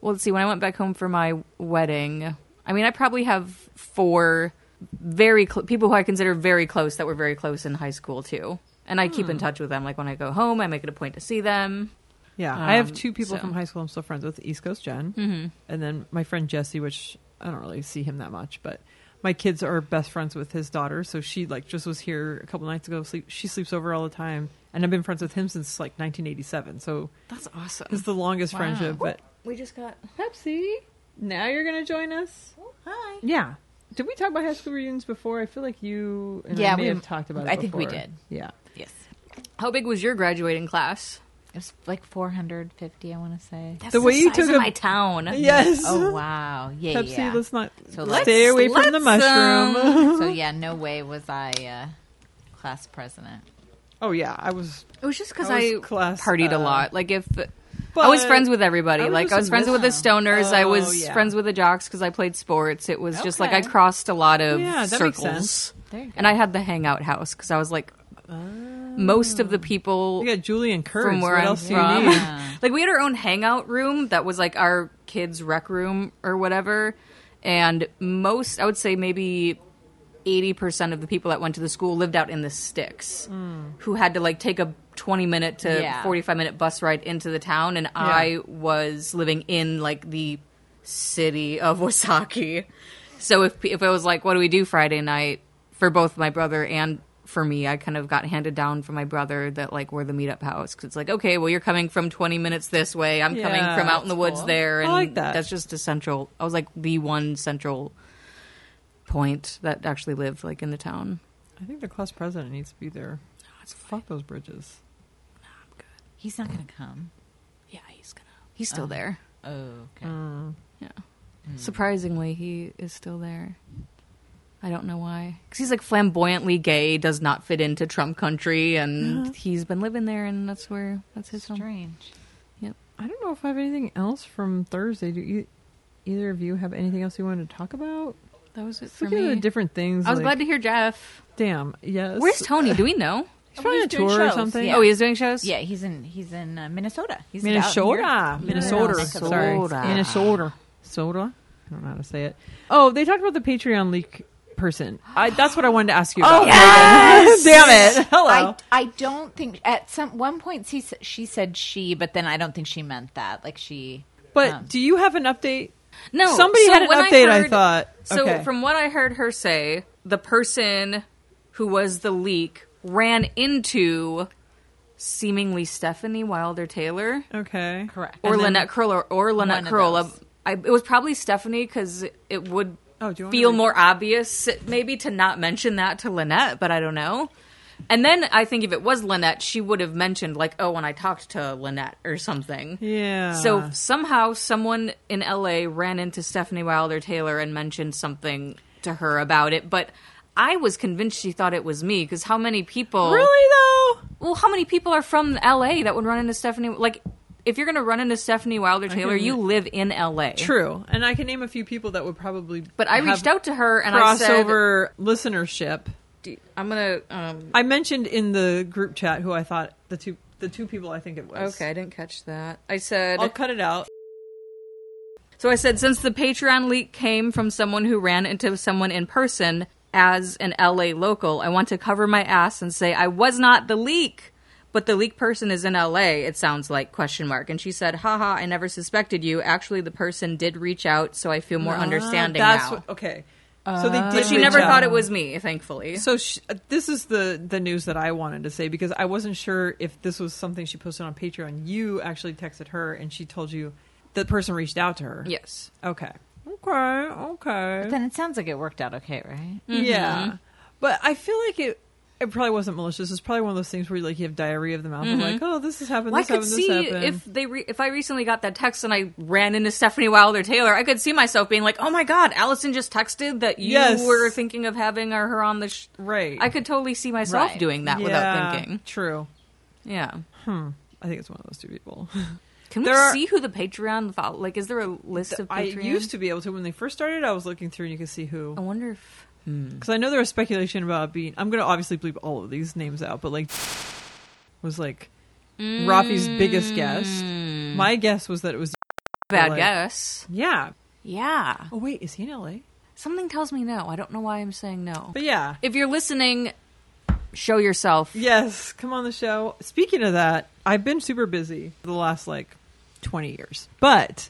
F: Well, let's see. When I went back home for my wedding, I mean, I probably have four very cl- people who I consider very close that were very close in high school too, and I keep in touch with them. Like when I go home, I make it a point to see them.
B: Yeah, I have
F: Um,
B: two people
F: so-
B: from high school I'm still friends with East Coast Jen, mm-hmm. and then my friend Jesse, which I don't really see him that much, but my kids are best friends with his daughter. So she like just was here a couple nights ago. Sleep, she sleeps over all the time, and I've been friends with him since like 1987. So
F: That's awesome.
B: it's the longest friendship. But
F: We just got.
B: Pepsi, now you're gonna join us.
E: Hi.
B: Yeah. Did we talk about high school reunions before? I feel like you and
E: Yeah,
B: I may
E: we-
B: have talked about it.
E: I think we
B: before.
E: did.
B: Yeah.
E: Yes.
F: How big was your graduating class?
E: It was like 450, I want to say.
F: That's
B: The way you
F: size
B: took
F: of
B: a-
F: my town.
B: Yes.
E: Oh, wow.
B: (laughs)
E: Yeah,
B: Pepsi,
E: yeah.
B: let's not
E: So
B: stay
E: let's-
B: away from the
F: let's, um,
B: mushroom. (laughs)
E: so, yeah, no way was I uh, class president.
B: oh yeah, I was
F: It was just because
B: I
F: I,
B: was class,
F: partied
B: uh,
F: a lot. Like if
B: But
F: I was friends with everybody.
B: I was
F: like
B: just
F: I was
B: a
F: friends with the
B: miss-
F: stoners. I
B: Oh,
F: was
B: yeah.
F: friends with the jocks because I played sports. It was just like I
E: Okay.
F: crossed a lot of
B: Yeah, that makes
F: circles.
B: sense.
E: There you go.
F: And I had the hangout house because I was like most of the people
B: You got Julie and Kurtz.
F: from where
B: what
F: I'm
B: else
F: from.
B: do
F: (laughs)
B: you need?
F: like we had our own hangout room that was like our kids' rec room or whatever. And most, I would say maybe eighty percent of the people that went to the school lived out in the sticks, who had to like take a twenty minute to
E: Yeah.
F: forty five minute bus ride into the town. And I was living in like the city of (laughs) Wasaki. So if if I was like, what do we do Friday night for both my brother and for me, I kind of got handed down from my brother that like we're the meetup house because it's like, okay, well you're coming from 20 minutes this way, I'm coming
B: Yeah,
F: from out in the woods there, and
B: like that.
F: that's just a central. I was like the one central point that actually lived like in the town.
B: I think the class president needs to be there.
F: Oh,
B: Fuck those bridges.
E: He's not going to come.
F: Yeah, he's gonna. He's still there.
E: Oh, okay.
B: Mm.
F: Yeah.
B: Hmm.
F: Surprisingly, he is still there. I don't know why. Because he's like flamboyantly gay, does not fit into Trump country,
B: Uh-huh.
F: and he's been living there, and that's where that's his home.
E: Strange.
B: I don't know if I have anything else from Thursday. Do you, either of you have anything else you wanted to talk about?
F: That was it
B: Let's
F: for
B: Look at
F: me.
B: the different things.
F: I was
B: like-
F: glad to hear Jeff.
B: Damn. Yes.
F: Where's Tony? Do we know?
B: He's probably on a
E: He's doing
B: tour or
E: shows,
B: something.
E: yeah.
F: Oh, he is doing shows.
E: Yeah, he's in he's in uh, Minnesota. He's down here.
B: Minnesota. Minnesota.
E: Yeah.
B: Sorry.
F: Minnesota.
B: Minnesota. Soda. I don't know how to say it. Oh, they talked about the Patreon leak person. I, that's what I wanted to ask you about. Oh, (laughs) Damn it. Hello.
E: I, I don't think at some one point she s- she said she, but then I don't think she meant that. Like she,
B: but
E: um,
B: do you have an update?
F: No.
B: Somebody
F: so
B: had an
F: when
B: update, I
F: heard-
B: thought.
F: So
B: Okay.
F: from what I heard her say, the person who was the leak ran into seemingly Stephanie Wilder Taylor.
B: Okay.
E: correct.
F: or Lynette Curler or Lynette
E: of
F: Curla.
E: those.
F: I, it was probably Stephanie because it would
B: Oh, do you want me
F: feel
B: to-
F: more obvious, maybe, to not mention that to Lynette, but I don't know. And then I think if it was Lynette, she would have mentioned, like, oh, when I talked to Lynette or something.
B: Yeah.
F: So somehow someone in LA ran into Stephanie Wilder Taylor and mentioned something to her about it, but I was convinced she thought it was me because how many people
B: really though?
F: well, how many people are from LA that would run into Stephanie? Like, if you're going to run into Stephanie Wilder Taylor,
B: can-
F: you live in LA.
B: True. And I can name a few people that would probably
F: But I
B: have
F: reached out to her and I said,
B: crossover listenership.
F: "Do- "I'm gonna." Um,
B: I mentioned in the group chat who I thought the two the two people I think it was.
F: okay, I didn't catch that. I said.
B: I'll cut it out.
F: So I said, since the Patreon leak came from someone who ran into someone in person as an LA local, I want to cover my ass and say I was not the leak, but the leak person is in LA. It sounds like question mark. And she said, haha, I never suspected you. Actually, the person did reach out, so I feel more understanding
B: Ah, That's
F: now.
B: what, okay. so they did.
F: But she
B: reach
F: never
B: out.
F: thought it was me, thankfully.
B: Uh, So sh uh, this is the the news that I wanted to say because I wasn't sure if this was something she posted on Patreon. You actually texted her and she told you the person reached out to her.
F: yes.
B: Okay. Okay. Okay.
E: Then it sounds like it worked out okay, right?
F: Mm-hmm.
B: Yeah. But I feel like it. It probably wasn't malicious. It's probably one of those things where like you have diarrhea of the mouth. and Like, oh, this has happened.
F: Mm-hmm. Well, I
B: this
F: could
B: happened.
F: see
B: this happened.
F: if they re- if I recently got that text and I ran into Stephanie Wilder Taylor, I could see myself being like, "Oh my God, Allison just texted that you
B: Yes.
F: were thinking of having her her on the sh-.
B: right.
F: I could totally see myself
E: Right.
F: doing that
B: Yeah,
F: without thinking.
B: True.
F: Yeah,
B: I think it's one of those two people.
F: can
B: There
F: we
B: are-
F: see who the Patreon follow? Like, is there a list of
B: I
F: Patreon?
B: used to be able to when they first started. I was looking through and you could see who
F: I wonder if
B: because I know there was speculation about being. I'm going to obviously bleep all of these names out, but like was like Rafi's biggest guest. My guess was that it was
F: bad
B: like-
F: guess.
B: yeah.
F: Yeah,
B: Oh wait, is he in L.A.?
F: something tells me no. I don't know why I'm saying no.
B: But yeah,
F: if you're listening, show yourself.
B: yes, come on the show. Speaking of that, I've been super busy for the last like 20 years, but.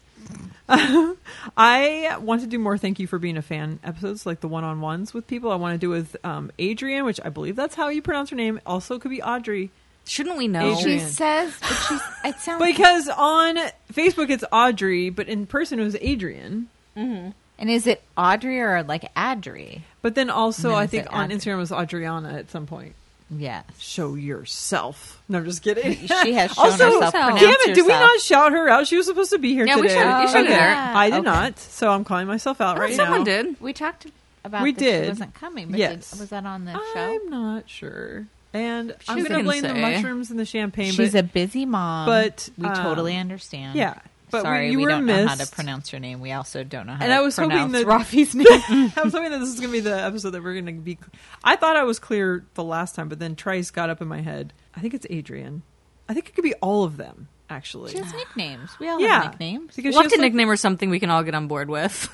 B: (laughs) I want to do more thank you for being a fan episodes, like the one on ones with people. I want to do with um, Adrian, which I believe that's how you pronounce her name. Also, could be Audrey.
F: Shouldn't we know?
B: Adrian.
E: She says, but she's, (laughs) it sounds.
B: Because on Facebook it's Audrey, but in person it was Adrian.
E: and is it Audrey or like Adri?
B: But then also
E: And then
B: I
E: is
B: think
E: it
B: on
E: Audrey?
B: Instagram it was Adriana at some point.
E: Yes,
B: Show yourself. No, I'm just kidding.
E: she (laughs) has shown
B: also,
E: herself.
B: Damn
E: Pronounce
B: it! Did we
E: yourself.
B: not shout her out? She was supposed to be here
F: Yeah, we
B: today.
F: shouted- you shouted her.
E: Yeah,
B: I did
E: okay.
B: not, so I'm calling myself out right
F: Someone
B: now.
F: did.
E: We talked about
B: We
E: that She
B: did.
E: wasn't coming. But
B: Yes.
E: did, was that on the show?
B: I'm not sure. And I'm
F: She's
B: going to
F: gonna
B: blame the
F: say.
B: mushrooms and the champagne. (laughs)
E: She's
B: but,
E: a busy mom,
B: but,
E: we
B: um,
E: totally understand.
B: yeah. But we-
E: Sorry,
B: you
E: we
B: were
E: don't know how to
B: missed.
E: pronounce your name. We also don't know how
B: And
E: to
B: I was hoping
E: pronounce
B: that-
E: (laughs) Rafi's
F: "Mm,
E: name.
B: I was hoping that this is going to be the episode that we're going to be. I thought I was clear the last time, but then Trice got up in my head. I think it's Adrian. I think it could be all of them, actually.
E: she has nicknames. We all
B: yeah,
E: have nicknames.
B: Because
F: We'll
B: she
F: have
B: has
F: to
B: like-
F: nickname her something we can all get on board with.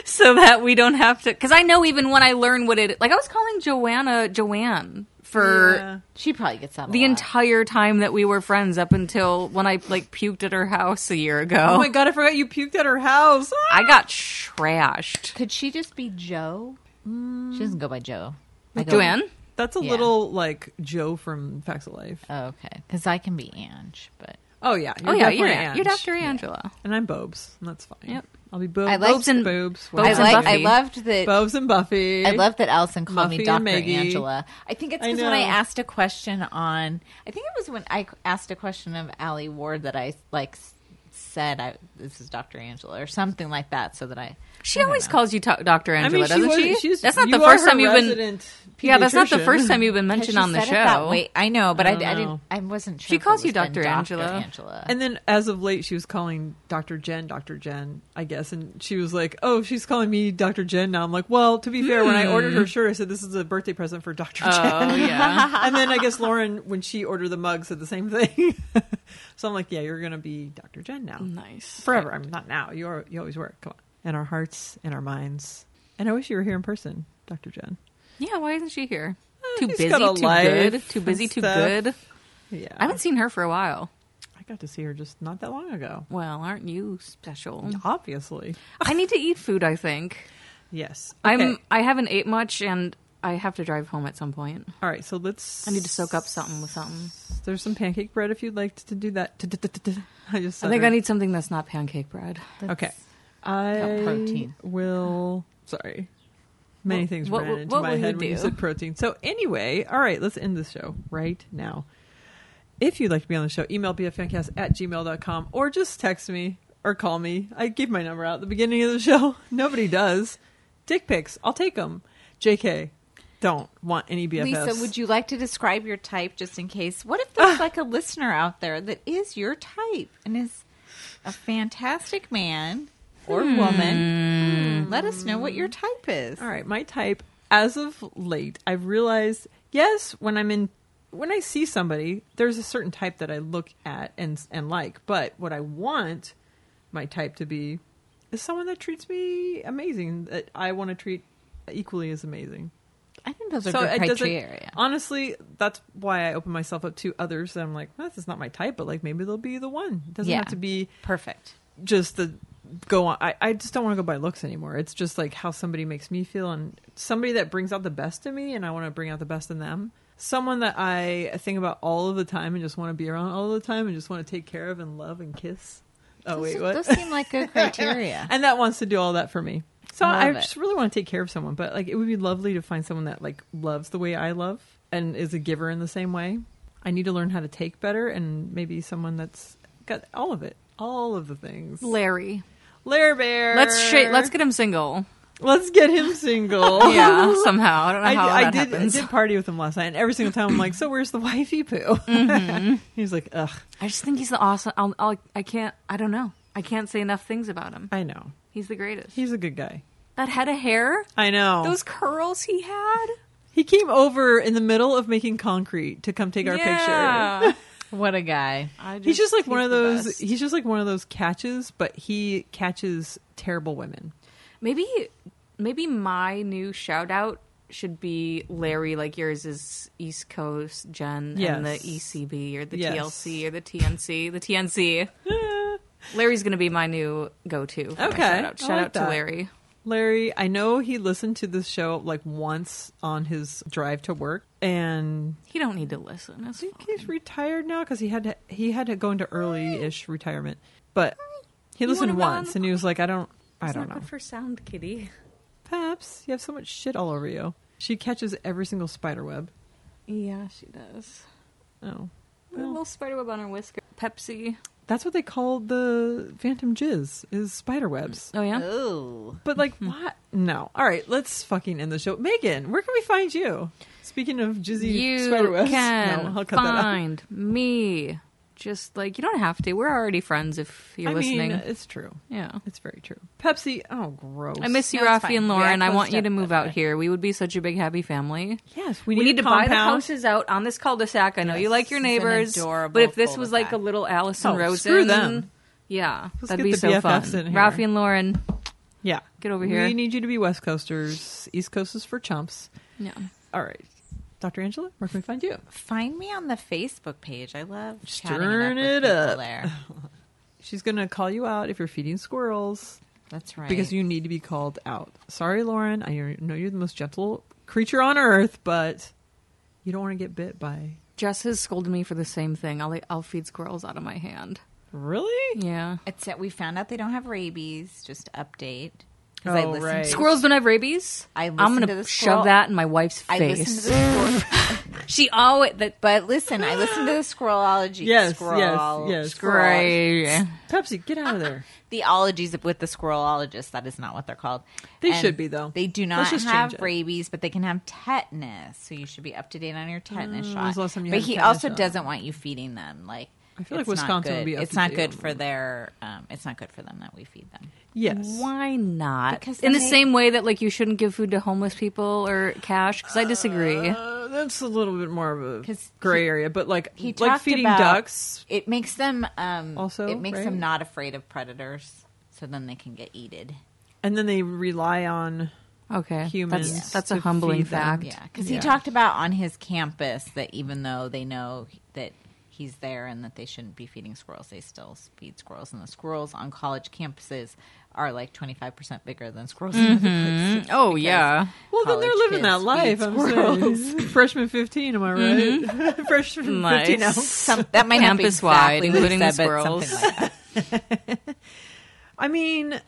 F: (laughs) so that we don't have to. Because I know even when I learn what it. Like, I was calling Joanna Joanne for.
B: Yeah.
E: She probably gets that a
F: The
E: lot.
F: entire time that we were friends, up until when I like puked at her house a year ago,
B: Oh my god! I forgot you puked at her house. Ah!
F: I got trashed.
E: Could she just be Joe? Mm. She doesn't go by Joe. I go-
F: Joanne,
B: That's a
E: Yeah.
B: little like Joe from Facts of Life.
E: Oh, okay, because I can be Ange, but
B: Oh yeah.
F: oh
B: You're
F: yeah,
B: definitely
F: you're,
B: Ange.
F: you're Dr. Angela.
B: And I'm Bobes. And that's fine.
F: Yep.
B: I'll be Bo-
E: I liked-
B: Bobes and Boobs.
F: Bobes
E: I
F: and
E: like. I
F: Buffy.
E: loved that.
B: Bobes and Buffy.
E: I love that Allison called me
B: Muffy and
E: Dr.
B: Maggie.
E: Angela. I think it's
B: I
E: because when I
B: know.
E: asked a question on, I think it was when I asked a question of Allie Ward that I like s- said I this is Dr. Angela or something like that, so that I
F: She always calls you to- Dr. Angela,
B: I mean, she
F: doesn't
B: was,
F: she?
B: She's,
F: that's not
B: you
F: the
B: are
F: first
B: her
F: time you've been.
B: resident
F: Yeah, that's not the
B: pediatrician.
F: first time you've
E: (laughs)
F: been
E: Because
F: mentioned
E: she
F: on the
E: said it that
F: show.
E: way. I know, but I,
B: don't
E: I didn't.
B: know.
E: I wasn't. Sure
F: She
E: if it
F: calls you
E: was been
F: Dr. Angela.
E: Angela.
B: And then as of late, she was calling Dr. Jen Dr. Jen, I guess. And she was like, oh, she's calling me Dr. Jen now. I'm like, well, to be fair, when I ordered her shirt, I said, this is a birthday present for Dr.
F: Hmm. Oh
B: Jen. (laughs)
F: yeah.
B: and then I guess Lauren, when she ordered the mug, said the same thing. (laughs) so I'm like, yeah, you're going to be Dr. Jen now.
F: Nice.
B: Forever. I'm not now. You, are, you always were. Come on. In our hearts, in our minds. And I wish you were here in person, Dr. Jen.
F: Yeah, why isn't she here?
B: Eh,
F: Too
B: she's
F: busy,
B: got a
F: too
B: life
F: good, too
B: and
F: busy, too
B: stuff.
F: good.
B: Yeah.
F: I haven't seen her for a while.
B: I got to see her just not that long ago.
F: Well, aren't you special?
B: Obviously.
F: I need to eat food, I think.
B: Yes. Okay.
F: I'm I haven't ate much and I have to drive home at some point.
B: All right, so let's.
F: I need to soak up something with something.
B: There's some pancake bread if you'd like to do that. (laughs) I just.
F: I think I need something that's not pancake bread.
B: Okay. I
E: protein.
B: will. Sorry. Many
F: What-
B: things
F: what
B: ran
F: will-
B: into
F: what
B: my
F: will you
B: head when you
F: do?
B: said protein. So anyway, all right, let's end this show right now. If you'd like to be on the show, email bffancast at gmail.com or just text me or call me. I gave my number out at the beginning of the show. (laughs) Nobody does. Dick pics. I'll take them. JK. Don't want any BFFs.
E: Lisa, would you like to describe your type just in case? What if there's like a listener out there that is your type and is a fantastic man or woman? Hmm, Let us know what your type is.
B: All right, my type as of late, I've realized yes, when I'm in when I see somebody, there's a certain type that I look at and and like, but what I want my type to be is someone that treats me amazing that I want to treat equally as amazing.
E: I think those are
B: So
E: good
B: it doesn't
E: criteria.
B: honestly, that's why I open myself up to others that I'm like, well, this is not my type, but like maybe they'll be the one. It doesn't
E: Yeah.
B: have to be
E: Perfect.
B: just the go on I, I just don't want to go by looks anymore it's just like how somebody makes me feel and somebody that brings out the best in me and i want to bring out the best in them someone that i think about all of the time and just want to be around all the time and just want to take care of and love and kiss oh
E: Those,
B: wait what
E: those
B: (laughs)
E: seem like (laughs) good criteria.
B: and that wants to do all that for me so
E: Love
B: i
E: it.
B: just really want to take care of someone but like it would be lovely to find someone that like loves the way i love and is a giver in the same way i need to learn how to take better and maybe someone that's got all of it all of the things
F: Larry.
B: Lair Bear.
F: Let's sh- let's get him single.
B: let's get him single.
F: (laughs) Yeah, somehow. I don't
B: (laughs)
F: know
B: I,
F: how
B: I
F: that
B: did.
F: happens.
B: I did party with him last night, and every single time I'm like, "So where's the wifey poo?"
F: Mm-hmm.
B: (laughs) He's like, "Ugh,
F: I just think he's the awesome. I'll, I'll, I can't. I don't know. I can't say enough things about him.
B: I know.
F: He's the greatest.
B: He's a good guy.
F: that head of hair,
B: I know."
F: those curls he had.
B: he came over in the middle of making concrete to come take our picture.
F: (laughs) yeah.
E: What a guy. I
B: He's just like one
F: he's
B: of
F: the
B: those.
F: best.
B: He's just like one of those catches, but he catches terrible
F: (laughs)
B: women.
F: Maybe, maybe my new shout out should be Larry, like yours is East Coast Jen and the
B: Yes.
F: ECB or the
B: Yes.
F: TLC or the TNC. The TNC. Larry's going to be my new go to.
B: Okay,
F: Shout out,
B: I
F: shout
B: like
F: out to
B: that.
F: Larry.
B: Larry, I know he listened to this show like once on his drive to work, and
F: He don't need to listen. It's
B: I think he's retired now because he had to, he had to go into early-ish retirement, but he listened
F: wanna run?
B: once and he was like, "I don't, I don't
F: not
B: know."
F: good for sound, kitty.
B: Peps, you have so much shit all over you. She catches every single spider web.
F: Yeah, she does.
B: Oh,
F: A little spiderweb on her whisker. Pepsi.
B: that's what they call the phantom jizz is spider webs.
F: Oh yeah. (laughs)
E: Ooh.
F: Hmm.
B: But like, what? No. All right, let's fucking end the show. Megan, where can we find you? Speaking of Jizzy
F: you
B: (laughs) Spider Webs,
F: can
B: no, I'll cut that out.
F: find me. Just like you don't have to. We're already friends if you're
B: I
F: listening.
B: mean, uh, it's true.
F: yeah.
B: It's very true. Pepsi. Oh, gross.
F: I miss you,
E: No, it's
F: Rafi
E: fine.
F: and
E: We
F: Lauren.
E: are
F: I want
E: close
F: you to
E: up,
F: move
E: that's
F: out
E: right.
F: here. We would be such a big happy family.
B: Yes, we,
F: We need
B: a
F: to buy the
B: compound.
F: houses out on this cul-de-sac. I know you
E: Yes,
F: like your
E: this is an
F: neighbors,
E: adorable
F: but if this was like a
E: cul-de-sac.
F: little Allison
B: Oh,
F: Rosen,
B: screw them.
F: Yeah,
B: Let's
F: that'd
B: get
F: be
B: the
F: so
B: BFFs
F: fun.
B: in here.
F: Rafi and Lauren.
B: Yeah,
F: Get over here.
B: We need you to be West Coasters. East Coast is for chumps.
F: Yeah.
B: All right, Dr. Angela, where can we find you?
E: Find me on the Facebook page. I love
B: Stirring
E: chatting
B: it
E: it
B: up.
E: up, with people there.
B: She's gonna call you out if you're feeding squirrels
E: That's right.
B: because you need to be called out. Sorry, Lauren. I know you're the most gentle creature on earth, but you don't want to get bit by.
F: Jess has scolded me for the same thing. I'll I'll feed squirrels out of my hand.
B: Really?
F: Yeah.
E: it's that we found out they don't have rabies. Just update. 'Cause I
B: Oh,
E: listened
B: right.
E: to-
F: Squirrels don't have rabies.
E: I
F: I'm
E: listened
F: gonna
E: to the squirrel-
F: shove that in my wife's
E: I listened
F: face.
E: to
B: (laughs)
E: the squirrel. she always, that, but listen, I
B: (gasps)
E: listened to the squirrelology.
B: Yes,
E: squirrel,
B: yes, yes.
E: squirrel-
B: Pepsi, get out of there.
E: The ologies with the squirrelologists. That is not what they're called.
B: They should be, though.
E: They do
B: Let's
E: not
B: just
E: have
B: change it.
E: rabies, but they can have tetanus. So you should be up to date on your tetanus
B: Mm,
E: shot.
B: when's the last time you
E: but
B: had a
E: he
B: tetanus
E: also
B: shot?
E: doesn't want you feeding them. Like
B: I feel like
E: it's not
B: Wisconsin would
E: good.
B: be up
E: It's
B: to
E: not
B: date
E: good
B: on
E: for
B: that.
E: their. Um, it's not good for them that we feed them.
B: Yes.
F: Why not?
E: Because
F: in the
E: then they-
F: same way that like you shouldn't give food to homeless people or cash, because I disagree.
B: Uh, that's a little bit more of a
E: 'Cause
B: gray area, but like
E: He
B: like
E: talked
B: feeding
E: about-
B: ducks.
E: It makes them um,
B: Also,
E: It makes
B: right?
E: them not afraid of predators. So then they can get eated.
B: and then they rely on
F: okay,
B: humans
F: That's, that's
B: to
F: a humbling
B: feed them.
F: fact.
E: Yeah, because
B: Yeah.
E: he talked about on his campus that even though they know that he's there and that they shouldn't be feeding squirrels, they still feed squirrels, and the squirrels on college campuses are like twenty five percent bigger than squirrels. (laughs) in other places
F: Oh
E: because
F: yeah.
B: Mm-hmm. well, then they're
E: college
B: living that
E: kids feed
B: life. I'm saying. (laughs) freshman 15, am I right? (laughs) freshman 15
F: Mm-hmm. Nice.
B: ounce.
E: (laughs) Some, that might not be
F: Campus-wide,
E: exactly what he
F: including the
E: said, but something
F: squirrels.
E: like that.
B: I mean,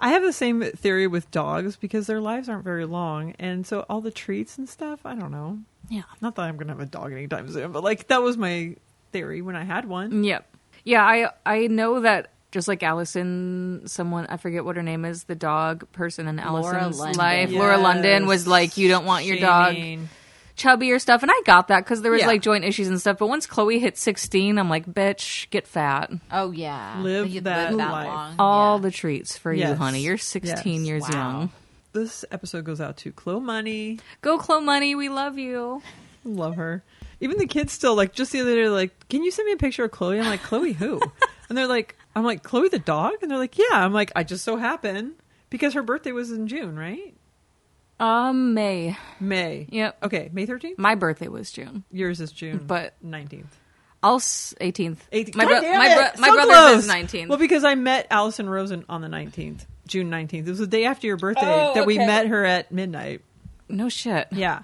B: I have the same theory with dogs because their lives aren't very long, and so all the treats and stuff. I don't know.
F: Yeah.
B: Not that I'm gonna have a dog anytime soon, but like that was my theory when I had one.
F: Yep. Yeah, I I know that just like Allison, someone I forget what her name is, the dog person in Allison's
E: London.
F: life, Laura London was like, "You don't want your dog
B: Shaming.
F: chubby or stuff," and I got that because there was
B: Yeah.
F: like joint issues and stuff. But once Chloe hit sixteen, I'm like, "Bitch, get fat."
E: Oh yeah,
B: Live
E: You
B: that
E: live that
B: life.
E: long.
F: All
E: yeah.
F: the treats for you,
B: Yes.
F: honey. You're 16
B: Yes.
F: years
E: Wow.
F: young.
B: This episode goes out to Chloe Money.
F: Go, Chloe Money. We love you.
B: Love her. Even the kids still like just the other day they're like, Can you send me a picture of Chloe? I'm like, Chloe
F: (laughs)
B: who? and they're like I'm like, Chloe the dog? And they're like, Yeah. I'm like, I just so happen because her birthday was in June, right?
F: Um, May.
B: May.
F: Yep.
B: Okay, May thirteenth?
F: My birthday was June,
B: Yours is June
F: but
B: nineteenth.
F: I'll s- 18th.
B: 18th.
F: My,
B: God
F: bro-
B: damn
F: my,
B: it!
F: bro- my
B: So
F: brother
B: close.
F: says 19.
B: Well, because I met Allison Rosen on the 19th, June 19th. It was the day after your birthday
F: Oh,
B: that we
F: okay.
B: met her at midnight.
F: no shit.
B: Yeah.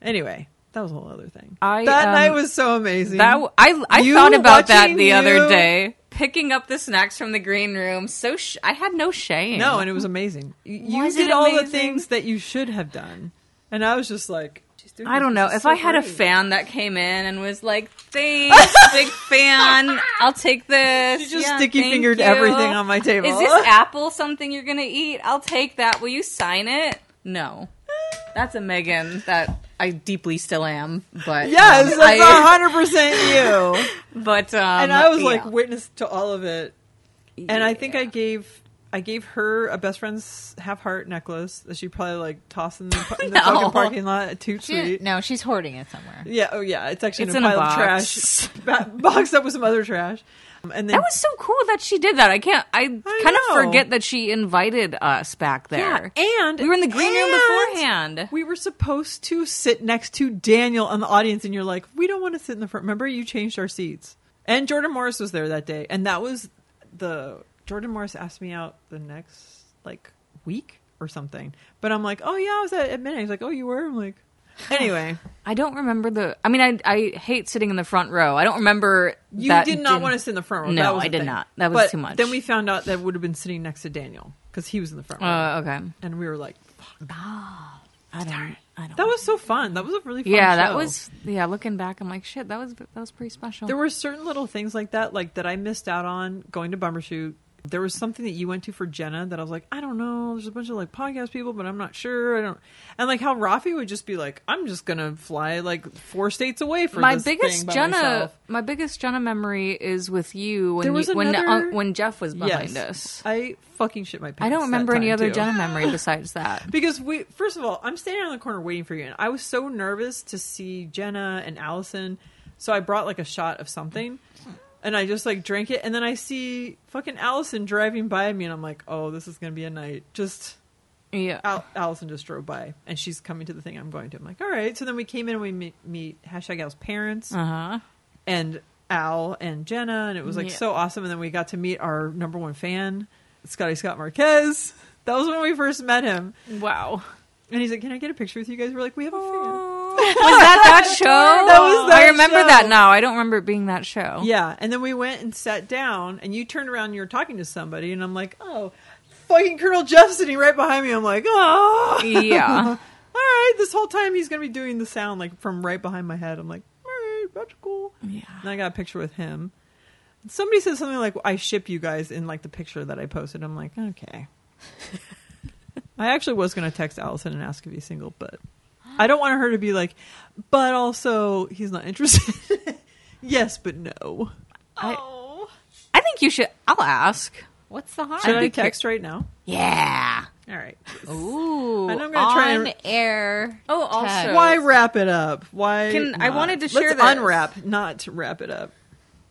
B: Anyway, that was a whole other thing.
F: I,
B: that
F: um,
B: night was so amazing.
F: That w- I I
B: You
F: thought about that
B: watching
F: the other
B: you-
F: day. Picking up the snacks from the green room. So sh- I had no shame.
B: no, and it was amazing. Y- You
F: Was it
B: did all the
F: amazing?
B: things that you should have done, and I was just like, "She's doing
F: I don't
B: this.
F: know.
B: This is
F: If
B: so
F: I had a
B: great."
F: fan that came in and was like,
B: (laughs)
F: "Thanks, big fan. I'll take this."
B: She just
F: Yeah,
B: sticky
F: thank
B: fingered
F: you.
B: everything on my table. (laughs)
F: Is this apple something you're gonna eat? I'll take that. Will you sign it? No. That's a Megan that I deeply still am, but
B: yes,
F: um, (laughs)
B: that's
F: I-
B: hundred percent
F: (laughs)
B: you.
F: but um,
B: and I was like
F: yeah.
B: witness to all of it. And I think I gave I gave her a best friend's half heart necklace that she probably like tossed
F: (laughs)
B: in the, in the
F: No.
B: fucking parking lot at Toot
E: She,
B: Sweet.
E: no, she's hoarding it somewhere.
B: Yeah, oh yeah, it's actually
F: It's
B: in a
F: in a
B: pile of
F: box.
B: trash, (laughs) ba- boxed up with some other trash. Um, And then
F: that was so cool that she did that. I can't. I, kind
B: know.
F: of forget that she invited us back there.
B: Yeah, and
F: we were in the green room
B: and
F: beforehand.
B: We were supposed to sit next to Daniel on the audience, and you're like, we don't want to sit in the front. Remember, you changed our seats. And Jordan Morris was there that day, and that was the Jordan Morris asked me out the next like week or something. But I'm like, oh yeah, I was at, at midnight. He's like, oh, you were. I'm like,
F: (sighs)
B: anyway,
F: I don't remember the. I mean, I I hate sitting in the front row. I don't remember.
B: you
F: that
B: did not want to sit in the front row.
F: No,
B: That was
F: I
B: the
F: did
B: thing.
F: not. That was
B: But
F: too much.
B: Then we found out that would have been sitting next to Daniel because he was in the front row,
F: Uh, okay.
B: and we were like,
F: I don't. I don't.
B: that was so fun. That was a really fun
F: yeah, that
B: show.
F: was. Yeah, looking back, I'm like, shit. That was that was pretty special.
B: There were certain little things like that, like that I missed out on going to Bumbershoot There was something that you went to for Jenna that I was like, I don't know. There's a bunch of like podcast people, but I'm not sure. I don't. And like how Rafi would just be like, I'm just gonna fly like four states away for
F: my
B: this thing
F: biggest
B: by
F: Jenna,
B: myself."
F: my biggest Jenna memory is with you when
B: There was
F: you, when
B: another-
F: uh, when Jeff was behind
B: Yes.
F: us.
B: I fucking shit my pants.
F: I don't
B: that
F: remember any
B: time,
F: other
B: too.
F: Jenna memory besides (laughs) that.
B: Because we, first of all, I'm standing on the corner waiting for you, and I was so nervous to see Jenna and Allison, so I brought like a shot of something, and I just like drank it, and then I see fucking Allison driving by me, and I'm like, oh, this is gonna be a night. Just
F: Yeah.
B: Al- Allison just drove by, and she's coming to the thing I'm going to. I'm like, all right. So then we came in and we meet, meet hashtag Al's parents
F: Uh huh.
B: and Al and Jenna, and it was like
F: Yeah.
B: so awesome. And then we got to meet our number one fan, Scotty Scott Marquez. That was when we first met him.
F: (laughs) Wow.
B: And he's like, "Can I get a picture with you guys?" We're like, "We have a fan."
F: Was that (laughs) that show?
B: That was that
F: I remember
B: show.
F: that now. I don't remember it being that show.
B: Yeah. And then we went and sat down, and you turned around, and you were talking to somebody, and I'm like, "Oh, fucking Colonel Jeff sitting right behind me." I'm like, "Oh,
F: (laughs) (laughs) Yeah.
B: All right. This whole time he's gonna be doing the sound like from right behind my head. I'm like, "All right, that's cool." Yeah. And I got a picture with him. And somebody said something like, "I ship you guys" in like the picture that I posted. I'm like,
F: (laughs)
B: okay. I actually was going to text Allison and ask if he's single, but I don't want her to be like, but also he's not interested. (laughs) yes, but no.
F: I think you should. I'll ask.
E: Oh. What's the harm?
B: Should I text right now?
E: Yeah.
B: All right.
E: Ooh.
B: And I'm gonna try
E: on
B: and-
E: air.
F: Oh, also,
B: Why wrap it up? Why?
F: Can- I
B: not?
F: wanted to
B: Let's
F: share this.
B: unwrap, not wrap it up.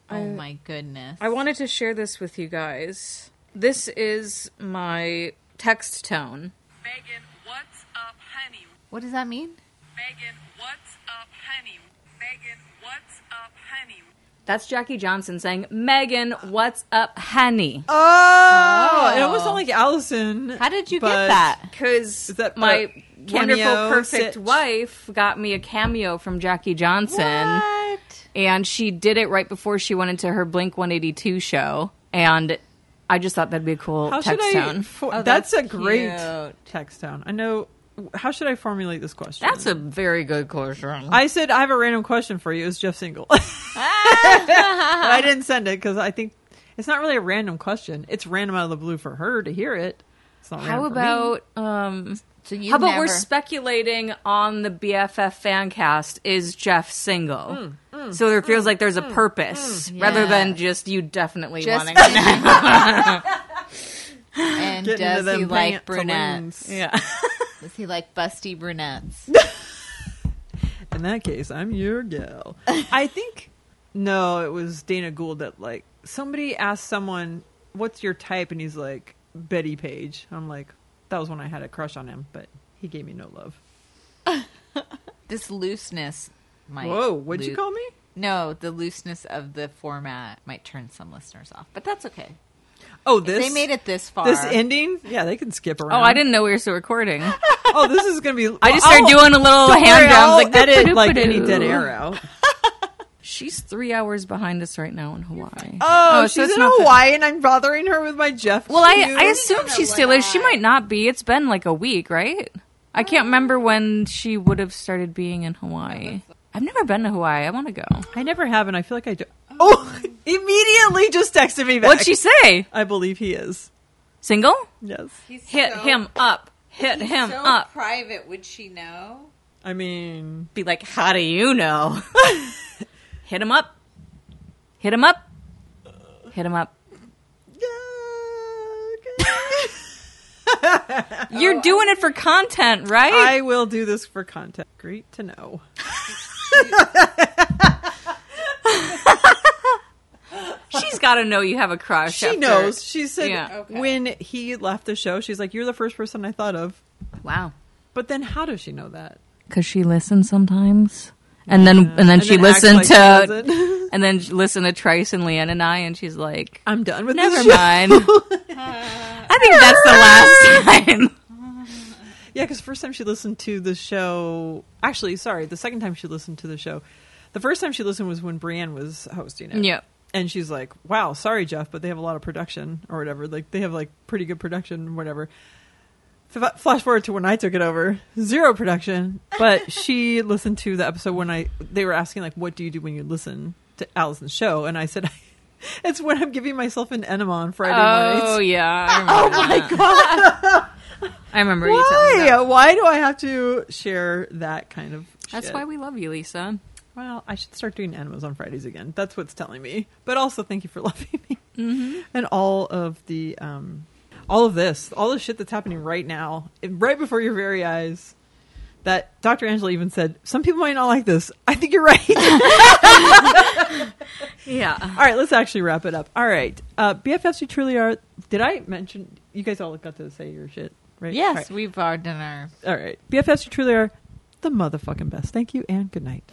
E: Oh my goodness.
F: I wanted to share this with you guys. This is my text tone.
L: Megan, what's up, honey?
E: what does that mean?
L: Megan, what's up, honey? Megan, what's up, honey?
F: That's Jackie Johnson saying, Megan, what's up, honey?
B: Oh, it almost sounded like Allison.
E: How did you
B: but-
E: get that?
F: Because
B: Is that a
F: my wonderful,
B: cameo
F: perfect
B: sit-
F: wife got me a cameo from Jackie Johnson.
E: What?
F: And she did it right before she went into her Blink 182 show. And I just thought that'd be a cool
B: How should
F: text
B: I?
F: tone.
B: for-
E: Oh,
B: that's,
E: that's
B: a great
E: cute.
B: text tone. I know. How should I formulate this question?
F: That's a very good question.
B: I said I have a random question for you. Is Jeff single? (laughs) But I didn't send it because I think it's not really a random question. It's random out of the blue for her to hear it. It's not
F: How
B: random for me.
F: about um
E: So you
F: How about we're
E: never-
F: speculating on the BFF fan cast is Jeff single?
B: Mm,
F: so there feels like there's a purpose rather than just you definitely
E: Just-
F: wanting. to know.
B: (laughs)
E: and
B: Getting into
E: does he
B: them
E: like
B: pant
E: brunettes?
B: saloons.
F: yeah.
E: Does he like busty brunettes?
B: In that case, I'm your gal. I think no, it was Dana Gould that like somebody asked someone, "What's your type?" and he's like Betty Page. I'm like, that was when I had a crush on him, but he gave me no love.
E: this looseness might.
B: Whoa, what'd you
E: loo-
B: call me?
E: No, the looseness of the format might turn some listeners off, but that's okay.
B: Oh, this
E: they made it this far.
B: This ending, yeah, they can skip around.
F: Oh, I didn't know we were still recording.
B: Oh, this is gonna be.
F: (laughs) I just started doing a little hand
B: i
F: drums, like (laughs)
B: edit like
F: "Doop-a-doop-a-doo."
B: any dead air
F: (laughs)
B: out.
F: She's three hours behind us right now in Hawaii.
B: Oh, she's
F: so it's
B: in
F: not that-
B: Hawaii, and I'm bothering her with my Jeff.
F: Well, I,
B: cue.
F: I assume she still is. She might not be. It's been like a week, right? I can't remember when she would have started being in Hawaii. I've never been to Hawaii. I want to go.
B: I never have, and I feel like I do. Oh, (laughs) immediately just texted me back.
F: What'd she say?
B: I believe he is.
F: Single?
B: Yes.
F: Hit him up. Hit him up.
E: private. Would she know?
B: I mean,
F: Be like, how do you know? (laughs) Hit him up. Hit him up. Hit him up.
B: yeah, okay.
F: You're doing it for content, right?
B: I will do this for content. Great to know.
F: She's got to know you have a crush.
B: She
F: after-
B: knows. She said
F: Yeah.
B: when he left the show, she's like, "You're the first person I thought of."
F: Wow.
B: But then, how does she know that?
F: Because she listens sometimes. And then, and then she
B: then acts
F: listened
B: like she
F: to,
B: doesn't.
F: and then she listened to Trice and Leanne and I, and she's like,
B: (laughs) I'm done with
F: "Never
B: this show. (laughs)
F: mind." I think that's the last time.
B: Yeah, because first time she listened to the show, actually, sorry, the second time she listened to the show, the first time she listened was when Brienne was hosting it.
F: Yep.
B: And she's like, "Wow, sorry, Jeff, but they have a lot of production or whatever. Like they have like pretty good production, whatever." F- flash forward to when I took it over, zero production. But she listened to the episode when I they were asking like, "What do you do when you listen to Allison's show?" And I said, (laughs) It's when I'm giving myself an enema on Friday
F: (laughs) Oh
B: nights.
F: yeah.
B: (laughs)
F: oh my god. (laughs) I remember you telling me.
B: Why?
F: that.
B: Why do I have to share that kind of?
F: That's
B: shit?
F: why we love you, Lisa.
B: Well, I should start doing enemas on Fridays again. That's what's telling me. But also, thank you for (laughs) loving me and all of the, um, all of this, all the shit that's happening right now, right before your very eyes. That Dr. Angela even said, some people might not like this. I think you're right. (laughs)
F: Yeah.
B: all right, let's actually wrap it up. All right, uh, BFFs, you truly are. Did I mention you guys all got to say your shit? Right? All right.
E: Yes, we've already done our
B: All right. BFFs, you truly are the motherfucking best. Thank you and good night.